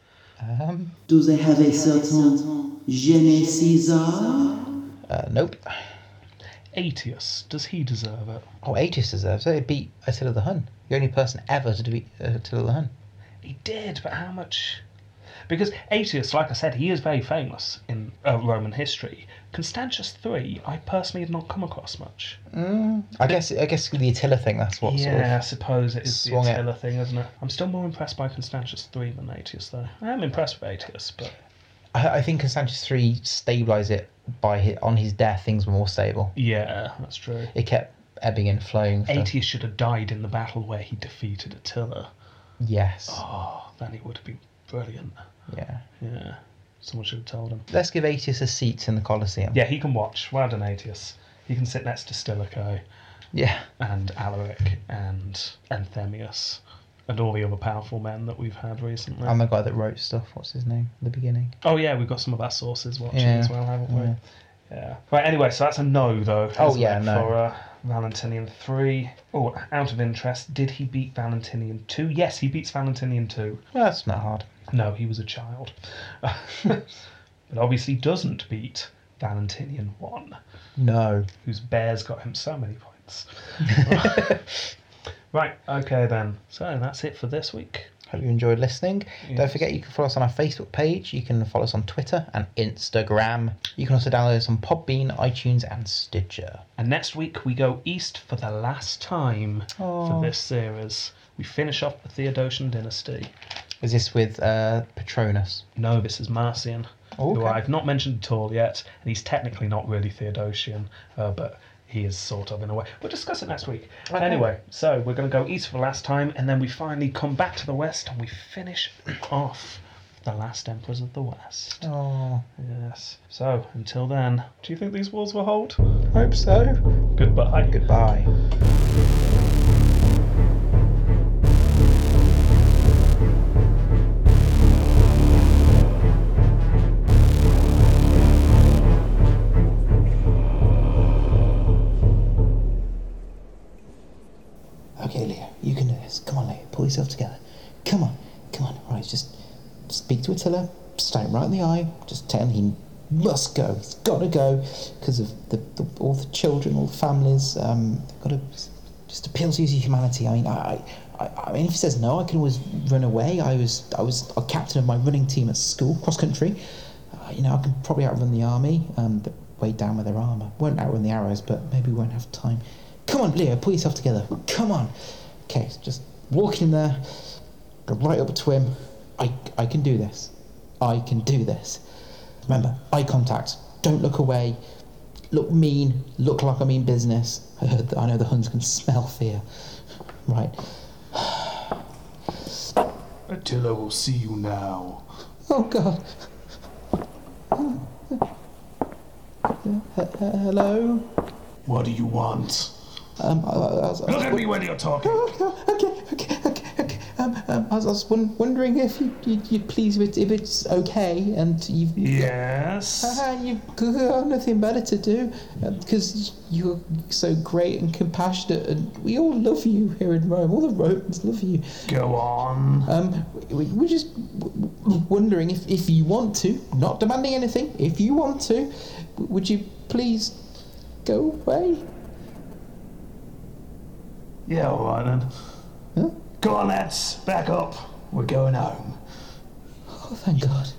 [SPEAKER 2] Um,
[SPEAKER 1] Do they have a certain Gene Caesar?
[SPEAKER 2] uh, nope.
[SPEAKER 3] Aetius, does he deserve it?
[SPEAKER 2] Oh, Aegis deserves it. It beat Attila the Hun. The only person ever to beat Attila the Hun.
[SPEAKER 3] He did, but how much? Because Aetius, like I said, he is very famous in uh, Roman history. Constantius III, I personally had not come across much.
[SPEAKER 2] Mm, I guess. I guess the Attila thing. That's what.
[SPEAKER 3] yeah,
[SPEAKER 2] Sort of,
[SPEAKER 3] I suppose it is the
[SPEAKER 2] swung it.
[SPEAKER 3] Attila thing, isn't it? I'm still more impressed by Constantius III than Aetius, though. I am impressed with Aetius, but
[SPEAKER 2] I, I think Constantius three stabilised it by his, on his death. Things were more stable.
[SPEAKER 3] yeah, that's true.
[SPEAKER 2] It kept ebbing and flowing. For,
[SPEAKER 3] Aetius should have died in the battle where he defeated Attila.
[SPEAKER 2] Yes.
[SPEAKER 3] Oh, then it would have been brilliant.
[SPEAKER 2] Yeah.
[SPEAKER 3] Yeah, someone should have told him.
[SPEAKER 2] Let's give Aetius a seat in the Colosseum.
[SPEAKER 3] Yeah, he can watch. Well done, Aetius. He can sit next to Stilicho.
[SPEAKER 2] Yeah.
[SPEAKER 3] and Alaric and Anthemius and all the other powerful men that we've had recently.
[SPEAKER 2] I'm the guy that wrote stuff. What's his name? At the beginning.
[SPEAKER 3] oh yeah, we've got some of our sources watching
[SPEAKER 2] Yeah,
[SPEAKER 3] as well, haven't we?
[SPEAKER 2] yeah.
[SPEAKER 3] Yeah. Right. Anyway, so that's a no though.
[SPEAKER 2] Oh,
[SPEAKER 3] isn't
[SPEAKER 2] yeah,
[SPEAKER 3] it,
[SPEAKER 2] no.
[SPEAKER 3] For uh, Valentinian three. Oh, out of interest, did he beat Valentinian two? Yes, he beats Valentinian two.
[SPEAKER 2] Well, that's not hard.
[SPEAKER 3] No, he was a child. [laughs] but obviously doesn't beat Valentinian one.
[SPEAKER 2] No.
[SPEAKER 3] whose bears got him so many points. [laughs] right, okay then. So that's it for this week.
[SPEAKER 2] Hope you enjoyed listening. Don't
[SPEAKER 3] Yes.
[SPEAKER 2] forget you can follow us on our Facebook page. You can follow us on Twitter and Instagram. You can also download us on Podbean, iTunes, and Stitcher.
[SPEAKER 3] And next week we go east for the last time
[SPEAKER 2] Aw.
[SPEAKER 3] for this series. We finish off the Theodosian dynasty.
[SPEAKER 2] Is this with uh, Patronus?
[SPEAKER 3] No, this is Marcian,
[SPEAKER 2] Oh,
[SPEAKER 3] who
[SPEAKER 2] okay.
[SPEAKER 3] I've not mentioned at all yet, and he's technically not really Theodosian, uh, but he is sort of in a way. We'll discuss it next week.
[SPEAKER 2] Okay.
[SPEAKER 3] Anyway, so we're going to go east for the last time, and then we finally come back to the west and we finish [clears throat] off the last emperors of the west.
[SPEAKER 2] Oh,
[SPEAKER 3] Yes. So until then, do you think these walls will hold?
[SPEAKER 2] hope so.
[SPEAKER 3] Goodbye.
[SPEAKER 2] Goodbye. Okay, Leo, you can do this. Come on, Leo, pull yourself together. Come on, come on. Right, just speak to Attila, stare him right in the eye, just tell him he must go. He's got to go because of the, the, all the children, all the families. Um, they've got to just appeal to his humanity. I mean, I, I, I mean, if he says no, I can always run away. I was, I was a captain of my running team at school, cross country. Uh, you know, I can probably outrun the army. Um, they're way down with their armor. Won't outrun the arrows, but maybe we won't have time. Come on, Leo, pull yourself together. Come on. Okay, so just walk in there, go right up to him. I, I can do this. I can do this. Remember, eye contact. Don't look away. Look mean. Look like I mean business.
[SPEAKER 4] [laughs]
[SPEAKER 2] I heard that- I know the Huns can smell fear. Right.
[SPEAKER 5] Attila will see you now.
[SPEAKER 2] Oh God. He- he- Hello.
[SPEAKER 5] What do you want?
[SPEAKER 2] Um, I, I, I was,
[SPEAKER 4] [laughs]
[SPEAKER 5] Look at me when you're talking.
[SPEAKER 2] okay, okay, okay, okay. Um, uh,
[SPEAKER 4] Um, I was, I was won- wondering if you, you, you please, if, it, if it's okay, and you've
[SPEAKER 2] [laughs]
[SPEAKER 3] Yes.
[SPEAKER 4] [laughs] and you've got nothing better to do because you're so great and compassionate, and we all love you here in Rome. All the Romans love you.
[SPEAKER 5] Go on.
[SPEAKER 4] Um, we, we're just w- w- wondering if, if you want to, not demanding anything, if you want to, w- would you please go away?
[SPEAKER 5] Yeah, all right then.
[SPEAKER 4] Huh?
[SPEAKER 5] Go on, lads. Back up. We're going home.
[SPEAKER 4] Oh, thank God.